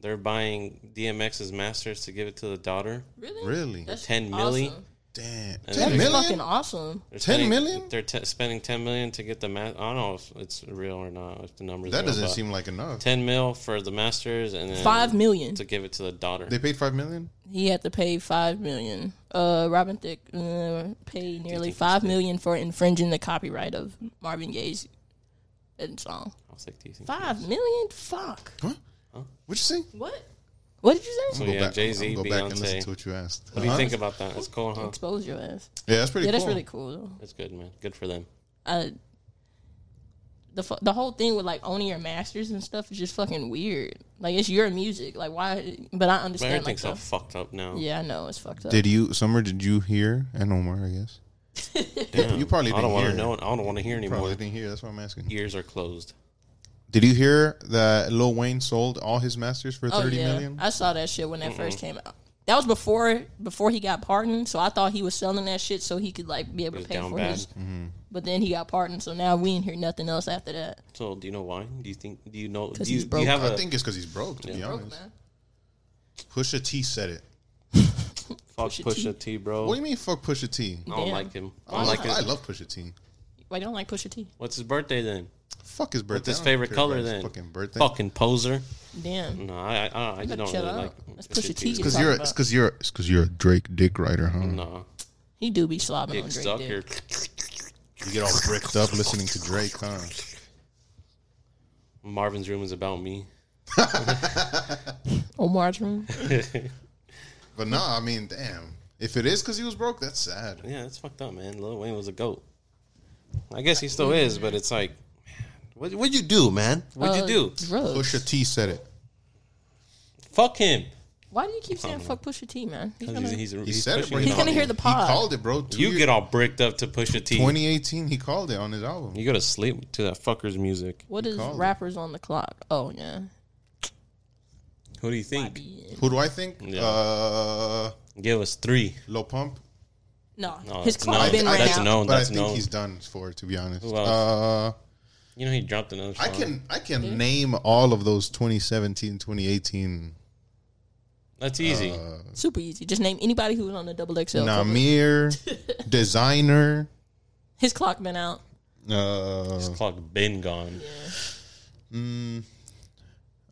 [SPEAKER 1] they're buying dmx's masters to give it to the daughter
[SPEAKER 4] Really?
[SPEAKER 2] Really?
[SPEAKER 4] That's
[SPEAKER 1] 10
[SPEAKER 4] awesome.
[SPEAKER 1] milli?
[SPEAKER 2] Damn.
[SPEAKER 4] That's
[SPEAKER 2] Ten million?
[SPEAKER 4] fucking awesome.
[SPEAKER 1] they're
[SPEAKER 2] 10
[SPEAKER 1] spending-
[SPEAKER 2] million?
[SPEAKER 1] they're t- spending 10 million to get the ma- i don't know if it's real or not if the numbers
[SPEAKER 2] That
[SPEAKER 1] real,
[SPEAKER 2] doesn't
[SPEAKER 1] but
[SPEAKER 2] seem like enough.
[SPEAKER 1] 10 mil for the masters and then
[SPEAKER 4] Five million.
[SPEAKER 1] to give it to the daughter
[SPEAKER 2] They paid five million.
[SPEAKER 4] He had to pay five million. Uh, Robin Thicke uh, paid nearly
[SPEAKER 1] think
[SPEAKER 4] five million for infringing the copyright of Marvin Gaye's and song.
[SPEAKER 1] I was like, do you think-
[SPEAKER 4] Five million? Fuck.
[SPEAKER 2] Huh? What'd you say?
[SPEAKER 4] What? What did you say?
[SPEAKER 1] So Oh, yeah, Jay-Z,
[SPEAKER 2] I'll go back and listen
[SPEAKER 1] Beyonce.
[SPEAKER 2] to what you asked.
[SPEAKER 1] what do you
[SPEAKER 2] Huh?
[SPEAKER 1] think about that it's cool huh
[SPEAKER 4] Expose your ass.
[SPEAKER 2] Yeah, that's pretty.
[SPEAKER 4] Yeah,
[SPEAKER 2] cool.
[SPEAKER 4] that's really cool. Though.
[SPEAKER 1] it's good man good for them
[SPEAKER 4] I, uh, the fu- the whole thing with like owning your masters and stuff is just fucking weird. Like it's your music. Like why? But I
[SPEAKER 1] But
[SPEAKER 4] understand. Like,
[SPEAKER 1] everything's all
[SPEAKER 4] the,
[SPEAKER 1] fucked up now.
[SPEAKER 4] yeah, I know it's fucked up.
[SPEAKER 2] Did you, Summer? Did you hear? And Omar, I guess.
[SPEAKER 1] Damn.
[SPEAKER 2] You probably
[SPEAKER 1] I don't
[SPEAKER 2] didn't
[SPEAKER 1] want
[SPEAKER 2] hear.
[SPEAKER 1] to know. I don't want to hear anymore.
[SPEAKER 2] Probably didn't hear. That's why I'm asking.
[SPEAKER 1] Ears are closed.
[SPEAKER 2] Did you hear that Lil Wayne sold all his masters for
[SPEAKER 4] Oh
[SPEAKER 2] thirty million?
[SPEAKER 4] I saw that shit when that first came out. That was before before he got pardoned, so I thought he was selling that shit so he could like be able to
[SPEAKER 1] It's
[SPEAKER 4] pay
[SPEAKER 1] down
[SPEAKER 4] for
[SPEAKER 1] bad.
[SPEAKER 4] his. But then he got pardoned, so now we ain't hear nothing else after that.
[SPEAKER 1] So do you know why? Do you think? Do you know? Do
[SPEAKER 4] 'Cause
[SPEAKER 1] you,
[SPEAKER 4] he's
[SPEAKER 1] do you
[SPEAKER 4] broke.
[SPEAKER 1] have
[SPEAKER 2] I
[SPEAKER 1] a
[SPEAKER 2] think it's because he's broke. To be honest,
[SPEAKER 4] man.
[SPEAKER 2] Pusha T said it.
[SPEAKER 1] fuck
[SPEAKER 4] Pusha
[SPEAKER 1] Pusha T,
[SPEAKER 4] T.
[SPEAKER 1] bro?
[SPEAKER 2] What do you mean? Fuck Pusha T.
[SPEAKER 1] I don't
[SPEAKER 4] Damn.
[SPEAKER 1] like him. I
[SPEAKER 2] I,
[SPEAKER 1] don't like
[SPEAKER 2] I
[SPEAKER 1] his.
[SPEAKER 2] love Pusha T.
[SPEAKER 4] Why you don't like Pusha T?
[SPEAKER 1] What's his birthday then?
[SPEAKER 2] Fuck his birthday.
[SPEAKER 1] What's his
[SPEAKER 2] I don't
[SPEAKER 1] favorite
[SPEAKER 2] care
[SPEAKER 1] color
[SPEAKER 2] about his
[SPEAKER 1] then?
[SPEAKER 2] Fucking birthday.
[SPEAKER 1] Fucking poser.
[SPEAKER 4] Damn.
[SPEAKER 1] No, I I, I, I just
[SPEAKER 4] better
[SPEAKER 1] don't
[SPEAKER 4] chill
[SPEAKER 1] really
[SPEAKER 4] out.
[SPEAKER 1] like
[SPEAKER 4] That's Pusha T.
[SPEAKER 2] Because
[SPEAKER 4] Talking
[SPEAKER 2] you're,
[SPEAKER 4] about-
[SPEAKER 2] it's because you're, it's because you're a Drake dick rider, huh?
[SPEAKER 1] No,
[SPEAKER 4] He do be slobbing
[SPEAKER 1] Dick
[SPEAKER 4] on Drake.
[SPEAKER 1] Sucker.
[SPEAKER 4] dick.
[SPEAKER 2] You get all bricked up listening to Drake, huh?
[SPEAKER 1] Marvin's room is about me.
[SPEAKER 4] Omar's room.
[SPEAKER 2] But no, I mean, damn. If it is because he was broke, that's sad.
[SPEAKER 1] Yeah, that's fucked up, man. Lil Wayne was a goat. I guess he still is, but it's like, what what'd you do, man? What'd you
[SPEAKER 4] Uh,
[SPEAKER 1] do?
[SPEAKER 4] Drugs.
[SPEAKER 2] Pusha T said it.
[SPEAKER 1] Fuck him.
[SPEAKER 4] Why do you keep saying fuck Pusha T, man? He's gonna,
[SPEAKER 1] He's, he's,
[SPEAKER 2] He
[SPEAKER 1] he's
[SPEAKER 2] said it.
[SPEAKER 1] pushing
[SPEAKER 2] Bro.
[SPEAKER 1] it
[SPEAKER 4] He's
[SPEAKER 1] on
[SPEAKER 4] gonna
[SPEAKER 1] you.
[SPEAKER 4] hear the pod.
[SPEAKER 2] He called it, bro. Two
[SPEAKER 1] You
[SPEAKER 2] year-
[SPEAKER 1] get all bricked up to push a T.
[SPEAKER 2] 2018. He called it on his album.
[SPEAKER 1] You go to sleep to that fucker's music.
[SPEAKER 4] what is
[SPEAKER 2] called it.
[SPEAKER 4] rappers on the clock? Oh yeah.
[SPEAKER 1] Who do you think?
[SPEAKER 2] Who do I think?
[SPEAKER 1] Yeah.
[SPEAKER 2] Uh,
[SPEAKER 1] Give us three.
[SPEAKER 2] Low Pump.
[SPEAKER 4] No,
[SPEAKER 1] No,
[SPEAKER 4] his
[SPEAKER 1] that's
[SPEAKER 4] clock
[SPEAKER 1] no.
[SPEAKER 4] been
[SPEAKER 1] I-
[SPEAKER 4] ran
[SPEAKER 1] that's
[SPEAKER 4] out.
[SPEAKER 1] no.
[SPEAKER 2] but I
[SPEAKER 1] that's
[SPEAKER 2] think
[SPEAKER 1] no.
[SPEAKER 2] he's done for. To be honest,
[SPEAKER 1] Who else?
[SPEAKER 2] uh,
[SPEAKER 1] You know, he dropped another song.
[SPEAKER 2] I can I can
[SPEAKER 4] Hmm?
[SPEAKER 2] name all of those 2017, 2018.
[SPEAKER 1] That's easy.
[SPEAKER 2] Uh,
[SPEAKER 4] Super easy. Just name anybody who was on the double XL. cover.
[SPEAKER 2] Namir, designer.
[SPEAKER 4] His clock been out.
[SPEAKER 2] Uh,
[SPEAKER 1] This clock been gone.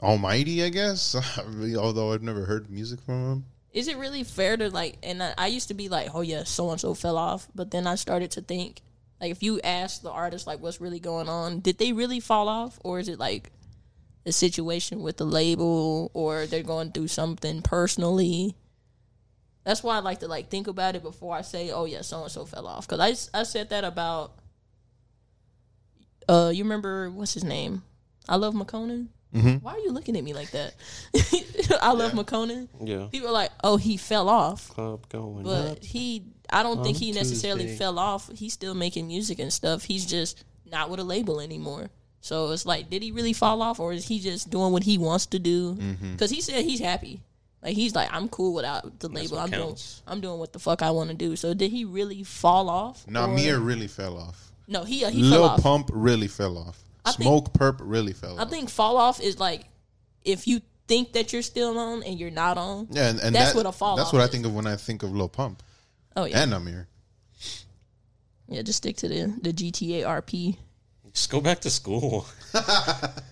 [SPEAKER 2] Almighty, I guess. Although I've never heard music from him.
[SPEAKER 4] Is it really fair to like? And I, I used to be like, oh yeah, so and so fell off, but then I started to think, like, if you ask the artist, like, what's really going on? Did they really fall off, or is it like a situation with the label, or they're going through something personally? That's why I like to like think about it before I say, oh yeah, so and so fell off, because I s- I said that about. Uh, you remember what's his name? I love McConan. Why are you looking at me like that? I love McConan
[SPEAKER 1] Yeah.
[SPEAKER 4] people are like, oh, he fell off,
[SPEAKER 1] Club going
[SPEAKER 4] but
[SPEAKER 1] up.
[SPEAKER 4] he, I don't think
[SPEAKER 1] on
[SPEAKER 4] he necessarily
[SPEAKER 1] Tuesday.
[SPEAKER 4] fell off. He's still making music and stuff. He's just not with a label anymore. So it's like, did he really fall off, or is he just doing what he wants to do? Because he said he's happy. Like he's like, I'm cool without the label.
[SPEAKER 1] what
[SPEAKER 4] I'm
[SPEAKER 1] counts.
[SPEAKER 4] doing, I'm doing what the fuck I want to do. So did he really fall off? or-
[SPEAKER 2] Namir really fell off.
[SPEAKER 4] No, he uh, he fell
[SPEAKER 2] Lil
[SPEAKER 4] off.
[SPEAKER 2] Pump really fell off.
[SPEAKER 4] I think-
[SPEAKER 2] Smoke Perp really fell
[SPEAKER 4] I
[SPEAKER 2] off.
[SPEAKER 4] think fall off is like if you think that you're still on and you're not on.
[SPEAKER 2] Yeah, and, and
[SPEAKER 4] that's
[SPEAKER 2] that-
[SPEAKER 4] what a fall
[SPEAKER 2] That's
[SPEAKER 4] off
[SPEAKER 2] what I
[SPEAKER 4] is.
[SPEAKER 2] think of when I think of Lil Pump
[SPEAKER 4] Oh yeah,
[SPEAKER 2] and Namir.
[SPEAKER 4] yeah. Just stick to the the GTA RP.
[SPEAKER 1] Just go back to school.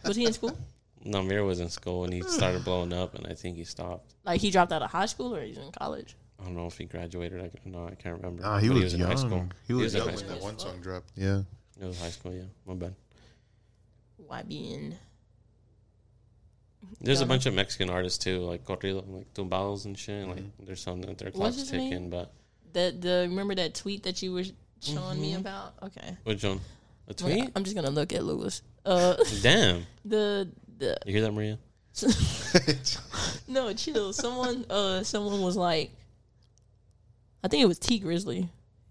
[SPEAKER 4] Was he in school?
[SPEAKER 1] Namir was in school and he started blowing up, and I think he stopped.
[SPEAKER 4] Like he dropped out of high school or he's in college.
[SPEAKER 1] I don't know if he graduated. I, no, I can't remember.
[SPEAKER 2] Nah, he
[SPEAKER 1] But
[SPEAKER 2] was
[SPEAKER 1] in high
[SPEAKER 2] young.
[SPEAKER 1] school.
[SPEAKER 2] He was
[SPEAKER 1] in
[SPEAKER 2] young
[SPEAKER 1] high
[SPEAKER 2] when
[SPEAKER 1] school.
[SPEAKER 2] that one song dropped. Yeah.
[SPEAKER 1] It was high school. Yeah, my bad.
[SPEAKER 4] YBN.
[SPEAKER 1] There's a
[SPEAKER 4] Got it.
[SPEAKER 1] bunch of Mexican artists too, like corrido, like tumbados and shit. Like
[SPEAKER 2] Mm-hmm.
[SPEAKER 1] there's some that their clock's
[SPEAKER 4] his name?
[SPEAKER 1] ticking, but
[SPEAKER 4] The the remember that tweet that you were showing me about? Okay.
[SPEAKER 1] which one? A
[SPEAKER 4] Well,
[SPEAKER 1] tweet?
[SPEAKER 4] I'm just gonna look at Lewis. Uh
[SPEAKER 1] Damn,
[SPEAKER 4] the the
[SPEAKER 1] you hear that, Maria?
[SPEAKER 4] no, chill. Someone uh someone was like I think it was T Grizzly.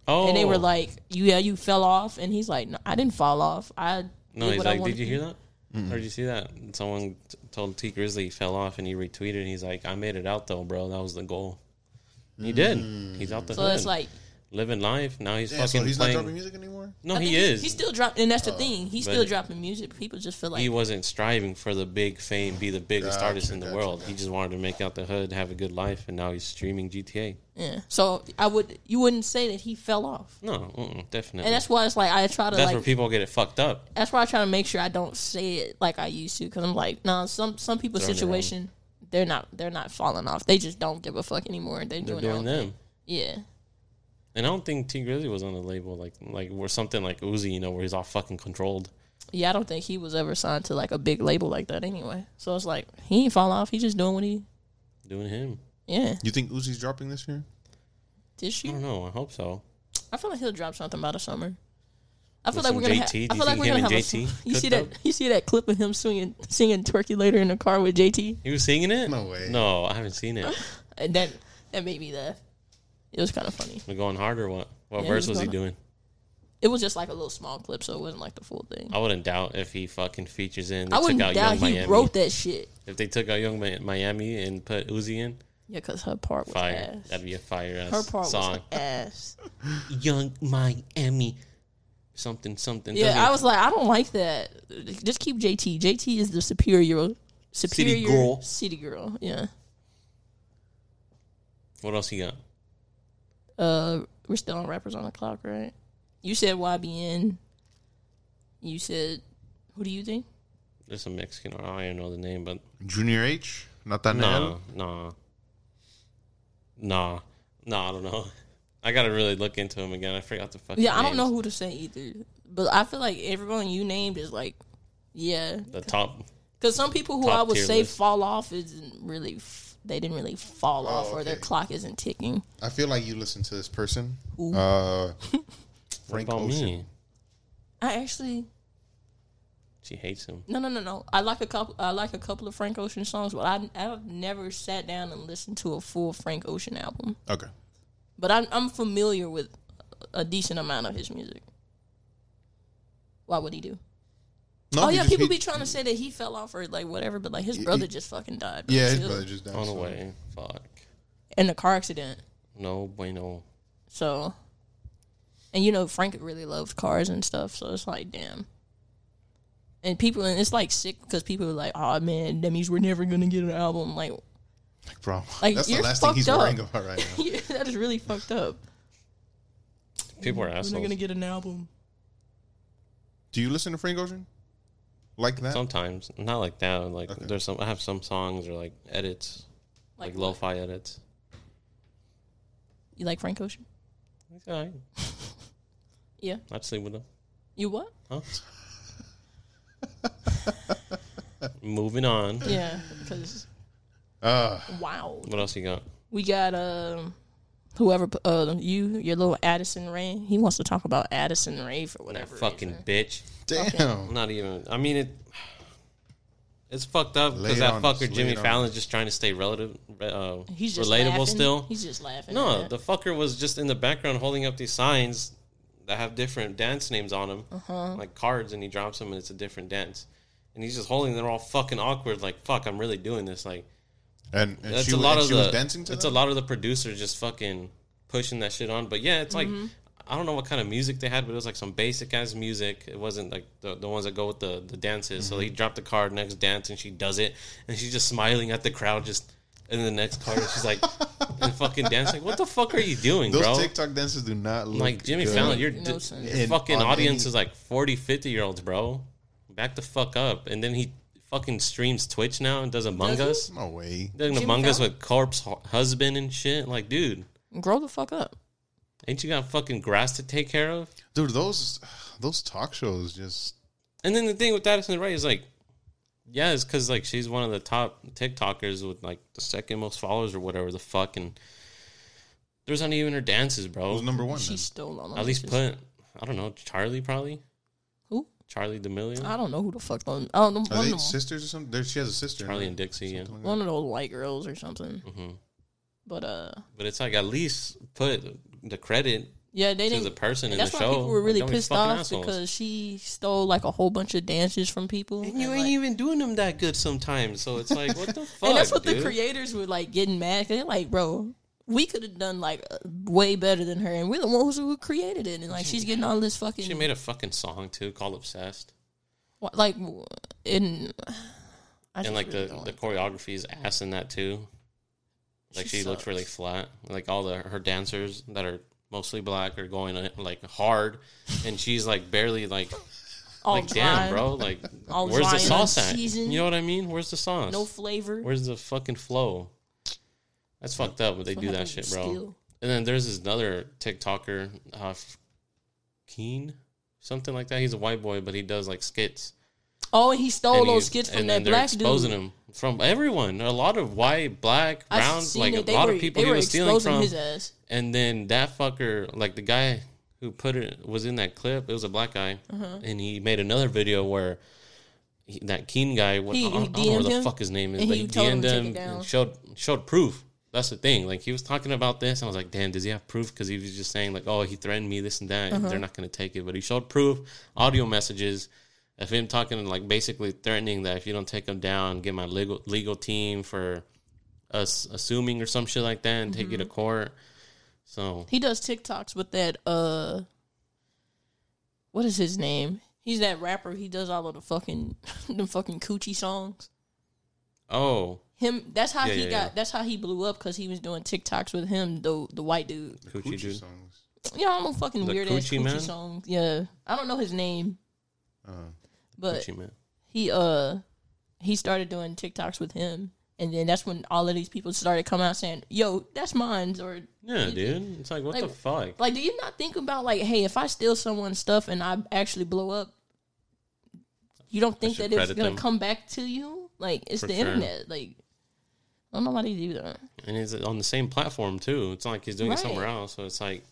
[SPEAKER 1] Oh,
[SPEAKER 4] And they were like, You yeah, you fell off and he's like, No, I didn't fall off. I
[SPEAKER 1] no,
[SPEAKER 4] did
[SPEAKER 1] he's
[SPEAKER 4] what I
[SPEAKER 1] like,
[SPEAKER 4] wanted
[SPEAKER 1] did you
[SPEAKER 4] to
[SPEAKER 1] hear
[SPEAKER 4] do."
[SPEAKER 1] that? Or did you see that? And Someone t- told T Grizzly he fell off, and he retweeted. And he's like, I made it out though, bro. That was the goal. He did. He's out the
[SPEAKER 4] So
[SPEAKER 1] hood,
[SPEAKER 4] it's like
[SPEAKER 1] living life. Now he's
[SPEAKER 2] Yeah,
[SPEAKER 1] fucking
[SPEAKER 2] so he's not
[SPEAKER 1] playing.
[SPEAKER 2] dropping music anymore?
[SPEAKER 1] no,
[SPEAKER 4] I think
[SPEAKER 1] he is. Oh,
[SPEAKER 4] He's still dropping and that's the thing. He's
[SPEAKER 1] but-
[SPEAKER 4] still dropping music. People just feel like
[SPEAKER 1] he wasn't striving for the big fame, be the biggest
[SPEAKER 2] Gotcha,
[SPEAKER 1] artist in the
[SPEAKER 2] gotcha,
[SPEAKER 1] world. He just wanted to make out the hood, have a good life, and now he's streaming GTA.
[SPEAKER 4] Yeah. eh. So I would you wouldn't say that he fell off.
[SPEAKER 1] No, mm-mm, definitely.
[SPEAKER 4] And that's why it's like I try to
[SPEAKER 1] That's
[SPEAKER 4] like
[SPEAKER 1] where people get it fucked up.
[SPEAKER 4] that's why I try to make sure I don't say it like I used to because I'm like, no, some some people's
[SPEAKER 1] They're on their own.
[SPEAKER 4] situation, they're not they're not falling off. They just don't give a fuck anymore. They're
[SPEAKER 1] They're
[SPEAKER 4] doing, their
[SPEAKER 1] doing
[SPEAKER 4] own
[SPEAKER 1] them.
[SPEAKER 4] Yeah,
[SPEAKER 1] And I don't think T Grizzly was on the label like like where something like Uzi, you know, where he's all fucking controlled.
[SPEAKER 4] yeah. I don't think he was ever signed to like a big label like that anyway. So it's like he ain't fall off. He just doing what he
[SPEAKER 1] Doing him.
[SPEAKER 4] yeah.
[SPEAKER 2] You think Uzi's dropping this year?
[SPEAKER 4] This
[SPEAKER 1] I
[SPEAKER 4] year,
[SPEAKER 1] don't know. I hope so.
[SPEAKER 4] I feel like he'll drop something by the summer. I feel
[SPEAKER 1] With
[SPEAKER 4] like
[SPEAKER 1] some
[SPEAKER 4] we're gonna. Ha- I
[SPEAKER 1] JT? Do
[SPEAKER 4] feel
[SPEAKER 1] you
[SPEAKER 4] like
[SPEAKER 1] think
[SPEAKER 4] we're
[SPEAKER 1] him
[SPEAKER 4] gonna have
[SPEAKER 1] and
[SPEAKER 4] a.
[SPEAKER 1] JT
[SPEAKER 4] song- You see
[SPEAKER 1] cooked
[SPEAKER 4] that?
[SPEAKER 1] up?
[SPEAKER 4] You see that clip of him singing singing "Turkey" later in the car with JT.
[SPEAKER 1] He was singing it?
[SPEAKER 2] No way.
[SPEAKER 1] No, I haven't seen it.
[SPEAKER 4] And that that made me laugh. It was kind of funny.
[SPEAKER 1] We're going hard or what? What
[SPEAKER 4] Yeah,
[SPEAKER 1] verse
[SPEAKER 4] he's
[SPEAKER 1] was he
[SPEAKER 4] going-
[SPEAKER 1] doing?
[SPEAKER 4] It was just like a little small clip, so it wasn't like the full thing.
[SPEAKER 1] I wouldn't doubt if he fucking features in. They
[SPEAKER 4] I wouldn't
[SPEAKER 1] took out
[SPEAKER 4] doubt
[SPEAKER 1] Young
[SPEAKER 4] he
[SPEAKER 1] Miami.
[SPEAKER 4] wrote that shit.
[SPEAKER 1] If they took out Young Mi- Miami and put Uzi in,
[SPEAKER 4] Yeah, cause her part was
[SPEAKER 1] fire.
[SPEAKER 4] ass.
[SPEAKER 1] That'd be a fire ass
[SPEAKER 4] Her part
[SPEAKER 1] song.
[SPEAKER 4] was ass.
[SPEAKER 1] Young Miami, something something.
[SPEAKER 4] Yeah,
[SPEAKER 1] doesn't-
[SPEAKER 4] I was like, I don't like that. Just keep JT. JT is the superior, superior
[SPEAKER 1] girl.
[SPEAKER 4] City girl. Yeah.
[SPEAKER 1] What else he got?
[SPEAKER 4] Uh, we're still on rappers on the clock, right? You said YBN. You said, who do you think?
[SPEAKER 1] There's some Mexican. I don't know the name, but
[SPEAKER 2] Junior H? Nathaniel?
[SPEAKER 1] nah, nah, nah, nah. I don't know. I gotta really look into him again. I forgot the fucking.
[SPEAKER 4] Yeah, I don't know
[SPEAKER 1] names.
[SPEAKER 4] who to say either, but I feel like everyone you named is like, yeah,
[SPEAKER 1] the top.
[SPEAKER 4] Because some people who
[SPEAKER 1] Top
[SPEAKER 4] I would
[SPEAKER 1] tier
[SPEAKER 4] say
[SPEAKER 1] list.
[SPEAKER 4] fall off isn't really, f- they didn't really fall off or
[SPEAKER 2] Oh,
[SPEAKER 4] their
[SPEAKER 2] okay.
[SPEAKER 4] clock isn't ticking.
[SPEAKER 2] I feel like you listen to this person. Uh, Frank
[SPEAKER 1] about
[SPEAKER 2] Ocean.
[SPEAKER 1] me?
[SPEAKER 4] I actually,
[SPEAKER 1] She hates him.
[SPEAKER 4] no, no, no, no. I like a couple. I like a couple of Frank Ocean songs, but I, I've never sat down and listened to a full Frank Ocean album.
[SPEAKER 2] Okay.
[SPEAKER 4] But I'm, I'm familiar with a decent amount of his music. Why would he do?
[SPEAKER 2] No,
[SPEAKER 4] Oh yeah,
[SPEAKER 2] because
[SPEAKER 4] people
[SPEAKER 2] he-
[SPEAKER 4] be trying to say that he fell off or like whatever, but like his brother just fucking died. bro.
[SPEAKER 2] Yeah, his
[SPEAKER 4] Chill.
[SPEAKER 2] brother just died.
[SPEAKER 1] On the
[SPEAKER 2] so-
[SPEAKER 1] way. Fuck.
[SPEAKER 4] in a car accident.
[SPEAKER 1] No bueno.
[SPEAKER 4] So, and you know, Frank really loves cars and stuff. So it's like, damn. and people and it's like sick because people are like, oh man, that means we're never gonna get an album. Like
[SPEAKER 2] Like, bro,
[SPEAKER 4] Like,
[SPEAKER 2] that's the
[SPEAKER 4] you're
[SPEAKER 2] last thing he's
[SPEAKER 4] fucked up.
[SPEAKER 2] worrying about right now.
[SPEAKER 4] that is really fucked up.
[SPEAKER 1] People are
[SPEAKER 4] We're not gonna
[SPEAKER 1] assholes.
[SPEAKER 4] get an album.
[SPEAKER 2] Do you listen to Frank Ocean? Like that?
[SPEAKER 1] Sometimes, not like that. Like
[SPEAKER 2] Okay.
[SPEAKER 1] there's some. I have some songs or like edits, like, lo-fi edits.
[SPEAKER 4] You like Frank Ocean?
[SPEAKER 1] It's all right.
[SPEAKER 4] Yeah.
[SPEAKER 1] I'd sleep with them.
[SPEAKER 4] You what?
[SPEAKER 1] Huh? Moving on.
[SPEAKER 4] Yeah. Because
[SPEAKER 2] Uh,
[SPEAKER 4] wow,
[SPEAKER 1] What else you got?
[SPEAKER 4] we got um whoever p- uh you your little Addison Ray. He wants to talk about Addison Ray for
[SPEAKER 1] That
[SPEAKER 4] whatever. eh?
[SPEAKER 1] fucking
[SPEAKER 4] reason.
[SPEAKER 1] bitch.
[SPEAKER 2] damn.
[SPEAKER 1] I'm not even. I mean it. It's fucked up
[SPEAKER 2] Lay it
[SPEAKER 1] because that
[SPEAKER 2] on us,
[SPEAKER 1] fucker
[SPEAKER 2] lay
[SPEAKER 1] Jimmy
[SPEAKER 2] it on
[SPEAKER 1] Fallon's just trying to stay relative, uh,
[SPEAKER 4] He's just
[SPEAKER 1] relatable
[SPEAKER 4] laughing.
[SPEAKER 1] still.
[SPEAKER 4] He's just laughing.
[SPEAKER 1] no,
[SPEAKER 4] at
[SPEAKER 1] the fucker was just in the background holding up these signs that have different dance names on them,
[SPEAKER 4] Uh-huh.
[SPEAKER 1] like cards, and he drops them and it's a different dance. And he's just holding. them, They're all fucking awkward. Like fuck, I'm really doing this. Like
[SPEAKER 2] And, and
[SPEAKER 1] that's
[SPEAKER 2] she,
[SPEAKER 1] a lot
[SPEAKER 2] and
[SPEAKER 1] of
[SPEAKER 2] she
[SPEAKER 1] the
[SPEAKER 2] was dancing to
[SPEAKER 1] it's a
[SPEAKER 2] that?
[SPEAKER 1] lot of the producers just fucking pushing that shit on. But yeah, it's
[SPEAKER 4] Mm-hmm.
[SPEAKER 1] like I don't know what kind of music they had, but it was like some basic ass music. It wasn't like the, the ones that go with the the dances. So
[SPEAKER 2] Mm-hmm.
[SPEAKER 1] he dropped the card next dance, and she does it, and she's just smiling at the crowd. Just in the next card, and she's like and fucking dancing. What the fuck are you doing,
[SPEAKER 2] Those
[SPEAKER 1] bro?
[SPEAKER 2] TikTok dances do not look
[SPEAKER 1] like Jimmy
[SPEAKER 2] good.
[SPEAKER 1] Fallon, your,
[SPEAKER 4] No
[SPEAKER 1] d-
[SPEAKER 4] sense.
[SPEAKER 1] your
[SPEAKER 2] In-
[SPEAKER 1] fucking
[SPEAKER 2] on
[SPEAKER 1] audience
[SPEAKER 2] any-
[SPEAKER 1] is like 40, 50 year olds, bro. Back the fuck up. And then he fucking streams Twitch now and does Among
[SPEAKER 4] Does he?
[SPEAKER 1] Us.
[SPEAKER 2] No way.
[SPEAKER 1] Then
[SPEAKER 4] Jimmy
[SPEAKER 1] Among Us
[SPEAKER 4] Fallon?
[SPEAKER 1] with Corpse hu- Husband and shit. Like, dude,
[SPEAKER 4] it. Grow the fuck up.
[SPEAKER 1] ain't you got fucking grass to take care of?
[SPEAKER 2] Dude, those those talk shows just
[SPEAKER 1] And then the thing with Addison Ray is like, yeah, it's because like she's one of the top TikTokers with like the second most followers or whatever the fuck. And there's not even her dances, bro.
[SPEAKER 2] was number one.
[SPEAKER 4] She
[SPEAKER 2] then.
[SPEAKER 4] stole on
[SPEAKER 1] At least put, I don't know, Charlie probably.
[SPEAKER 4] Who? Uh,
[SPEAKER 1] Charlie D'Amelio.
[SPEAKER 4] I don't know who the fuck. Those, I don't know.
[SPEAKER 2] Are
[SPEAKER 4] One,
[SPEAKER 2] they
[SPEAKER 4] of them, sisters?
[SPEAKER 2] sisters or something? There, she has a sister.
[SPEAKER 1] Charlie
[SPEAKER 2] right?
[SPEAKER 1] and Dixie, yeah.
[SPEAKER 2] Something like
[SPEAKER 4] one of those white girls or something.
[SPEAKER 1] Mhm.
[SPEAKER 4] But uh,
[SPEAKER 1] But it's like at least put the credit
[SPEAKER 4] yeah, they
[SPEAKER 1] to
[SPEAKER 4] didn't.
[SPEAKER 1] the person in the
[SPEAKER 4] that's why
[SPEAKER 1] show.
[SPEAKER 4] people were really
[SPEAKER 1] Don't be
[SPEAKER 4] pissed
[SPEAKER 1] fucking
[SPEAKER 4] off
[SPEAKER 1] assholes.
[SPEAKER 4] because she stole like a whole bunch of dances from people.
[SPEAKER 1] And you
[SPEAKER 4] and,
[SPEAKER 1] ain't
[SPEAKER 4] like-
[SPEAKER 1] even doing them that good sometimes. So it's like, what the fuck?
[SPEAKER 4] and that's what the
[SPEAKER 1] dude?
[SPEAKER 4] creators were like getting mad. 'cause They're like, bro, we could have done like uh, way better than her, and we're the ones who created it. And like, she's getting all this fucking
[SPEAKER 1] She made a fucking song too called Obsessed.
[SPEAKER 4] wha- like w- in. I just
[SPEAKER 1] and like
[SPEAKER 4] really
[SPEAKER 1] the,
[SPEAKER 4] don't
[SPEAKER 1] the
[SPEAKER 4] it.
[SPEAKER 1] choreography is ass in that too. Like she,
[SPEAKER 4] She
[SPEAKER 1] looks really
[SPEAKER 4] sucks.
[SPEAKER 1] flat. Like all the her dancers that are mostly black are going uh, like hard and she's like barely like
[SPEAKER 4] all
[SPEAKER 1] like
[SPEAKER 4] dry,
[SPEAKER 1] damn bro like
[SPEAKER 4] All
[SPEAKER 1] where's
[SPEAKER 4] dry
[SPEAKER 1] the
[SPEAKER 4] and
[SPEAKER 1] sauce at
[SPEAKER 4] unseasoned.
[SPEAKER 1] you know what i mean where's the sauce
[SPEAKER 4] no flavor.
[SPEAKER 1] Where's the fucking flow? That's fucked up when they
[SPEAKER 4] What
[SPEAKER 1] do that
[SPEAKER 4] happened
[SPEAKER 1] shit,
[SPEAKER 4] to
[SPEAKER 1] bro.
[SPEAKER 4] skill?
[SPEAKER 1] And then there's this another TikToker, uh, Keen, something like that. He's a white boy, but he does like skits.
[SPEAKER 4] Oh, and he stole
[SPEAKER 1] And
[SPEAKER 4] those
[SPEAKER 1] he's-
[SPEAKER 4] skits from
[SPEAKER 1] and
[SPEAKER 4] that
[SPEAKER 1] then they're
[SPEAKER 4] black dude.
[SPEAKER 1] exposing him from everyone. A lot of white, black,
[SPEAKER 4] I've
[SPEAKER 1] brown,
[SPEAKER 4] seen
[SPEAKER 1] like
[SPEAKER 4] it.
[SPEAKER 1] a
[SPEAKER 4] They
[SPEAKER 1] lot
[SPEAKER 4] were-
[SPEAKER 1] of people
[SPEAKER 4] they
[SPEAKER 1] he
[SPEAKER 4] were
[SPEAKER 1] was stealing
[SPEAKER 4] exposing
[SPEAKER 1] from.
[SPEAKER 4] His ass.
[SPEAKER 1] And then that fucker, like the guy who put it was in that clip. It was a black guy,
[SPEAKER 4] Uh-huh.
[SPEAKER 1] and he made another video where he, that Keen guy, what,
[SPEAKER 4] He-
[SPEAKER 1] I, don't, I
[SPEAKER 4] he
[SPEAKER 1] don't know
[SPEAKER 4] DM'd
[SPEAKER 1] what the
[SPEAKER 4] him,
[SPEAKER 1] fuck his name is,
[SPEAKER 4] and
[SPEAKER 1] but
[SPEAKER 4] he
[SPEAKER 1] he
[SPEAKER 4] told him
[SPEAKER 1] DM'd
[SPEAKER 4] to take
[SPEAKER 1] him,
[SPEAKER 4] it down.
[SPEAKER 1] and showed showed proof. That's the thing. Like he was talking about this, and I was like, "Damn, does he have proof?" Because he was just saying like, "Oh, he threatened me, this and that. and
[SPEAKER 4] Uh-huh.
[SPEAKER 1] they're not going to take it." But he showed proof, audio messages of him talking and like basically threatening that if you don't take him down, get my legal legal team for us assuming or some shit like that, and take you to
[SPEAKER 4] Mm-hmm.
[SPEAKER 1] court. So
[SPEAKER 4] He does TikToks with that uh what is his name? He's that rapper. He does all of the fucking the fucking coochie songs.
[SPEAKER 1] Oh,
[SPEAKER 4] Him that's how
[SPEAKER 1] Yeah,
[SPEAKER 4] he
[SPEAKER 1] yeah,
[SPEAKER 4] got
[SPEAKER 1] yeah.
[SPEAKER 4] that's how he blew up cuz he was doing TikToks with him the the white dude.
[SPEAKER 2] that. The
[SPEAKER 1] Coochie
[SPEAKER 2] Coochie
[SPEAKER 1] dude.
[SPEAKER 2] songs.
[SPEAKER 4] Yeah, I don't know fucking
[SPEAKER 1] The
[SPEAKER 4] weird ass
[SPEAKER 1] Coochie
[SPEAKER 4] coochie
[SPEAKER 1] Man?
[SPEAKER 4] songs. Yeah. I don't know his name,
[SPEAKER 2] Uh,
[SPEAKER 4] but
[SPEAKER 1] Gucci man.
[SPEAKER 4] he uh he started doing TikToks with him. And then that's when all of these people started coming out saying, "Yo, that's mine," or
[SPEAKER 1] Yeah, dude. It's like what the
[SPEAKER 4] Like-
[SPEAKER 1] fuck?
[SPEAKER 4] Like, do you not think about like, hey, if I steal someone's stuff and I actually blow up, you don't think
[SPEAKER 1] should
[SPEAKER 4] that it's
[SPEAKER 1] credit
[SPEAKER 4] gonna
[SPEAKER 1] them.
[SPEAKER 4] come back to you? Like, it's
[SPEAKER 1] For
[SPEAKER 4] the
[SPEAKER 1] sure.
[SPEAKER 4] internet. Like, I don't know why they do that.
[SPEAKER 1] And he's on the same platform too. It's not like he's doing
[SPEAKER 4] Right.
[SPEAKER 1] it somewhere else. So it's like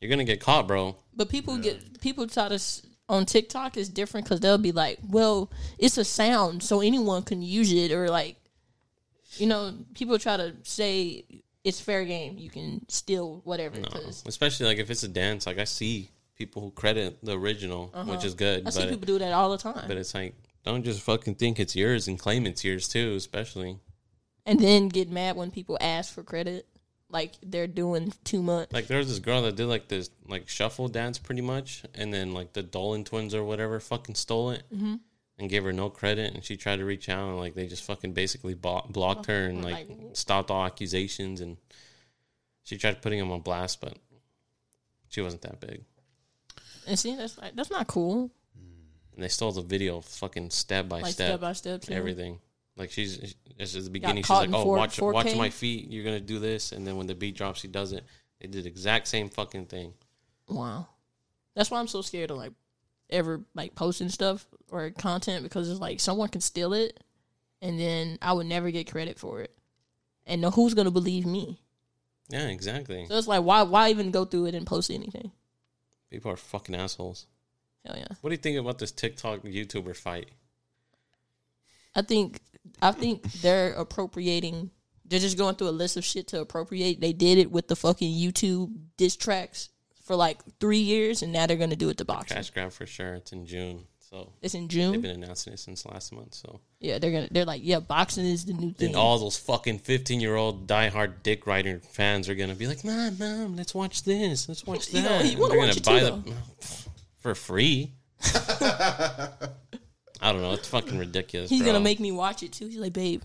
[SPEAKER 1] you're gonna get caught, bro. Uh-uh.
[SPEAKER 4] But people get people try to s- on TikTok is different because they'll be like, well, it's a sound, so anyone can use it, or like, you know, people try to say it's fair game. You can steal whatever.
[SPEAKER 1] No.
[SPEAKER 4] 'cause
[SPEAKER 1] Especially like if it's a dance. Like I see people who credit the original, which is good.
[SPEAKER 4] Uh-huh. I see
[SPEAKER 1] but
[SPEAKER 4] people do that all the time.
[SPEAKER 1] but it's like don't just fucking think it's yours and claim it's yours too. Especially
[SPEAKER 4] and then get mad when people ask for credit like they're doing too much
[SPEAKER 1] like there was this girl that did like this
[SPEAKER 4] Mm-hmm.
[SPEAKER 1] like shuffle dance pretty much, and then like the Dolan twins or whatever fucking stole it. and gave her no credit. And she tried to reach out, and like they just fucking basically blo- blocked her and like
[SPEAKER 4] Like-
[SPEAKER 1] stopped all accusations. And she tried putting him on blast, but she wasn't that big.
[SPEAKER 4] And see, that's like, that's not cool.
[SPEAKER 1] And they stole the video, fucking step by
[SPEAKER 4] Like
[SPEAKER 1] step,
[SPEAKER 4] step, by step, too.
[SPEAKER 1] everything. Like she's this is the beginning. She's
[SPEAKER 4] caught
[SPEAKER 1] like,
[SPEAKER 4] in
[SPEAKER 1] "Oh,
[SPEAKER 4] four-
[SPEAKER 1] watch,
[SPEAKER 4] 4K?
[SPEAKER 1] watch my feet. You're gonna do this." And then when the beat drops, she does it. They did the exact same fucking thing.
[SPEAKER 4] Wow. That's why I'm so scared of like ever like posting stuff or content because it's like someone can steal it and then I would never get credit for it. And no who's gonna believe me?
[SPEAKER 1] Yeah, exactly.
[SPEAKER 4] So it's like why why even go through it and post anything?
[SPEAKER 1] People are fucking assholes.
[SPEAKER 4] Hell yeah.
[SPEAKER 1] What do you think about this TikTok YouTuber fight?
[SPEAKER 4] I think I think they're appropriating they're just going through a list of shit to appropriate. They did it with the fucking YouTube diss tracks for like three years and now they're gonna do it to boxing.
[SPEAKER 1] Cash grab for sure. It's in June, so
[SPEAKER 4] It's in
[SPEAKER 1] they've
[SPEAKER 4] June.
[SPEAKER 1] been announcing it since last month. So
[SPEAKER 4] Yeah, they're gonna they're like, yeah, boxing is the new
[SPEAKER 1] then
[SPEAKER 4] thing.
[SPEAKER 1] all those fucking fifteen-year-old diehard dick rider fans are gonna be like, "Mom, mom, let's watch this. Let's watch
[SPEAKER 4] You know,
[SPEAKER 1] that."
[SPEAKER 4] you wanna
[SPEAKER 1] They're
[SPEAKER 4] watch it
[SPEAKER 1] gonna
[SPEAKER 4] too,
[SPEAKER 1] for free. I don't know. It's fucking ridiculous.
[SPEAKER 4] He's
[SPEAKER 1] bro.
[SPEAKER 4] gonna make me watch it too. He's like, babe,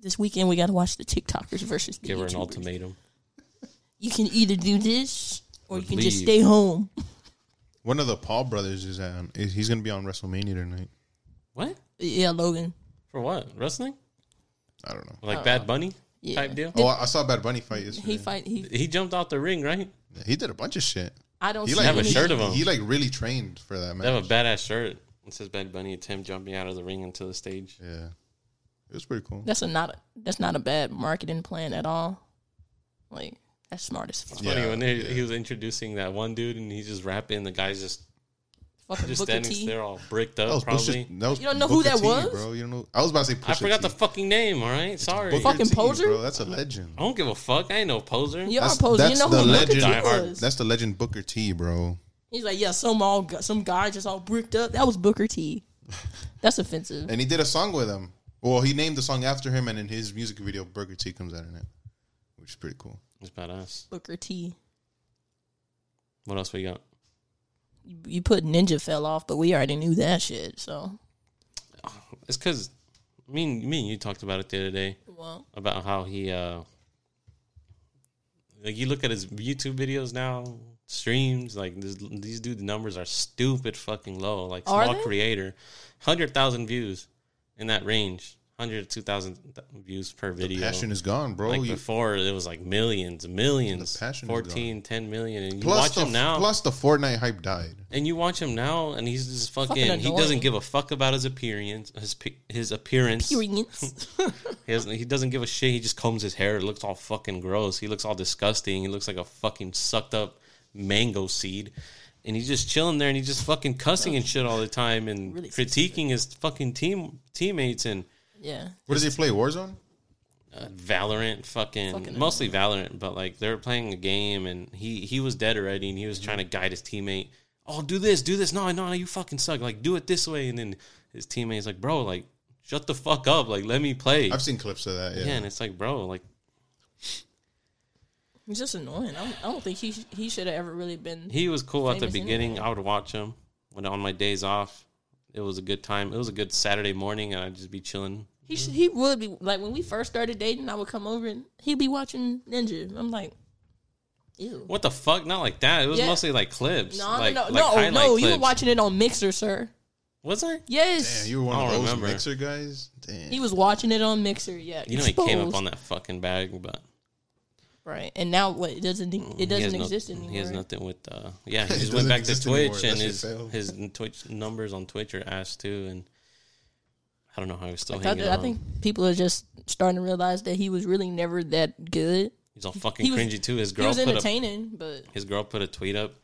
[SPEAKER 4] this weekend we gotta watch the TikTokers versus the
[SPEAKER 1] give her an
[SPEAKER 4] YouTubers.
[SPEAKER 1] ultimatum.
[SPEAKER 4] You can either do this or you can just
[SPEAKER 1] leave.
[SPEAKER 4] stay home.
[SPEAKER 2] One of the Paul brothers is on. is- He's gonna be on WrestleMania tonight.
[SPEAKER 1] What
[SPEAKER 4] Yeah, Logan.
[SPEAKER 1] for? What wrestling?
[SPEAKER 2] I don't know.
[SPEAKER 1] Like Bad Bunny
[SPEAKER 4] Uh, Yeah.
[SPEAKER 1] type deal?
[SPEAKER 2] Oh, I I saw Bad Bunny fight yesterday.
[SPEAKER 4] He fight. He.
[SPEAKER 1] He jumped out the ring, right?
[SPEAKER 2] He did a bunch of shit.
[SPEAKER 4] I don't.
[SPEAKER 2] He
[SPEAKER 4] see
[SPEAKER 2] like
[SPEAKER 1] have a
[SPEAKER 4] any-
[SPEAKER 1] shirt of him.
[SPEAKER 2] He like really trained for that
[SPEAKER 1] They have
[SPEAKER 2] match.
[SPEAKER 1] a badass shirt. It says Bad Bunny. It's him jumping out of the ring into the stage.
[SPEAKER 2] yeah, it was pretty cool.
[SPEAKER 4] That's a not. A, that's not a bad marketing plan at all. Like that's smart as fuck.
[SPEAKER 2] Yeah,
[SPEAKER 1] Funny when they,
[SPEAKER 2] yeah.
[SPEAKER 1] he was introducing that one dude and he's just rapping. The guy's just
[SPEAKER 4] Fucking
[SPEAKER 1] just
[SPEAKER 4] Booker
[SPEAKER 1] standing
[SPEAKER 4] T.
[SPEAKER 1] there all bricked up.
[SPEAKER 2] That was
[SPEAKER 1] probably
[SPEAKER 2] Pusha, that was
[SPEAKER 4] You don't know who
[SPEAKER 2] Booker
[SPEAKER 4] that
[SPEAKER 2] T,
[SPEAKER 4] was?
[SPEAKER 2] bro. You don't know. I was about to say Pusha
[SPEAKER 1] I forgot
[SPEAKER 2] T.
[SPEAKER 1] the fucking name. All right, sorry.
[SPEAKER 2] Booker
[SPEAKER 4] Fucking
[SPEAKER 2] T,
[SPEAKER 4] poser?
[SPEAKER 2] bro. That's a legend.
[SPEAKER 1] I don't give a fuck. I ain't no poser.
[SPEAKER 4] You are
[SPEAKER 2] That's-
[SPEAKER 4] posing. You
[SPEAKER 2] that's
[SPEAKER 4] know
[SPEAKER 2] the
[SPEAKER 4] who Booker T
[SPEAKER 2] legend.
[SPEAKER 4] was.
[SPEAKER 2] That's the legend Booker T, bro.
[SPEAKER 4] He's like, yeah, some all gu- some guy just all bricked up. That was Booker T. That's offensive.
[SPEAKER 2] And he did a song with him. Well, he named the song after him, and in his music video, Booker T comes out in it, which is pretty cool.
[SPEAKER 1] It's badass.
[SPEAKER 4] Booker T.
[SPEAKER 1] What else we got?
[SPEAKER 4] You, you put Ninja fell off, but we already knew that shit. So
[SPEAKER 1] It's because me, and- me and you talked about it the other day.
[SPEAKER 4] well,
[SPEAKER 1] about how he uh like you look at his YouTube videos now, streams like this, these dude numbers are stupid fucking low. Like
[SPEAKER 4] Are
[SPEAKER 1] small
[SPEAKER 4] they?
[SPEAKER 1] creator, hundred thousand views in that range, hundred two thousand views per video.
[SPEAKER 2] Passion is gone, bro.
[SPEAKER 1] like
[SPEAKER 2] You-
[SPEAKER 1] before, it was like millions, millions,
[SPEAKER 2] The passion is
[SPEAKER 1] 14, 10 million, and you
[SPEAKER 2] plus
[SPEAKER 1] watch
[SPEAKER 2] the
[SPEAKER 1] him now.
[SPEAKER 2] plus the Fortnite hype died.
[SPEAKER 1] And you watch him now, and he's just fucking.
[SPEAKER 4] Fucking
[SPEAKER 1] he
[SPEAKER 4] annoying.
[SPEAKER 1] doesn't give a fuck about his appearance. His pe- his appearance.
[SPEAKER 4] experience.
[SPEAKER 1] He doesn't, he doesn't give a shit. He just combs his hair. It looks all fucking gross. He looks all disgusting. He looks like a fucking sucked up mango seed. And he's just chilling there and he's just fucking cussing and shit all the time and
[SPEAKER 4] Really
[SPEAKER 1] critiquing his fucking team teammates and
[SPEAKER 4] yeah.
[SPEAKER 2] What does he play? Warzone?
[SPEAKER 1] uh, Valorant fucking,
[SPEAKER 4] Fucking
[SPEAKER 1] mostly Valorant, but like they were playing a game and he he was dead already and he was trying to guide his teammate. Oh, do this, do this. No, no, you fucking suck. Like do it this way and then his teammate's like, "Bro, like shut the fuck up. Like let me play."
[SPEAKER 2] I've seen clips of that. Yeah,
[SPEAKER 1] yeah, and it's like, "Bro, like
[SPEAKER 4] He's just annoying. I don't, I don't think he sh- he should have ever really been.
[SPEAKER 1] he was cool at the
[SPEAKER 4] Famous
[SPEAKER 1] beginning. I would watch him when on my days off. It was a good time. It was a good Saturday morning, and I'd just be chilling.
[SPEAKER 4] He should, he would be like when we first started dating. I would come over and he'd be watching Ninja. I'm like, ew.
[SPEAKER 1] What the fuck? Not like that. It was
[SPEAKER 4] Yeah.
[SPEAKER 1] mostly like clips.
[SPEAKER 4] No,
[SPEAKER 1] like,
[SPEAKER 4] no,
[SPEAKER 1] like
[SPEAKER 4] no, no,
[SPEAKER 1] highlight
[SPEAKER 4] no. You were
[SPEAKER 1] clips.
[SPEAKER 4] watching it on Mixer, sir.
[SPEAKER 1] Was I?
[SPEAKER 4] Yes,
[SPEAKER 2] Damn, you were one
[SPEAKER 1] I
[SPEAKER 2] of
[SPEAKER 1] don't
[SPEAKER 2] those
[SPEAKER 1] remember.
[SPEAKER 2] mixer guys. Damn.
[SPEAKER 4] he was watching it on Mixer. Yeah,
[SPEAKER 1] You know, he came up
[SPEAKER 4] exposed.
[SPEAKER 1] on that fucking bag, but
[SPEAKER 4] right. And now what? It doesn't it
[SPEAKER 1] Mm, he has
[SPEAKER 4] doesn't
[SPEAKER 1] no-
[SPEAKER 4] exist anymore.
[SPEAKER 1] He has nothing with. Uh, yeah, he just
[SPEAKER 2] doesn't
[SPEAKER 1] went back to
[SPEAKER 2] exist anymore.
[SPEAKER 1] Twitch,
[SPEAKER 2] That
[SPEAKER 1] and
[SPEAKER 2] shit
[SPEAKER 1] his
[SPEAKER 2] failed.
[SPEAKER 1] his Twitch numbers on Twitch are ass too, and I don't know how he's still
[SPEAKER 4] I,
[SPEAKER 1] hanging
[SPEAKER 4] I
[SPEAKER 1] on.
[SPEAKER 4] think people are just starting to realize that he was really never that good.
[SPEAKER 1] he's all fucking
[SPEAKER 4] he was-
[SPEAKER 1] cringy too. His
[SPEAKER 4] He
[SPEAKER 1] girl
[SPEAKER 4] was
[SPEAKER 1] put up
[SPEAKER 4] entertaining, but
[SPEAKER 1] his girl put a tweet up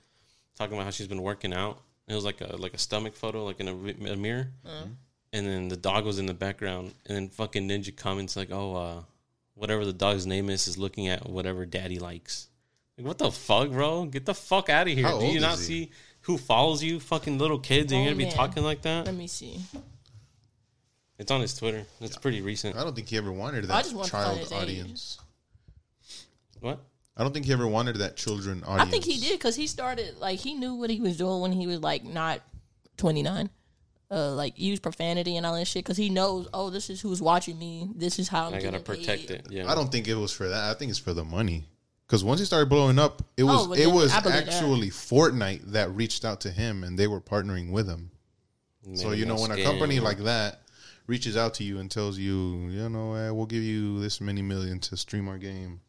[SPEAKER 1] talking about how she's been working out. It was like a like a stomach photo, like in a, re- a mirror,
[SPEAKER 2] Uh-huh.
[SPEAKER 1] and then the dog was in the background. And then fucking Ninja comments like, "Oh, uh, whatever the dog's name is, is looking at whatever Daddy likes." Like, what the fuck, bro? Get the fuck out of here!
[SPEAKER 2] How
[SPEAKER 1] Do
[SPEAKER 2] old
[SPEAKER 1] you not
[SPEAKER 2] is he?
[SPEAKER 1] see who follows you? Fucking little kids, and you're
[SPEAKER 4] Oh,
[SPEAKER 1] gonna be
[SPEAKER 4] man.
[SPEAKER 1] talking like that.
[SPEAKER 4] let me see.
[SPEAKER 1] It's on his Twitter. It's pretty recent.
[SPEAKER 2] I don't think he ever wanted
[SPEAKER 4] I
[SPEAKER 2] that
[SPEAKER 4] just want to find his
[SPEAKER 2] child
[SPEAKER 4] age.
[SPEAKER 2] audience.
[SPEAKER 1] What?
[SPEAKER 2] I don't think he ever wanted that children
[SPEAKER 4] I
[SPEAKER 2] audience.
[SPEAKER 4] think he did because he started like he knew what he was doing when he was like not twenty nine. uh, like use profanity and all that shit because he knows, oh, this is who's watching me. This is how I'm
[SPEAKER 1] I gotta
[SPEAKER 4] getting
[SPEAKER 1] protect
[SPEAKER 4] paid.
[SPEAKER 1] it. Yeah,
[SPEAKER 2] I don't think it was for that. I think it's for the money. Because once he started blowing up, it was
[SPEAKER 4] well,
[SPEAKER 2] it
[SPEAKER 4] Oh, then
[SPEAKER 2] was
[SPEAKER 4] I believe that.
[SPEAKER 2] actually Fortnite that reached out to him, and they were partnering with him. so
[SPEAKER 1] Man,
[SPEAKER 2] you know
[SPEAKER 1] that's
[SPEAKER 2] when a
[SPEAKER 1] scam.
[SPEAKER 2] company like that reaches out to you and tells you, you know, eh, we'll give you this many million to stream our game.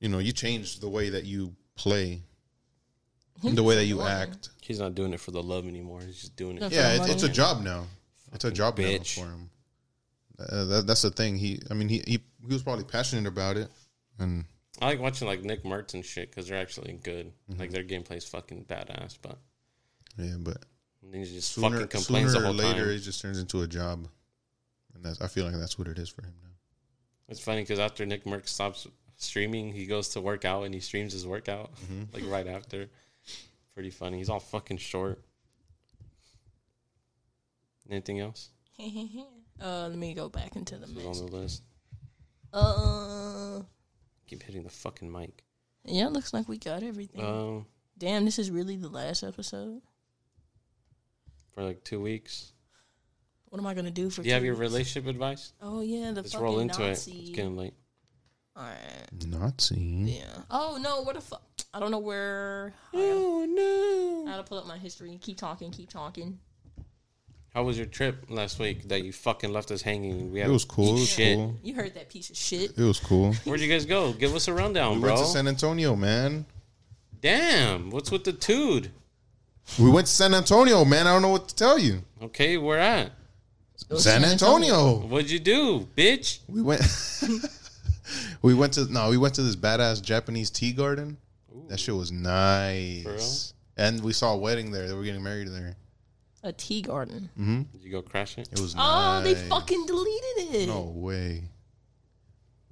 [SPEAKER 2] You know, you change the way that you play, and the way that you act.
[SPEAKER 1] he's not doing it for the love anymore. He's just doing it.
[SPEAKER 4] No, for
[SPEAKER 2] Yeah,
[SPEAKER 4] the
[SPEAKER 2] it, it's a
[SPEAKER 4] money.
[SPEAKER 2] job now. It's a job now
[SPEAKER 1] bitch.
[SPEAKER 2] for him. Uh, that, that's the thing. He, I mean, he, he he was probably passionate about it, and
[SPEAKER 1] I like watching like Nick Mertz and shit because they're actually good.
[SPEAKER 2] Mm-hmm.
[SPEAKER 1] Like their gameplay's fucking badass, but
[SPEAKER 2] yeah, but
[SPEAKER 1] then he just
[SPEAKER 2] sooner,
[SPEAKER 1] fucking complains the
[SPEAKER 2] sooner or
[SPEAKER 1] whole
[SPEAKER 2] later,
[SPEAKER 1] time.
[SPEAKER 2] it just turns into a job, and that's I feel like that's what it is for him now.
[SPEAKER 1] It's funny because after Nick Merck stops streaming, he goes to work out and he streams his workout
[SPEAKER 2] Mm-hmm.
[SPEAKER 1] like right after. Pretty funny. He's all fucking short. Anything else
[SPEAKER 4] uh, let me go back into the
[SPEAKER 1] This was
[SPEAKER 4] mess.
[SPEAKER 1] on the list?
[SPEAKER 4] Uh,
[SPEAKER 1] Keep hitting the fucking mic.
[SPEAKER 4] yeah, it looks like we got everything.
[SPEAKER 1] Um,
[SPEAKER 4] Damn, this is really the last episode.
[SPEAKER 1] for like two weeks.
[SPEAKER 4] What am I gonna do for?
[SPEAKER 1] Do you have
[SPEAKER 4] two
[SPEAKER 1] your
[SPEAKER 4] weeks?
[SPEAKER 1] relationship advice?
[SPEAKER 4] Oh yeah, the
[SPEAKER 1] Let's
[SPEAKER 4] fucking
[SPEAKER 1] roll into
[SPEAKER 4] Nazi.
[SPEAKER 1] it. It's getting late.
[SPEAKER 4] All right.
[SPEAKER 2] Nazi.
[SPEAKER 4] Yeah. Oh no, what the fuck? I don't know where.
[SPEAKER 1] Oh
[SPEAKER 4] I
[SPEAKER 1] no!
[SPEAKER 4] gotta pull up my history. Keep talking. Keep talking.
[SPEAKER 1] How was your trip last week that you fucking left us hanging? We
[SPEAKER 2] It
[SPEAKER 1] had
[SPEAKER 2] was cool. It was
[SPEAKER 1] Shit.
[SPEAKER 2] cool.
[SPEAKER 4] You heard that piece of shit.
[SPEAKER 2] It was cool.
[SPEAKER 1] Where'd you guys go? Give us a rundown,
[SPEAKER 2] We
[SPEAKER 1] bro.
[SPEAKER 2] went to San Antonio, man.
[SPEAKER 1] Damn, what's with the dude?
[SPEAKER 2] We went to San Antonio, man. I don't know what to tell you.
[SPEAKER 1] Okay, where at?
[SPEAKER 2] San Antonio.
[SPEAKER 1] What'd you do, bitch?
[SPEAKER 2] We went. we went to no. We went to this badass Japanese tea garden. That shit was
[SPEAKER 1] For
[SPEAKER 2] nice.
[SPEAKER 1] real?
[SPEAKER 2] And we saw a wedding there. They were getting married there.
[SPEAKER 4] A tea garden.
[SPEAKER 1] Did you go crash it?
[SPEAKER 2] It was.
[SPEAKER 4] Oh, they
[SPEAKER 2] nice.
[SPEAKER 4] fucking deleted it.
[SPEAKER 2] No way.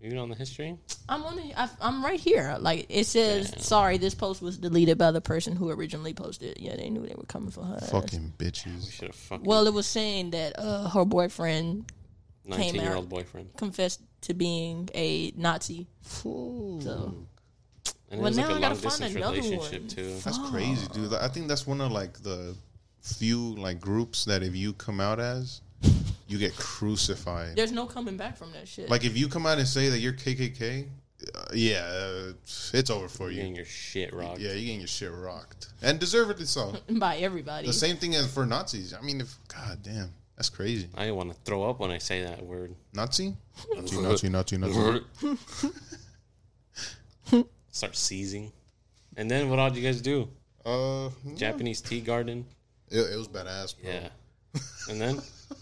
[SPEAKER 1] You on the history?
[SPEAKER 4] I'm on. The, I, I'm right here. Like it says, sorry, this post was deleted by the person who originally posted. it." Yeah, they knew they were coming for her. ass.
[SPEAKER 2] Fucking bitches.
[SPEAKER 1] Should have fucking
[SPEAKER 4] Well, it was saying that uh, her boyfriend
[SPEAKER 1] nineteen year old
[SPEAKER 4] out.
[SPEAKER 1] boyfriend.
[SPEAKER 4] confessed to being a Nazi.
[SPEAKER 2] Fool.
[SPEAKER 4] So
[SPEAKER 1] And
[SPEAKER 4] Well,
[SPEAKER 1] it was like
[SPEAKER 4] now
[SPEAKER 1] a
[SPEAKER 4] I gotta
[SPEAKER 1] long distance
[SPEAKER 4] find another
[SPEAKER 1] relationship
[SPEAKER 4] one.
[SPEAKER 1] too.
[SPEAKER 2] That's crazy, dude. I think that's one of like the few like groups that if you come out as, you get crucified.
[SPEAKER 4] there's no coming back from that shit.
[SPEAKER 2] Like if you come out and say that you're KKK, uh, yeah, uh, it's over for
[SPEAKER 1] You
[SPEAKER 2] you.
[SPEAKER 1] and your shit rock.
[SPEAKER 2] Yeah, you're getting your shit rocked, and deservedly so.
[SPEAKER 4] by everybody.
[SPEAKER 2] the same thing as for Nazis. I mean, if God damn, that's crazy.
[SPEAKER 1] I want to throw up when I say that word.
[SPEAKER 2] Nazi, Nazi, Nazi, Nazi, Nazi.
[SPEAKER 1] Start seizing. And then what all did you guys do?
[SPEAKER 2] Uh, it,
[SPEAKER 1] Japanese tea garden.
[SPEAKER 2] it was badass, bro.
[SPEAKER 1] Yeah. And then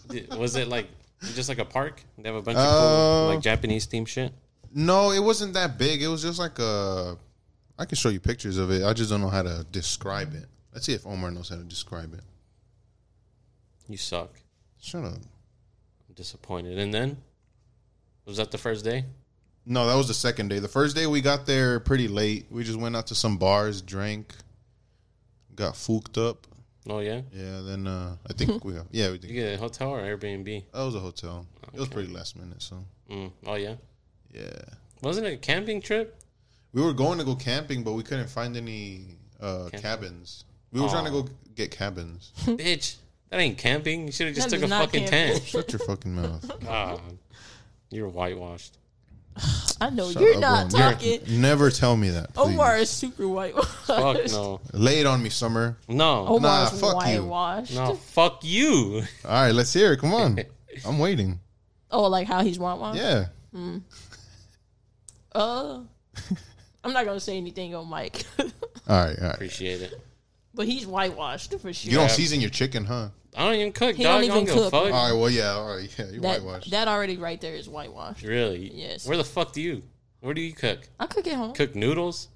[SPEAKER 1] Did- was it like just like a park? They have a bunch of
[SPEAKER 2] Uh,
[SPEAKER 1] cool, like Japanese themed shit.
[SPEAKER 2] No, it wasn't that big. It was just like a. I can show you pictures of it. I just don't know how to describe it. Let's see if Omar knows how to describe it.
[SPEAKER 1] You suck.
[SPEAKER 2] Shut up.
[SPEAKER 1] I'm disappointed. And then was that the first day?
[SPEAKER 2] No, that was the second day. The first day we got there pretty late. We just went out to some bars, drank, got fooked up.
[SPEAKER 1] Oh yeah.
[SPEAKER 2] Yeah, then uh I think we got yeah we
[SPEAKER 1] You
[SPEAKER 2] did.
[SPEAKER 1] get a hotel or Airbnb?
[SPEAKER 2] That was a hotel. It was pretty last minute, so
[SPEAKER 1] Mm. Oh yeah.
[SPEAKER 2] yeah.
[SPEAKER 1] Wasn't it a camping trip?
[SPEAKER 2] We were going to go camping, but we couldn't find any uh cabins. We were trying to
[SPEAKER 1] Aw.
[SPEAKER 2] go
[SPEAKER 4] Oh.
[SPEAKER 2] get cabins.
[SPEAKER 1] Bitch, that ain't camping. You should have just
[SPEAKER 4] Hmm. That
[SPEAKER 1] took
[SPEAKER 4] is
[SPEAKER 1] a
[SPEAKER 4] not
[SPEAKER 1] fucking
[SPEAKER 4] camping.
[SPEAKER 1] tent.
[SPEAKER 2] Shut your fucking mouth.
[SPEAKER 1] God, you're whitewashed.
[SPEAKER 4] I know
[SPEAKER 2] Shut
[SPEAKER 4] you're
[SPEAKER 2] up,
[SPEAKER 4] not
[SPEAKER 2] Omar.
[SPEAKER 4] talking. Oh,
[SPEAKER 2] Never tell me that. Please.
[SPEAKER 4] Omar is super white.
[SPEAKER 1] Fuck no,
[SPEAKER 2] Lay it on me, Summer.
[SPEAKER 1] no,
[SPEAKER 4] Omar's
[SPEAKER 2] Nah, fuck you.
[SPEAKER 4] whitewashed.
[SPEAKER 1] no. Fuck you.
[SPEAKER 2] All right, let's hear it. Come on. I'm waiting.
[SPEAKER 4] Oh, like how he's whitewashed.
[SPEAKER 2] Yeah.
[SPEAKER 4] Uh, I'm not gonna say anything on Mike,
[SPEAKER 2] All right, all right.
[SPEAKER 1] Appreciate it.
[SPEAKER 4] but he's whitewashed for sure.
[SPEAKER 2] You don't season your chicken, huh?
[SPEAKER 1] I don't even cook.
[SPEAKER 4] He
[SPEAKER 1] dog.
[SPEAKER 4] don't
[SPEAKER 1] I don't
[SPEAKER 4] even
[SPEAKER 1] give a
[SPEAKER 4] cook.
[SPEAKER 1] fuck.
[SPEAKER 2] All right, well, yeah, all right, yeah, you
[SPEAKER 4] that
[SPEAKER 2] whitewashed.
[SPEAKER 4] that already right there is whitewashed.
[SPEAKER 1] Really?
[SPEAKER 4] Yes.
[SPEAKER 1] Where the fuck do you? Where do you cook?
[SPEAKER 4] I cook at home.
[SPEAKER 1] Cook noodles?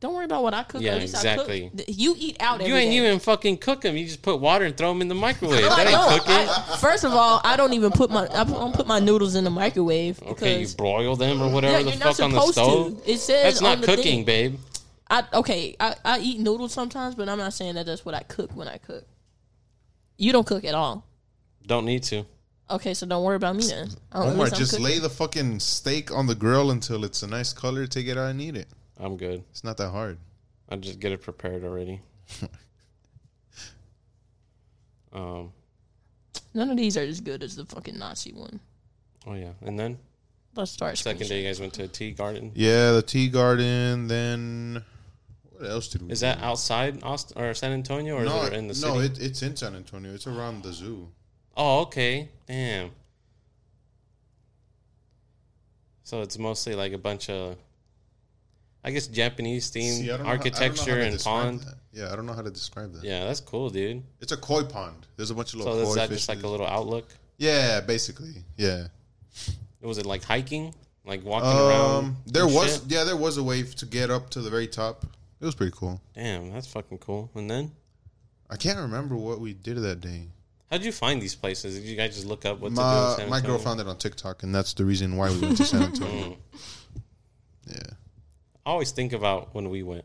[SPEAKER 4] Don't worry about what I cook.
[SPEAKER 1] Yeah,
[SPEAKER 4] at least I
[SPEAKER 1] exactly.
[SPEAKER 4] cook. Th- You eat out.
[SPEAKER 1] You
[SPEAKER 4] every
[SPEAKER 1] ain't
[SPEAKER 4] day.
[SPEAKER 1] even fucking cook them. You just put water and throw them in the microwave.
[SPEAKER 4] Oh, I
[SPEAKER 1] that ain't
[SPEAKER 4] don't.
[SPEAKER 1] cooking.
[SPEAKER 4] I- first of all, I don't even put my I don't put my noodles in the microwave because
[SPEAKER 1] okay, you broil them or whatever
[SPEAKER 4] yeah,
[SPEAKER 1] the
[SPEAKER 4] you're not
[SPEAKER 1] fuck on the
[SPEAKER 4] supposed
[SPEAKER 1] stove.
[SPEAKER 4] to. It says
[SPEAKER 1] That's not
[SPEAKER 4] on the
[SPEAKER 1] cooking,
[SPEAKER 4] thing.
[SPEAKER 1] babe.
[SPEAKER 4] I okay. I, I eat noodles sometimes, but I'm not saying that that's what I cook when I cook. You don't cook at all.
[SPEAKER 1] Don't need to.
[SPEAKER 4] Okay, so don't worry about me then. Oh, at
[SPEAKER 2] Omar,
[SPEAKER 4] least I'm
[SPEAKER 2] just
[SPEAKER 4] cooking.
[SPEAKER 2] lay the fucking steak on the grill until it's a nice color. Take it out and eat it.
[SPEAKER 1] I'm good.
[SPEAKER 2] It's not that hard.
[SPEAKER 1] I just get it prepared already. Um,
[SPEAKER 4] None of these are as good as the fucking Nazi one.
[SPEAKER 1] oh yeah, and then
[SPEAKER 4] Let's start.
[SPEAKER 1] second
[SPEAKER 4] screenshot.
[SPEAKER 1] day you guys went to a tea garden.
[SPEAKER 2] Yeah, the tea garden. Then what else did we?
[SPEAKER 1] Is that outside Austin or San Antonio or
[SPEAKER 2] no?
[SPEAKER 1] is it in the city?
[SPEAKER 2] no, it, it's in San Antonio. It's around the zoo.
[SPEAKER 1] Oh, okay. Damn. So it's mostly like a bunch of, I guess, Japanese
[SPEAKER 2] See, I
[SPEAKER 1] themed
[SPEAKER 2] don't know how- I don't know how
[SPEAKER 1] architecture
[SPEAKER 2] to
[SPEAKER 1] and
[SPEAKER 2] describe
[SPEAKER 1] pond.
[SPEAKER 2] that. Yeah, I don't know how to describe that.
[SPEAKER 1] Yeah, that's cool, dude.
[SPEAKER 2] It's a koi pond. There's a bunch of
[SPEAKER 1] So
[SPEAKER 2] little
[SPEAKER 1] is
[SPEAKER 2] koi
[SPEAKER 1] that
[SPEAKER 2] fish.
[SPEAKER 1] just like a little outlook?
[SPEAKER 2] yeah, basically. Yeah.
[SPEAKER 1] Was it like hiking, like walking
[SPEAKER 2] Um,
[SPEAKER 1] around?
[SPEAKER 2] there
[SPEAKER 1] and
[SPEAKER 2] was
[SPEAKER 1] shit?
[SPEAKER 2] yeah, there was a way f- to get up to the very top. It was pretty cool.
[SPEAKER 1] Damn, that's fucking cool. And then,
[SPEAKER 2] I can't remember what we did that day.
[SPEAKER 1] how would you find these places? Did you guys just look up what to do? In
[SPEAKER 2] my
[SPEAKER 1] San
[SPEAKER 2] my girl
[SPEAKER 1] Antonio?
[SPEAKER 2] found it on TikTok, and that's the reason why we went to San
[SPEAKER 1] Mm.
[SPEAKER 2] Antonio. yeah.
[SPEAKER 1] I always think about when we went.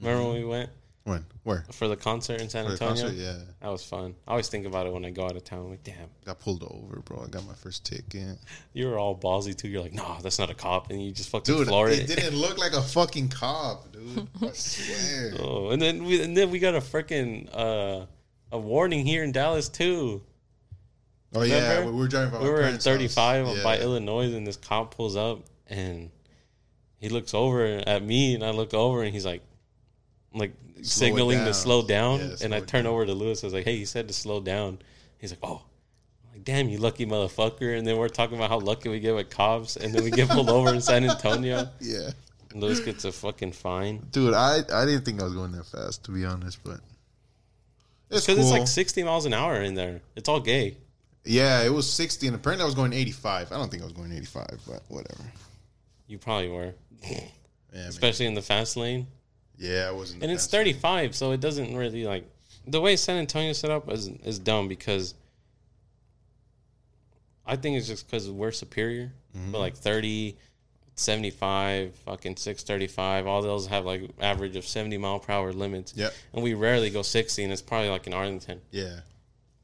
[SPEAKER 1] Remember when we went
[SPEAKER 2] When? Where?
[SPEAKER 1] for the concert in San
[SPEAKER 2] Mm-hmm. For the
[SPEAKER 1] Antonio?
[SPEAKER 2] concert? Yeah.
[SPEAKER 1] That was fun. I always think about it when I go out of town. Like, damn,
[SPEAKER 2] Got pulled over, bro. I got my first ticket.
[SPEAKER 1] you were all ballsy too. You're like, no, that's not a cop, and you just fucking
[SPEAKER 2] Dude,
[SPEAKER 1] floored
[SPEAKER 2] it
[SPEAKER 1] it.
[SPEAKER 2] didn't look like a fucking cop, dude. I swear.
[SPEAKER 1] oh, and then we and then we got a freaking uh, a warning here in Dallas too.
[SPEAKER 2] Oh yeah,
[SPEAKER 1] Remember?
[SPEAKER 2] we were driving by
[SPEAKER 1] we
[SPEAKER 2] my
[SPEAKER 1] were in
[SPEAKER 2] parents' house.
[SPEAKER 1] 35
[SPEAKER 2] Yeah.
[SPEAKER 1] by Illinois, and this cop pulls up and he looks over at me, and I look over, and he's like, like
[SPEAKER 2] Slow it
[SPEAKER 1] signaling
[SPEAKER 2] down.
[SPEAKER 1] to slow down.
[SPEAKER 2] Yeah,
[SPEAKER 1] and
[SPEAKER 2] slow
[SPEAKER 1] I
[SPEAKER 2] it
[SPEAKER 1] turn over to Lewis. I was like, hey, he said to slow down. He's like, oh. I'm Like, damn, you lucky motherfucker. And then we're talking about how lucky we get with cops. And then we get pulled over in San Antonio.
[SPEAKER 2] Yeah.
[SPEAKER 1] And Lewis gets a fucking fine.
[SPEAKER 2] Dude, I, I didn't think I was going that fast to be honest, but
[SPEAKER 1] Because
[SPEAKER 2] it's cool.
[SPEAKER 1] it's like 60 miles an hour in there. It's all gay.
[SPEAKER 2] yeah, it was sixty, and apparently I was going eighty-five. I don't think I was going eighty-five, but whatever.
[SPEAKER 1] You probably were.
[SPEAKER 2] Yeah, man.
[SPEAKER 1] Especially in the fast lane.
[SPEAKER 2] yeah, I wasn't.
[SPEAKER 1] and it's
[SPEAKER 2] fast.
[SPEAKER 1] 35 so it doesn't really like the way san antonio set up is is dumb because i think it's just because we're superior
[SPEAKER 2] Mm-hmm.
[SPEAKER 1] but like 30 75 fucking 635 all those have like average of 70 mile per hour limits
[SPEAKER 2] Yep.
[SPEAKER 1] and we rarely go 60 and it's probably like in arlington
[SPEAKER 2] Yeah,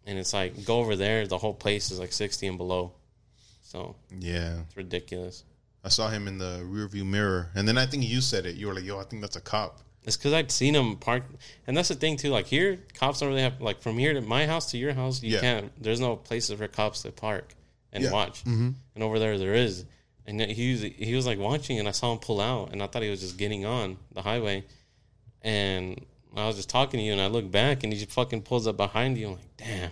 [SPEAKER 1] and it's like go over there the whole place is like 60 and below so
[SPEAKER 2] yeah.
[SPEAKER 1] it's ridiculous
[SPEAKER 2] I saw him in the rearview mirror, and then I think you said it. You were like, "Yo, I think that's a cop."
[SPEAKER 1] It's because I've seen them park, and that's the thing too. Like here, cops don't really have like from here to my house to your house. You
[SPEAKER 2] Yeah.
[SPEAKER 1] can't. There's no places for cops to park and
[SPEAKER 2] Yeah. Mm-hmm.
[SPEAKER 1] watch. And over there, there is. And then he was he was like watching, and I saw him pull out, and I thought he was just getting on the highway. And I was just talking to you, and I look back, and he just fucking pulls up behind you. I'm like, damn.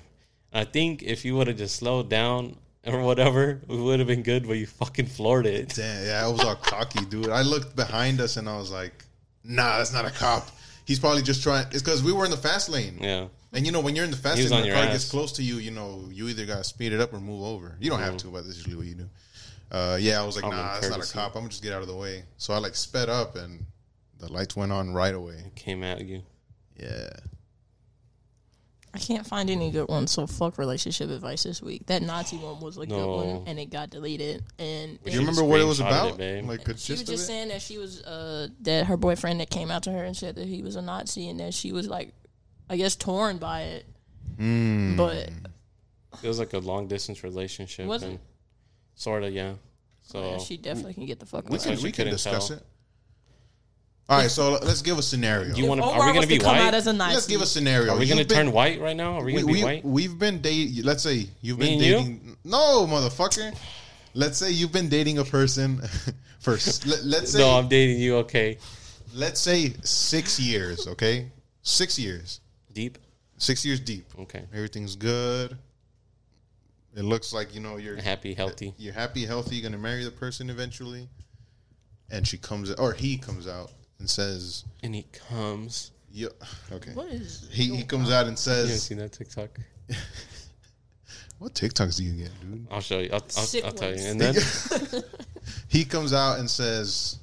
[SPEAKER 1] I think if you would have just slowed down or whatever, we would have been good. But you fucking floored it.
[SPEAKER 2] Damn, yeah, I was all cocky, dude. I looked behind us, and I was like, "Nah, that's not a cop. He's probably just trying." It's because we were in the fast lane.
[SPEAKER 1] Yeah.
[SPEAKER 2] And you know, when you're in the fast
[SPEAKER 1] He was
[SPEAKER 2] lane,
[SPEAKER 1] on
[SPEAKER 2] the
[SPEAKER 1] your
[SPEAKER 2] car
[SPEAKER 1] ass.
[SPEAKER 2] gets close to you, you know, you either gotta speed it up or move over. You don't have to, but that's usually what you do. Uh, yeah, I was like,
[SPEAKER 1] Common
[SPEAKER 2] nah, that's not a
[SPEAKER 1] courtesy.
[SPEAKER 2] cop. I'm gonna just get out of the way. So I like sped up and the lights went on right away.
[SPEAKER 1] Came at you.
[SPEAKER 2] Yeah.
[SPEAKER 4] I can't find any good ones, so fuck relationship advice this week. That Nazi one was a good
[SPEAKER 1] No.
[SPEAKER 4] one, and it got deleted. And
[SPEAKER 2] Do
[SPEAKER 4] it-
[SPEAKER 2] you remember what it was
[SPEAKER 1] screenshotted it,
[SPEAKER 2] about?
[SPEAKER 1] babe.
[SPEAKER 2] like, could
[SPEAKER 4] she was just
[SPEAKER 2] it?
[SPEAKER 4] saying that she was uh that her boyfriend that came out to her and said that he was a Nazi, and that she was like, I guess torn by it.
[SPEAKER 2] Hmm.
[SPEAKER 4] But
[SPEAKER 1] It was like a long distance relationship.
[SPEAKER 4] Was
[SPEAKER 1] and
[SPEAKER 4] it?
[SPEAKER 1] Sort of, yeah. So
[SPEAKER 4] yeah, she definitely can get the fuck.
[SPEAKER 2] we
[SPEAKER 4] out.
[SPEAKER 1] I
[SPEAKER 2] can, we
[SPEAKER 1] actually
[SPEAKER 2] can
[SPEAKER 1] couldn't
[SPEAKER 2] discuss
[SPEAKER 1] tell.
[SPEAKER 2] it. All right, so let's give a scenario.
[SPEAKER 1] Do you want to?
[SPEAKER 4] If
[SPEAKER 1] Are we
[SPEAKER 4] Omar
[SPEAKER 1] going
[SPEAKER 4] was
[SPEAKER 1] to be
[SPEAKER 4] come out
[SPEAKER 1] white?
[SPEAKER 4] as a Nazi,
[SPEAKER 2] let's give a scenario.
[SPEAKER 1] Are we going to
[SPEAKER 2] You've been-
[SPEAKER 1] turn white right now? Are we going to
[SPEAKER 2] we,
[SPEAKER 1] be
[SPEAKER 2] we,
[SPEAKER 1] white?
[SPEAKER 2] We've been dating. Let's say you've
[SPEAKER 1] Me
[SPEAKER 2] been
[SPEAKER 1] and you?
[SPEAKER 2] dating. No, motherfucker. Let's say you've been dating a person first. Let, let's say
[SPEAKER 1] No, I'm dating you. Okay,
[SPEAKER 2] let's say six years. Okay, six years.
[SPEAKER 1] deep.
[SPEAKER 2] Six years deep.
[SPEAKER 1] Okay,
[SPEAKER 2] Everything's good. It looks like you know you're
[SPEAKER 1] happy, healthy.
[SPEAKER 2] you're happy, healthy. You're gonna marry the person eventually, and she comes or he comes out and says,
[SPEAKER 1] And he comes.
[SPEAKER 2] "Yo, okay."
[SPEAKER 4] What is?
[SPEAKER 2] He, he comes out and
[SPEAKER 1] You haven't
[SPEAKER 2] says,
[SPEAKER 1] seen that TikTok?
[SPEAKER 2] "What TikToks do you get, dude?"
[SPEAKER 1] I'll show you. I'll, I'll,
[SPEAKER 4] Sick
[SPEAKER 1] I'll tell you.
[SPEAKER 4] ones.
[SPEAKER 1] And then
[SPEAKER 2] he comes out and says,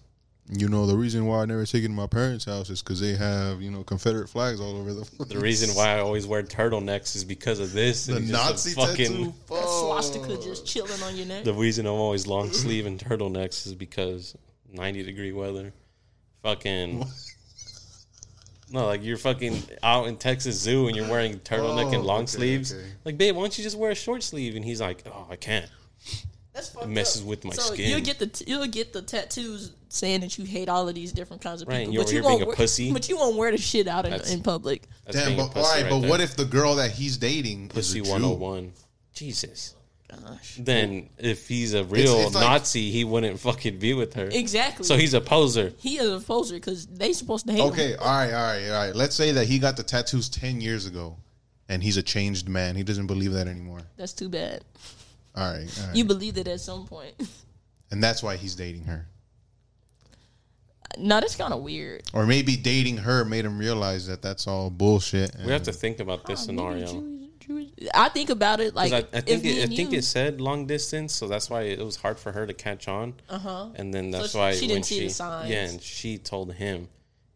[SPEAKER 2] "You know, the reason why I never take it to my parents' house is because they have you know Confederate flags all over the
[SPEAKER 1] the reason why I always wear turtlenecks is because of this.
[SPEAKER 2] the
[SPEAKER 1] and just
[SPEAKER 2] Nazi tattoo.
[SPEAKER 4] That
[SPEAKER 2] Fuck.
[SPEAKER 4] swastika just chilling on your neck.
[SPEAKER 1] The reason I'm always long sleeve and turtlenecks is because 90 degree weather. Fucking. No, like you're fucking out in Texas Zoo and you're wearing turtleneck
[SPEAKER 2] Oh,
[SPEAKER 1] and long
[SPEAKER 2] okay,
[SPEAKER 1] sleeves.
[SPEAKER 2] okay.
[SPEAKER 1] Like, babe, why don't you just wear a short sleeve? And he's like, oh, I can't.
[SPEAKER 4] That's fucked
[SPEAKER 1] messes
[SPEAKER 4] up.
[SPEAKER 1] with my
[SPEAKER 4] so
[SPEAKER 1] skin.
[SPEAKER 4] You'll get the you'll get the tattoos saying that you hate all of these different kinds of
[SPEAKER 1] Right,
[SPEAKER 4] people,
[SPEAKER 1] you're-
[SPEAKER 4] but you
[SPEAKER 1] you're
[SPEAKER 4] won't
[SPEAKER 1] being a
[SPEAKER 4] wear-
[SPEAKER 1] pussy.
[SPEAKER 4] But you won't wear the shit out in,
[SPEAKER 1] That's-
[SPEAKER 4] in public.
[SPEAKER 1] That's
[SPEAKER 2] Damn,
[SPEAKER 1] being a
[SPEAKER 2] but
[SPEAKER 1] pussy
[SPEAKER 2] why?
[SPEAKER 1] right
[SPEAKER 2] but
[SPEAKER 1] there.
[SPEAKER 2] what if the girl that he's dating
[SPEAKER 1] pussy
[SPEAKER 2] is a Jew?
[SPEAKER 1] 101? Jesus.
[SPEAKER 4] Gosh.
[SPEAKER 1] Then if he's a real
[SPEAKER 2] it's like-
[SPEAKER 1] Nazi, he wouldn't fucking be with her.
[SPEAKER 4] Exactly.
[SPEAKER 1] So he's a poser.
[SPEAKER 4] He is a poser because they supposed to hate him.
[SPEAKER 2] Okay, all right, all right, all right. Let's say that he got the tattoos ten years ago, and he's a changed man. He doesn't believe that anymore.
[SPEAKER 4] That's too bad.
[SPEAKER 2] All right, all right.
[SPEAKER 4] You believed it at some point.
[SPEAKER 2] and that's why he's dating her.
[SPEAKER 4] no, that's kind of weird.
[SPEAKER 2] Or maybe dating her made him realize that that's all bullshit.
[SPEAKER 1] We have to think about this
[SPEAKER 4] Oh,
[SPEAKER 1] scenario.
[SPEAKER 4] nigga, Jewish- Jewish- I think about it like
[SPEAKER 1] 'Cause I, I think
[SPEAKER 4] if me
[SPEAKER 1] it,
[SPEAKER 4] and
[SPEAKER 1] I think
[SPEAKER 4] you,
[SPEAKER 1] it said long distance, so that's why it was hard for her to catch on. Uh huh. And then that's
[SPEAKER 4] she-
[SPEAKER 1] why
[SPEAKER 4] Uh-huh. she didn't
[SPEAKER 1] when
[SPEAKER 4] see
[SPEAKER 1] she
[SPEAKER 4] the signs.
[SPEAKER 1] yeah, and she told him,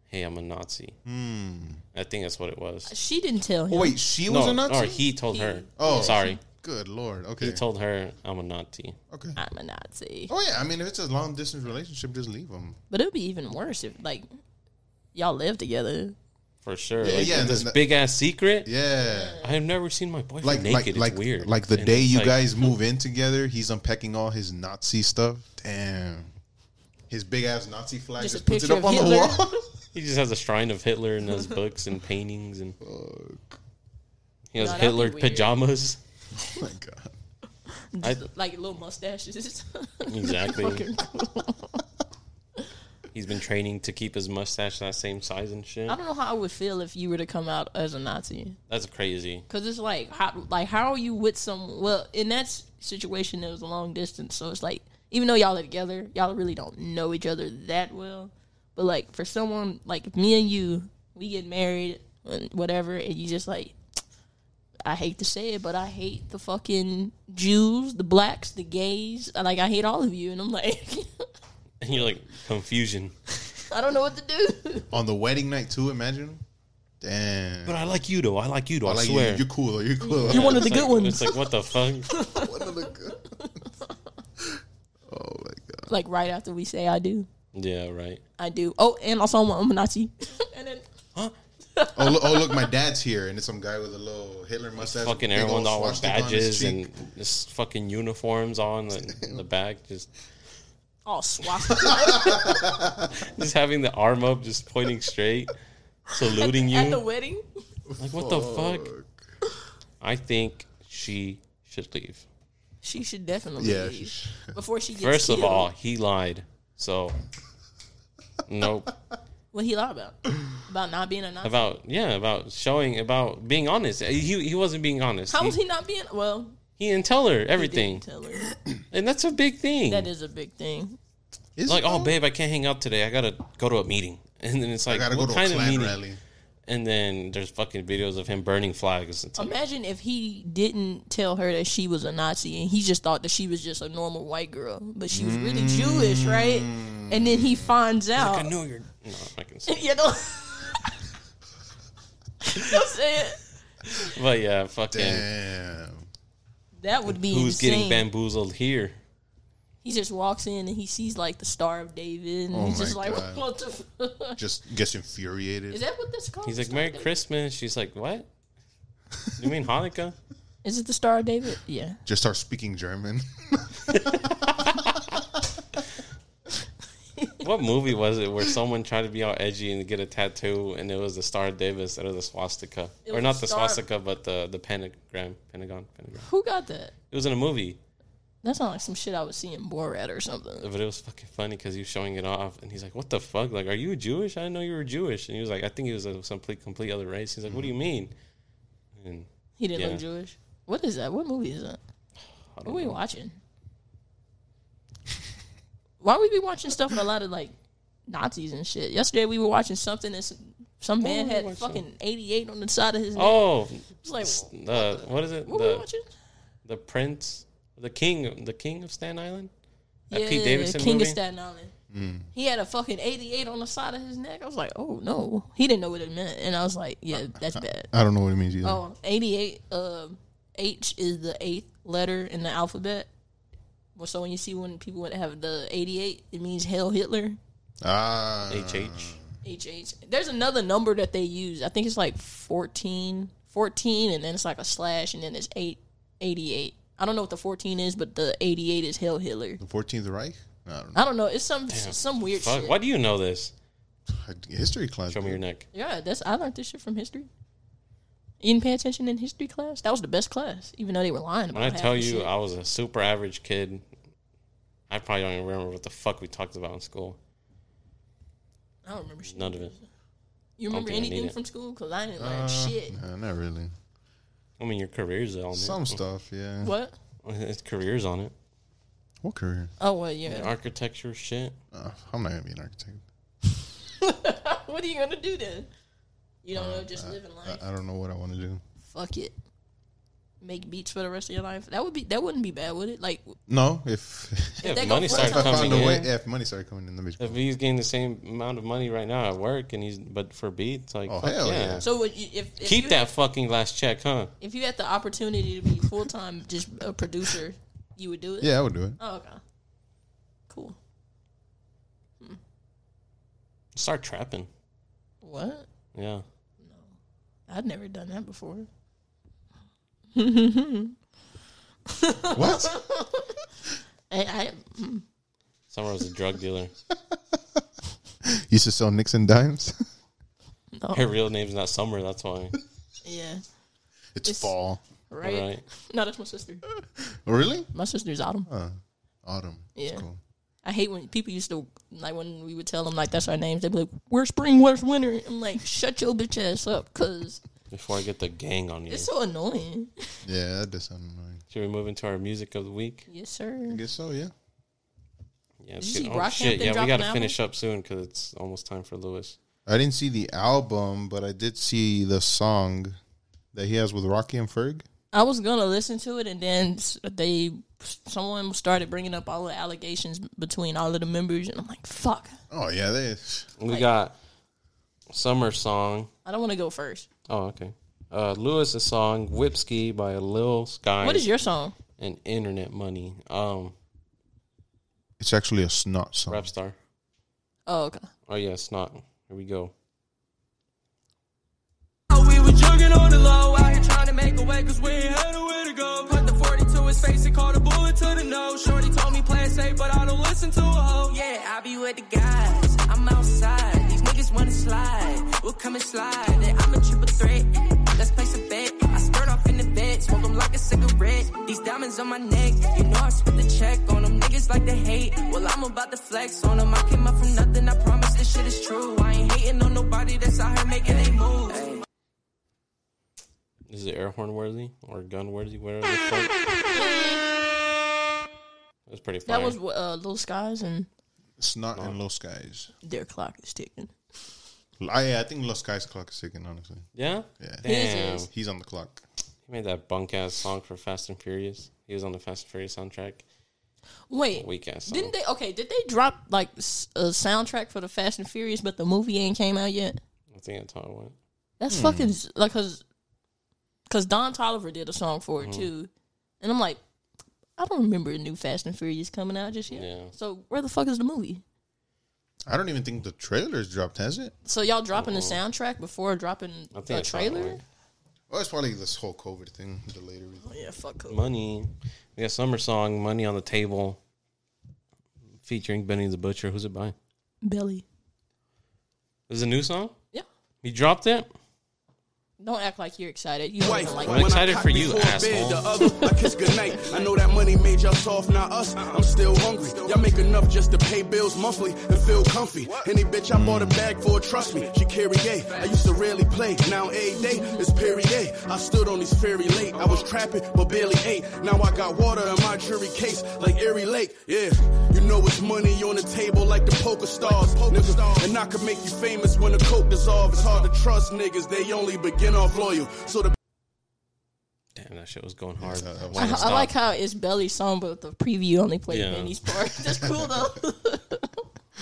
[SPEAKER 1] "Hey, I'm a Nazi."
[SPEAKER 2] Hmm.
[SPEAKER 1] I think that's what it was.
[SPEAKER 4] she didn't tell him.
[SPEAKER 2] Oh, Wait, she was
[SPEAKER 1] no,
[SPEAKER 2] a Nazi.
[SPEAKER 1] or he told her.
[SPEAKER 2] Oh.
[SPEAKER 1] Oh, sorry,
[SPEAKER 2] Good lord.
[SPEAKER 1] he
[SPEAKER 2] Okay.
[SPEAKER 1] told her I'm a Nazi.
[SPEAKER 2] okay.
[SPEAKER 4] I'm a Nazi.
[SPEAKER 2] Oh yeah. I mean, if it's a long distance relationship, just leave him.
[SPEAKER 4] But it would be even worse if like y'all live together.
[SPEAKER 1] For sure.
[SPEAKER 2] Yeah,
[SPEAKER 1] like,
[SPEAKER 2] yeah, and
[SPEAKER 1] This
[SPEAKER 2] then the-
[SPEAKER 1] big ass secret.
[SPEAKER 2] Yeah.
[SPEAKER 1] I've never seen my boyfriend
[SPEAKER 2] Like
[SPEAKER 1] naked.
[SPEAKER 2] like like
[SPEAKER 1] it's weird.
[SPEAKER 2] like the
[SPEAKER 1] And
[SPEAKER 2] day
[SPEAKER 1] it's
[SPEAKER 2] you
[SPEAKER 1] like,
[SPEAKER 2] guys move in together, he's unpacking all his Nazi stuff. Damn. His big ass Nazi flag
[SPEAKER 4] Just
[SPEAKER 2] just,
[SPEAKER 4] a
[SPEAKER 2] puts it
[SPEAKER 4] picture
[SPEAKER 2] up on the
[SPEAKER 4] of Hitler.
[SPEAKER 2] wall. Oh,
[SPEAKER 1] He just has a shrine of Hitler in those books and paintings, and he has
[SPEAKER 4] No, that'd be
[SPEAKER 1] Hitler
[SPEAKER 4] weird.
[SPEAKER 1] pajamas.
[SPEAKER 2] oh my god.
[SPEAKER 1] I-
[SPEAKER 4] like little mustaches.
[SPEAKER 1] Exactly. He's been training to keep his mustache that same size and shit.
[SPEAKER 4] I don't know how I would feel if you were to come out as a Nazi.
[SPEAKER 1] That's crazy.
[SPEAKER 4] Cause it's like how like how are you with some well in that s- situation it was a long distance so it's like even though y'all are together y'all really don't know each other that well but like for someone like if me and you we get married and whatever and you just like I hate to say it but I hate the fucking Jews the blacks the gays I, like I hate all of you and I'm like
[SPEAKER 1] And you're like confusion.
[SPEAKER 4] I don't know what to do
[SPEAKER 2] On the wedding night too. Imagine. Damn.
[SPEAKER 1] But I like you though. I like you though. I,
[SPEAKER 2] I like
[SPEAKER 1] swear.
[SPEAKER 2] you. You're cool. though, You're cool.
[SPEAKER 4] you're one of
[SPEAKER 1] It's
[SPEAKER 4] the good
[SPEAKER 1] like-
[SPEAKER 4] ones
[SPEAKER 1] It's like what the fuck?
[SPEAKER 2] One of the good- oh my god.
[SPEAKER 4] like right after we say I do
[SPEAKER 1] yeah, right.
[SPEAKER 4] I do oh and also I'm a- I'm a Nazi and then.
[SPEAKER 2] Oh look, oh look, my dad's here, and it's some guy with a little Hitler mustache.
[SPEAKER 1] fucking
[SPEAKER 2] big old
[SPEAKER 1] everyone's all with
[SPEAKER 2] swastika on his
[SPEAKER 1] badges
[SPEAKER 2] cheek.
[SPEAKER 1] and just fucking uniforms on the, the back. Just
[SPEAKER 4] Oh, swastika.
[SPEAKER 1] just having the arm up, just pointing straight, saluting you.
[SPEAKER 4] at the wedding.
[SPEAKER 1] like what the fuck? I think she should leave.
[SPEAKER 4] She should definitely
[SPEAKER 2] Yeah.
[SPEAKER 4] leave before she gets
[SPEAKER 1] First
[SPEAKER 4] killed.
[SPEAKER 1] of all, he lied. So, nope.
[SPEAKER 4] what he lied about about not being a Nazi.
[SPEAKER 1] About yeah, about showing, about being honest. He he wasn't being honest.
[SPEAKER 4] How
[SPEAKER 1] he,
[SPEAKER 4] was he not being? Well,
[SPEAKER 1] he didn't tell her
[SPEAKER 4] he
[SPEAKER 1] everything,
[SPEAKER 4] didn't tell her.
[SPEAKER 1] and that's a big thing.
[SPEAKER 4] That is a big thing.
[SPEAKER 2] Is
[SPEAKER 1] like,
[SPEAKER 2] it
[SPEAKER 1] oh
[SPEAKER 2] though?
[SPEAKER 1] babe, I can't hang out today. I gotta go to a meeting, and then it's
[SPEAKER 2] I
[SPEAKER 1] like,
[SPEAKER 2] gotta go
[SPEAKER 1] what
[SPEAKER 2] to a
[SPEAKER 1] kind of
[SPEAKER 2] clan
[SPEAKER 1] meeting?
[SPEAKER 2] rally.
[SPEAKER 1] And then there's fucking videos of him burning flags. It's like,
[SPEAKER 4] Imagine if he didn't tell her that she was a Nazi and he just thought that she was just a normal white girl, but she was really
[SPEAKER 2] Mm.
[SPEAKER 4] Jewish, right? And then he finds
[SPEAKER 1] I
[SPEAKER 4] out.
[SPEAKER 1] know you're. No, I can say.
[SPEAKER 4] you know. I'm saying
[SPEAKER 1] But yeah, fucking.
[SPEAKER 2] Damn.
[SPEAKER 4] that would be
[SPEAKER 1] Who's getting
[SPEAKER 4] insane.
[SPEAKER 1] bamboozled here?
[SPEAKER 4] he just walks in and he sees like the Star of David, and
[SPEAKER 2] Oh
[SPEAKER 4] he's
[SPEAKER 2] my
[SPEAKER 4] just like,
[SPEAKER 2] God.
[SPEAKER 4] "What the? Fuck?
[SPEAKER 2] Just gets
[SPEAKER 4] Is
[SPEAKER 2] infuriated.
[SPEAKER 4] that what this called?
[SPEAKER 1] He's like,
[SPEAKER 4] Star
[SPEAKER 1] Merry
[SPEAKER 4] of David?
[SPEAKER 1] Christmas. She's like, what? You mean Hanukkah?
[SPEAKER 4] Is it the Star of David? Yeah.
[SPEAKER 2] Just starts speaking German.
[SPEAKER 1] What movie was it where someone tried to be all edgy and get a tattoo and it was the Star of David instead of the swastika?
[SPEAKER 4] It
[SPEAKER 1] Or
[SPEAKER 4] was
[SPEAKER 1] not
[SPEAKER 4] the
[SPEAKER 1] the
[SPEAKER 4] star.
[SPEAKER 1] swastika, but the, the pentagram. Pentagon. Pentagon.
[SPEAKER 4] Who got that?
[SPEAKER 1] It was in a movie,
[SPEAKER 4] That sounds like some shit I would see in Borat or something.
[SPEAKER 1] but it was fucking funny because he was showing it off and he's like, What the fuck? Like, are you Jewish? I didn't know you were Jewish. And he was like, I think he was a some complete, complete other race. He's like, What do you mean? And
[SPEAKER 4] He didn't
[SPEAKER 1] Yeah.
[SPEAKER 4] look Jewish. What is that? What movie is that?
[SPEAKER 1] I
[SPEAKER 4] What
[SPEAKER 1] don't
[SPEAKER 4] we
[SPEAKER 1] know.
[SPEAKER 4] watching? Why we be watching stuff with a lot of like Nazis and shit? Yesterday we were watching something that some, some man
[SPEAKER 1] we
[SPEAKER 4] had
[SPEAKER 1] watch
[SPEAKER 4] fucking 88 on the side of his neck.
[SPEAKER 1] Oh,
[SPEAKER 4] It's like,
[SPEAKER 1] s- uh, what is it?
[SPEAKER 4] what we
[SPEAKER 1] The,
[SPEAKER 4] watching?
[SPEAKER 1] the Prince, the King, the King of Staten Island? That
[SPEAKER 4] Yeah,
[SPEAKER 1] Pete Davidson
[SPEAKER 4] King
[SPEAKER 1] movie?
[SPEAKER 4] of Staten Island.
[SPEAKER 1] Mm.
[SPEAKER 4] He had a fucking 88 on the side of his neck. I was like, oh no. He didn't know what it meant. And I was like, yeah, that's bad.
[SPEAKER 2] I don't know what it means either.
[SPEAKER 4] Oh, 88 um H is the eighth letter in the alphabet. Well, So when you see when people would have the 88, it means Hail Hitler.
[SPEAKER 2] Ah.
[SPEAKER 1] HH.
[SPEAKER 4] HH. There's another number that they use. I think it's like 14, 14 and then it's like a slash and then it's 8 88. I don't know what the 14 is, but the 88 is Hell Hitler.
[SPEAKER 2] The 14th Reich? I don't know.
[SPEAKER 4] I don't know. It's some some weird
[SPEAKER 1] Fuck,
[SPEAKER 4] shit.
[SPEAKER 1] why do you know this?
[SPEAKER 2] History class.
[SPEAKER 1] Show me
[SPEAKER 2] dude.
[SPEAKER 1] your neck.
[SPEAKER 4] Yeah, that's I learned this shit from history. You didn't pay attention in history class. That was the best class, even though they were lying about.
[SPEAKER 1] When I
[SPEAKER 4] half
[SPEAKER 1] tell
[SPEAKER 4] the
[SPEAKER 1] you uh,
[SPEAKER 4] shit.
[SPEAKER 1] I was a super average kid, I probably don't even remember what the fuck we talked about in school.
[SPEAKER 4] I don't remember shit.
[SPEAKER 1] None of it.
[SPEAKER 4] You remember
[SPEAKER 1] think I need
[SPEAKER 4] anything
[SPEAKER 1] it.
[SPEAKER 4] from school? Cause I didn't learn
[SPEAKER 2] Uh,
[SPEAKER 4] shit.
[SPEAKER 2] Nah, not really.
[SPEAKER 1] I mean, your career's on
[SPEAKER 2] Some stuff, yeah. What,
[SPEAKER 4] What?
[SPEAKER 1] it. It's careers on it.
[SPEAKER 2] career?
[SPEAKER 4] Oh well, yeah.
[SPEAKER 1] Architecture shit.
[SPEAKER 2] Uh, I'm not gonna be an architect.
[SPEAKER 4] what are you gonna do then? You don't know, just living life.
[SPEAKER 2] Uh, I, I don't know what I want to do.
[SPEAKER 4] Fuck it. Make beats for the rest of your life. That would be that wouldn't be bad, would it? Like
[SPEAKER 2] No, if
[SPEAKER 1] Yeah,
[SPEAKER 4] they
[SPEAKER 1] if
[SPEAKER 4] go
[SPEAKER 1] money
[SPEAKER 4] full
[SPEAKER 1] started
[SPEAKER 2] if I
[SPEAKER 4] time-
[SPEAKER 1] coming
[SPEAKER 2] found a
[SPEAKER 1] in.
[SPEAKER 2] way, yeah, if money started coming in, that'd be
[SPEAKER 1] If
[SPEAKER 2] cool.
[SPEAKER 1] he's getting the same amount of money right now at work, and he's but for beats, like
[SPEAKER 2] Oh,
[SPEAKER 1] fuck
[SPEAKER 2] hell
[SPEAKER 1] yeah.
[SPEAKER 2] yeah.
[SPEAKER 4] so, would you, if, if
[SPEAKER 1] keep
[SPEAKER 4] you
[SPEAKER 1] that fucking last check, huh?
[SPEAKER 4] if you had the opportunity to be full time just a producer, you would do it.
[SPEAKER 2] Yeah, I would do it.
[SPEAKER 4] Oh, okay. Cool.
[SPEAKER 1] Start trapping.
[SPEAKER 4] What?
[SPEAKER 1] Yeah,
[SPEAKER 4] I'd never done that before.
[SPEAKER 2] what?
[SPEAKER 4] I, I
[SPEAKER 1] somewhere was a drug dealer.
[SPEAKER 2] You used to sell nicks and dimes.
[SPEAKER 1] Her real name's not Summer. That's why.
[SPEAKER 4] yeah.
[SPEAKER 2] it's,
[SPEAKER 4] It's-
[SPEAKER 2] fall.
[SPEAKER 4] Right?
[SPEAKER 1] All right.
[SPEAKER 4] No, that's my sister.
[SPEAKER 2] Oh, really?
[SPEAKER 4] My sister's autumn.
[SPEAKER 2] Uh, Autumn. It's
[SPEAKER 4] Yeah.
[SPEAKER 2] cool.
[SPEAKER 4] I hate when people used to like when we would tell them like that's our names. They'd be like, "We're spring, where's winter?" I'm like, "Shut your bitch ass up," cause
[SPEAKER 1] Before I get the gang on you,
[SPEAKER 4] it's so annoying.
[SPEAKER 2] Yeah, that does sound annoying.
[SPEAKER 1] should we move into our music of the week?
[SPEAKER 4] Yes,
[SPEAKER 2] I
[SPEAKER 4] sir.
[SPEAKER 2] guess so. Yeah.
[SPEAKER 1] Yeah, it's
[SPEAKER 4] you see
[SPEAKER 1] good. Oh,
[SPEAKER 4] Brockhampton
[SPEAKER 1] Yeah, we
[SPEAKER 4] drop an
[SPEAKER 1] gotta
[SPEAKER 4] album?
[SPEAKER 1] finish up soon because it's almost time for Lewis.
[SPEAKER 2] I didn't see the album, but I did see the song that he has with Rocky and Ferg.
[SPEAKER 4] I was gonna listen to it, and then s- they someone started bringing up all the allegations between all of the members, and I'm like, "Fuck,
[SPEAKER 2] Oh yeah, they.
[SPEAKER 1] We got Summer song.
[SPEAKER 4] I don't want to go first.
[SPEAKER 1] Oh, okay. Uh, Lewis' song "Whipski" by Lil Sky
[SPEAKER 4] What is your song?
[SPEAKER 1] and Internet Money. Um,
[SPEAKER 2] It's actually a snot song.
[SPEAKER 1] rap star.
[SPEAKER 4] Oh, okay.
[SPEAKER 1] Oh yeah, it's not. Here we go.
[SPEAKER 5] We were jugging on the low, out here trying to make a way, cause we ain't had a way to go. Put the 40 to his face and called a bullet to the nose. Shorty told me play it safe, but I don't listen to a hoe. Yeah, I be with the guys, I'm outside. These niggas wanna slide, we'll come and slide. And I'm a triple threat, let's place a bet. I skirt off in the bed, smoke 'em like a cigarette. These diamonds on my neck, you know I spit the check on them. Niggas like to hate, well, I'm about to flex on them. I came up from nothing, I promise this shit is true. I ain't hating on nobody that's out here making they moves.
[SPEAKER 1] Is it air horn worthy or gun worthy? Whatever the fuck. That was pretty fire.
[SPEAKER 4] That was uh, Little Skies, and
[SPEAKER 2] Snot and Los Guys.
[SPEAKER 4] their clock is ticking.
[SPEAKER 2] I, yeah, I think Los Guys clock is ticking. Honestly,
[SPEAKER 1] yeah.
[SPEAKER 2] Yeah.
[SPEAKER 1] Damn.
[SPEAKER 4] is.
[SPEAKER 2] he's on the clock.
[SPEAKER 1] He made that bunk ass song for Fast and Furious. He was on the Fast and Furious soundtrack.
[SPEAKER 4] Wait,
[SPEAKER 1] Weak ass song.
[SPEAKER 4] didn't they? Okay, did they drop like s- a soundtrack for the Fast and Furious, but the movie ain't came out yet?
[SPEAKER 1] I think that's how it went.
[SPEAKER 4] That's
[SPEAKER 1] Hmm.
[SPEAKER 4] fucking z- like cause, cause Don Tolliver did a song for
[SPEAKER 1] Hmm.
[SPEAKER 4] it too, and I'm like, I don't remember a new Fast and Furious coming out just yet.
[SPEAKER 1] Yeah.
[SPEAKER 4] So where the fuck is the movie?
[SPEAKER 2] I don't even think the trailer's dropped, has it?
[SPEAKER 4] So y'all dropping the soundtrack before dropping
[SPEAKER 1] Mm-hmm. I think
[SPEAKER 4] a
[SPEAKER 1] that's how it
[SPEAKER 4] trailer?
[SPEAKER 1] went.
[SPEAKER 2] Oh, it's probably this whole COVID thing, the later. reason.
[SPEAKER 4] Oh, yeah, fuck. COVID.
[SPEAKER 1] Money. We got summer song "Money on the Table" featuring Benny the Butcher. Who's it by?
[SPEAKER 4] Belly.
[SPEAKER 1] This is a new song.
[SPEAKER 4] Yeah.
[SPEAKER 1] He dropped it.
[SPEAKER 4] Don't act like you're excited. You don't even like
[SPEAKER 1] What?
[SPEAKER 4] it.
[SPEAKER 5] When I
[SPEAKER 1] excited
[SPEAKER 5] cock
[SPEAKER 1] for you,
[SPEAKER 5] before bed,
[SPEAKER 1] asshole.
[SPEAKER 5] The other, I kiss goodnight. I know that money made y'all soft, not us. I'm still hungry. Y'all make enough just to pay bills monthly and feel comfy. Any bitch I bought a bag for, trust me, she carry a. I used to rarely play, now every day it's Perrier. I stood on these ferry late. I was trapping, but barely ate. Now I got water in my jury case, like Erie Lake. Yeah, you know it's money on the table like the poker stars. Nigga. And I could make you famous when the coke dissolve. It's hard to trust niggas, they only begin off loyal. So the
[SPEAKER 1] Damn, that shit was going hard.
[SPEAKER 2] that was-
[SPEAKER 1] Why
[SPEAKER 4] I,
[SPEAKER 1] it
[SPEAKER 4] I like
[SPEAKER 1] stopped?
[SPEAKER 4] how it's Belly's song, but the preview only played
[SPEAKER 1] Yeah.
[SPEAKER 4] Benny's part. That's cool though.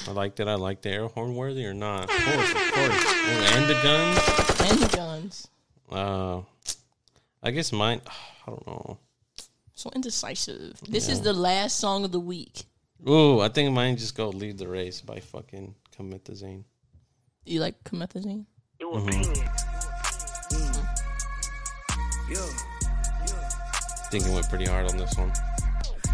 [SPEAKER 1] I liked it. I liked the air horn worthy or not. Of course, of course. Oh, and the guns.
[SPEAKER 4] and the guns.
[SPEAKER 1] Uh, I guess mine. I don't know.
[SPEAKER 4] So indecisive. This is the last song of the week.
[SPEAKER 1] Ooh, I think mine just go lead the race by fucking commit the Zane.
[SPEAKER 4] You like Comethazine?
[SPEAKER 5] Yeah.
[SPEAKER 1] think it went pretty hard on this one.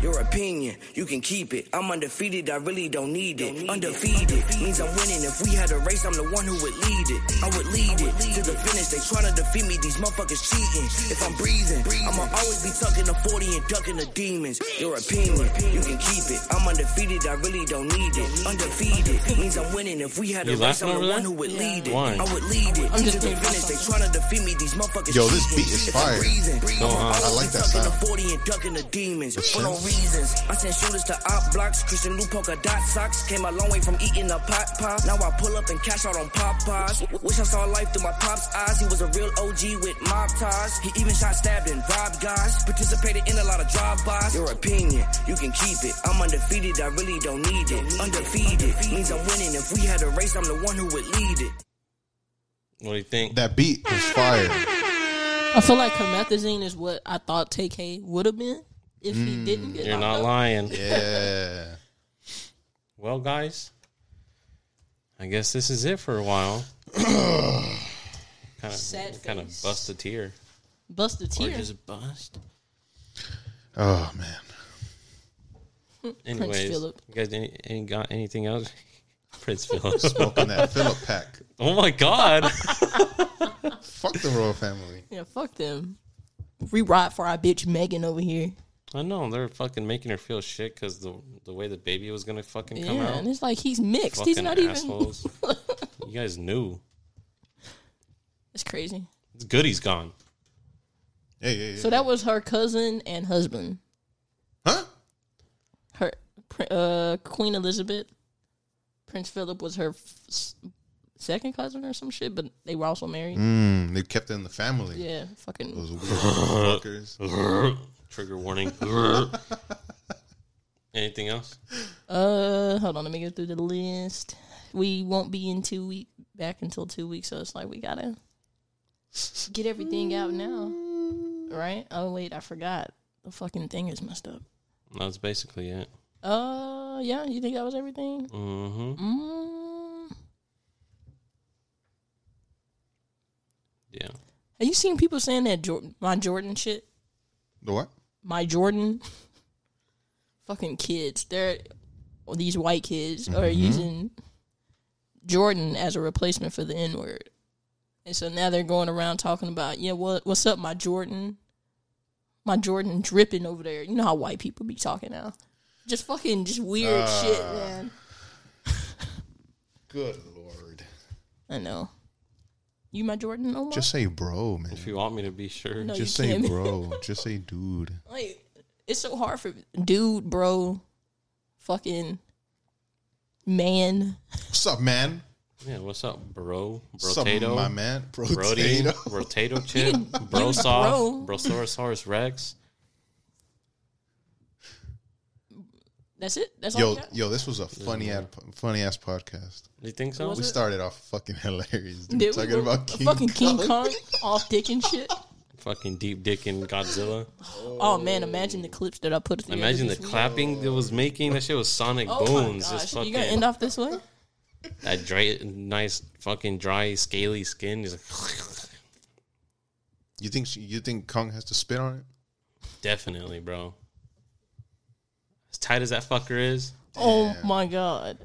[SPEAKER 6] Your opinion, you can keep it. I'm undefeated, I really don't need it. undefeated means I'm winning. If we had a race, I'm the one who would lead it. I would lead it to the finish. They tryna defeat me, these motherfuckers cheating. If I'm breathing, I'ma always be tucking the 40 and ducking the demons. Your opinion, you can keep it. I'm undefeated, I really don't need it. Undefeated means I'm winning. If we had a
[SPEAKER 1] You
[SPEAKER 6] race,
[SPEAKER 1] laughing
[SPEAKER 6] I'm the
[SPEAKER 1] over
[SPEAKER 6] one
[SPEAKER 1] that?
[SPEAKER 6] who would lead it.
[SPEAKER 1] Why?
[SPEAKER 6] I would lead it
[SPEAKER 4] I'm
[SPEAKER 6] to
[SPEAKER 4] just
[SPEAKER 6] the
[SPEAKER 4] doing
[SPEAKER 6] finish. They
[SPEAKER 4] something.
[SPEAKER 6] tryna defeat me, these motherfuckers
[SPEAKER 2] Yo, this
[SPEAKER 6] cheating.
[SPEAKER 2] beat is
[SPEAKER 6] If I'm
[SPEAKER 2] fire.
[SPEAKER 6] breathing, I'ma
[SPEAKER 1] on.
[SPEAKER 2] I like
[SPEAKER 6] always be
[SPEAKER 2] that
[SPEAKER 6] tucking the
[SPEAKER 2] sound.
[SPEAKER 6] 40 and ducking the demons for no reasons. I send shooters to op blocks, Christian Lou polka dot socks. Came a long way from eating a pot pie. Now I pull up and cash out on Popeyes. W- Wish I saw life through my pop's eyes. He was a real OG with mob ties. He even shot, stabbed, and robbed guys. Participated in a lot of drive-bys. Your opinion, you can keep it. I'm undefeated, I really don't need it. Undefeated means I'm winning. If we had a race, I'm the one who would lead it.
[SPEAKER 1] What do you think?
[SPEAKER 2] That beat was fire.
[SPEAKER 4] I feel like Comethazine is what I thought TK would have been if he didn't get
[SPEAKER 1] You're
[SPEAKER 4] locked
[SPEAKER 1] not
[SPEAKER 4] up.
[SPEAKER 1] lying.
[SPEAKER 2] Yeah.
[SPEAKER 1] Well, guys, I guess this is it for a while. kind
[SPEAKER 4] Sad
[SPEAKER 1] of, kind of
[SPEAKER 4] face.
[SPEAKER 1] bust a tear,
[SPEAKER 4] Bust a
[SPEAKER 1] or
[SPEAKER 4] tear.
[SPEAKER 1] just bust.
[SPEAKER 2] Oh man.
[SPEAKER 1] Anyways,
[SPEAKER 4] Philip.
[SPEAKER 1] you guys ain't, ain't got anything else? Prince Philip.
[SPEAKER 2] Smoking that Philip pack.
[SPEAKER 1] oh my God!
[SPEAKER 2] Fuck the royal family.
[SPEAKER 4] yeah, fuck them. We ride for our bitch Megan over here.
[SPEAKER 1] I know they're fucking making her feel shit because the the way the baby was gonna fucking come
[SPEAKER 4] yeah, and
[SPEAKER 1] out.
[SPEAKER 4] it's like he's mixed.
[SPEAKER 1] Fucking
[SPEAKER 4] he's not
[SPEAKER 1] assholes.
[SPEAKER 4] even.
[SPEAKER 1] you guys knew.
[SPEAKER 4] it's crazy.
[SPEAKER 1] It's good he's gone.
[SPEAKER 2] Hey, hey, hey.
[SPEAKER 4] So that was her cousin and husband.
[SPEAKER 2] huh?
[SPEAKER 4] Her pr- uh, Queen Elizabeth, Prince Philip was her f- s- second cousin or some shit, but they were also married.
[SPEAKER 2] Mm, they kept it in the family.
[SPEAKER 4] Yeah, fucking.
[SPEAKER 2] Those weird fuckers.
[SPEAKER 1] Trigger warning. Anything else?
[SPEAKER 4] Uh, hold on, let me go through the list. We won't be in two week back until two weeks, so it's like we gotta get everything out now, right? Oh wait, I forgot the fucking thing is messed up.
[SPEAKER 1] That's basically it.
[SPEAKER 4] Uh, yeah, you think that was everything?
[SPEAKER 1] hmm
[SPEAKER 4] Mm.
[SPEAKER 1] Yeah.
[SPEAKER 4] Have you seen people saying that Jordan, my Jordan shit?
[SPEAKER 2] The what?
[SPEAKER 4] my Jordan fucking kids. They're well, these white kids are using Jordan as a replacement for the N word. And so now they're going around talking about, yeah, what what's up, my Jordan? My Jordan dripping over there. You know how white people be talking now. Just fucking just weird shit, man.
[SPEAKER 2] Good lord.
[SPEAKER 4] I know. You my Jordan Omar?
[SPEAKER 2] Just say bro, man.
[SPEAKER 1] If you want me to be sure,
[SPEAKER 4] No,
[SPEAKER 2] Just
[SPEAKER 4] you
[SPEAKER 2] say
[SPEAKER 4] can't.
[SPEAKER 2] bro. Just say dude.
[SPEAKER 4] like it's so hard for dude, bro, fucking man.
[SPEAKER 2] What's up, man?
[SPEAKER 1] yeah. What's up, bro?
[SPEAKER 2] What's up,
[SPEAKER 1] Brotato,
[SPEAKER 2] my man?
[SPEAKER 1] Brody,
[SPEAKER 2] Brotato.
[SPEAKER 1] Rotato Chip,
[SPEAKER 4] use
[SPEAKER 1] Brosoft,
[SPEAKER 4] bro.
[SPEAKER 1] Brosaurus Rex.
[SPEAKER 4] That's it. That's all.
[SPEAKER 2] Yo,
[SPEAKER 4] you got?
[SPEAKER 2] yo, this was a funny, ad, funny ass podcast.
[SPEAKER 1] You think so?
[SPEAKER 4] Was
[SPEAKER 2] We
[SPEAKER 4] it?
[SPEAKER 2] started off fucking hilarious, dude.
[SPEAKER 4] Did we
[SPEAKER 2] talking
[SPEAKER 4] go-
[SPEAKER 2] about King
[SPEAKER 4] fucking
[SPEAKER 2] Kong.
[SPEAKER 4] King Kong off dick and shit.
[SPEAKER 1] Fucking deep dick and Godzilla.
[SPEAKER 4] Oh man, imagine the clips that I put. together
[SPEAKER 1] Imagine the
[SPEAKER 4] this week.
[SPEAKER 1] clapping that was making. That shit was Sonic
[SPEAKER 4] Oh
[SPEAKER 1] Bones.
[SPEAKER 4] my
[SPEAKER 1] Just
[SPEAKER 4] gosh,
[SPEAKER 1] fucking
[SPEAKER 4] you gonna end off this way?
[SPEAKER 1] that dry, nice fucking dry, scaly skin. He's like,
[SPEAKER 2] You think she, you think Kong has to spit on it?
[SPEAKER 1] definitely, bro. As tight as that fucker is,
[SPEAKER 4] Oh my god.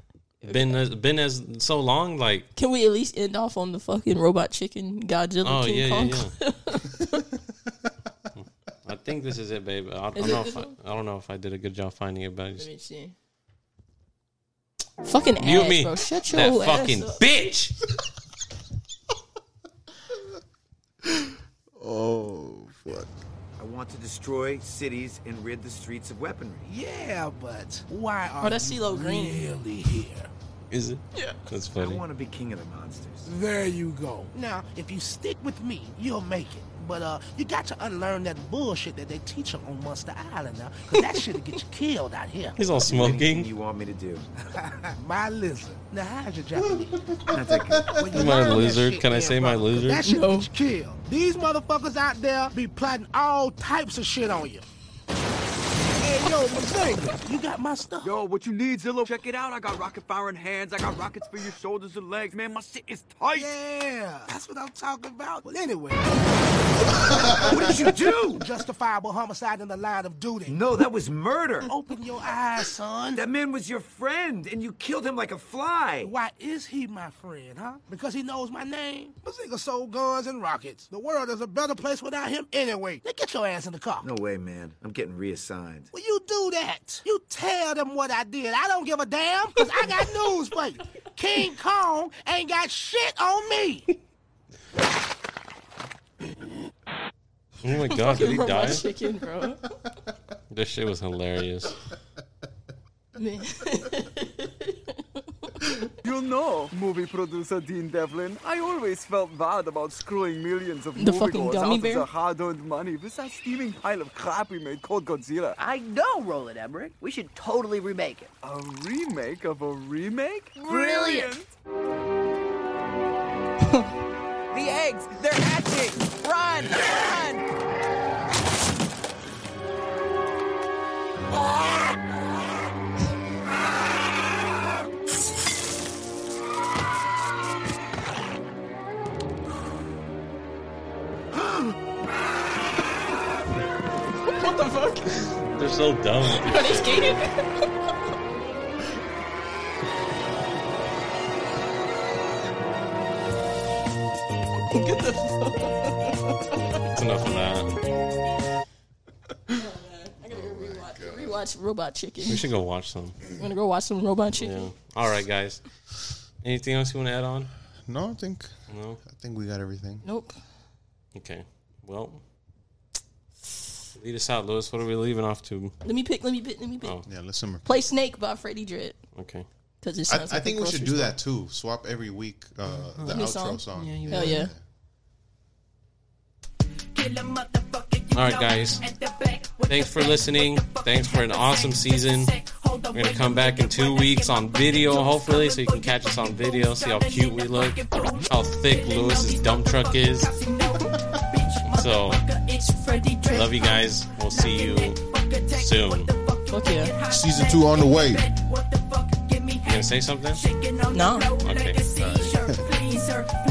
[SPEAKER 1] been as, been as so long. Like,
[SPEAKER 4] Can we at least end off on the fucking robot chicken Godzilla
[SPEAKER 1] oh
[SPEAKER 4] King
[SPEAKER 1] yeah,
[SPEAKER 4] Kong?
[SPEAKER 1] yeah, yeah. I think this is it, babe. I, I don't
[SPEAKER 4] it
[SPEAKER 1] know
[SPEAKER 4] this
[SPEAKER 1] if I,
[SPEAKER 4] one?
[SPEAKER 1] I don't know if I did a good job finding it, but I just-
[SPEAKER 4] Let me see. Fucking
[SPEAKER 1] You
[SPEAKER 4] ass,
[SPEAKER 1] and me.
[SPEAKER 4] bro. Shut
[SPEAKER 1] that
[SPEAKER 4] your ass
[SPEAKER 1] fucking
[SPEAKER 4] up.
[SPEAKER 1] bitch.
[SPEAKER 2] Oh fuck!
[SPEAKER 7] I want to destroy cities and rid the streets of weaponry.
[SPEAKER 3] Yeah, but why are
[SPEAKER 4] Oh, that's CeeLo Green.
[SPEAKER 3] really here?
[SPEAKER 1] Is it? Yeah. That's
[SPEAKER 7] I
[SPEAKER 1] funny.
[SPEAKER 7] want to be king of the monsters.
[SPEAKER 3] There you go. Now, if you stick with me, you'll make it. But uh, you got to unlearn that bullshit that they teach you on Monster Island now, because that shit'll get you killed out here.
[SPEAKER 1] He's all
[SPEAKER 7] Anything
[SPEAKER 1] smoking.
[SPEAKER 7] you want me to do?
[SPEAKER 3] My lizard. Now, how's your Japanese?
[SPEAKER 7] Not taking it.
[SPEAKER 3] When you
[SPEAKER 1] My
[SPEAKER 3] learn that
[SPEAKER 1] lizard.
[SPEAKER 3] shit,
[SPEAKER 1] Can I
[SPEAKER 3] yeah,
[SPEAKER 1] say my
[SPEAKER 3] brother, 'cause
[SPEAKER 1] lizard?
[SPEAKER 3] That shit
[SPEAKER 4] No.
[SPEAKER 3] get you killed. These motherfuckers out there be plotting all types of shit on you. And Yo, Mazinga, you got my stuff.
[SPEAKER 7] Yo, what you need, Zillow? Check it out. I got rocket firing hands. I got rockets for your shoulders and legs. Man, my shit is tight.
[SPEAKER 3] Yeah, that's what I'm talking about. Well, anyway,
[SPEAKER 7] What did you do?
[SPEAKER 3] justifiable homicide in the line of duty.
[SPEAKER 7] No, that was murder.
[SPEAKER 3] Open your eyes, son.
[SPEAKER 7] That man was your friend, and you killed him like a fly.
[SPEAKER 3] Why is he my friend, huh? Because he knows my name. Mazinga sold guns and rockets. The world is a better place without him anyway. Now get your ass in the car.
[SPEAKER 7] No way, man. I'm getting reassigned.
[SPEAKER 3] Well, you do that. You tell them what I did. I don't give a damn, because I got news for you. King Kong ain't got shit on me.
[SPEAKER 1] Oh my god, did he
[SPEAKER 4] my
[SPEAKER 1] die?
[SPEAKER 4] chicken, bro.
[SPEAKER 1] This shit was hilarious.
[SPEAKER 4] Man.
[SPEAKER 2] Oh
[SPEAKER 8] You know, movie producer Dean Devlin, I always felt bad about screwing millions of
[SPEAKER 4] The fucking
[SPEAKER 8] moviegoers
[SPEAKER 4] gummy
[SPEAKER 8] out
[SPEAKER 4] bear?
[SPEAKER 8] of their hard-earned money with that steaming pile of crap we made called Godzilla.
[SPEAKER 9] I know, Roland Emmerich. We should totally remake it.
[SPEAKER 8] A remake of a remake?
[SPEAKER 9] Brilliant.
[SPEAKER 5] The eggs, they're hatching. Run, run.
[SPEAKER 4] what the fuck?
[SPEAKER 1] They're so dumb.
[SPEAKER 4] Are they skating? Get the fuck.
[SPEAKER 1] It's enough of that.
[SPEAKER 4] I gotta go rewatch, rewatch Robot Chicken.
[SPEAKER 1] We should go watch some.
[SPEAKER 4] I'm gonna go watch some Robot Chicken.
[SPEAKER 1] Yeah. All right, guys. Anything else you want to add on?
[SPEAKER 2] No, I think
[SPEAKER 1] No.
[SPEAKER 2] I think we got everything.
[SPEAKER 4] Nope.
[SPEAKER 1] Okay. Well, lead us out, Lewis. What are we leaving off to?
[SPEAKER 4] Let me pick. Let me pick. Let me pick.
[SPEAKER 1] Oh.
[SPEAKER 2] Yeah, listen.
[SPEAKER 4] Play Snake by Freddie Dredd
[SPEAKER 1] Okay.
[SPEAKER 4] because it
[SPEAKER 2] I,
[SPEAKER 4] sounds.
[SPEAKER 2] I
[SPEAKER 4] like a
[SPEAKER 2] think we should
[SPEAKER 4] grocery
[SPEAKER 2] do
[SPEAKER 4] store.
[SPEAKER 2] that too. Swap every week uh, the
[SPEAKER 4] New
[SPEAKER 2] outro
[SPEAKER 4] song?
[SPEAKER 2] song.
[SPEAKER 1] Mm-hmm. Yeah, you
[SPEAKER 4] Hell yeah.
[SPEAKER 1] All right, guys. Thanks for listening. Thanks for an awesome season. We're going to come back in two weeks on video, hopefully, so you can catch us on video, see how cute we look, how thick Lewis's dump truck is. So, love you guys. We'll see you soon. You
[SPEAKER 4] Fuck yeah.
[SPEAKER 2] Season two on the way.
[SPEAKER 1] going to say something?
[SPEAKER 4] No.
[SPEAKER 1] Okay.
[SPEAKER 10] please her.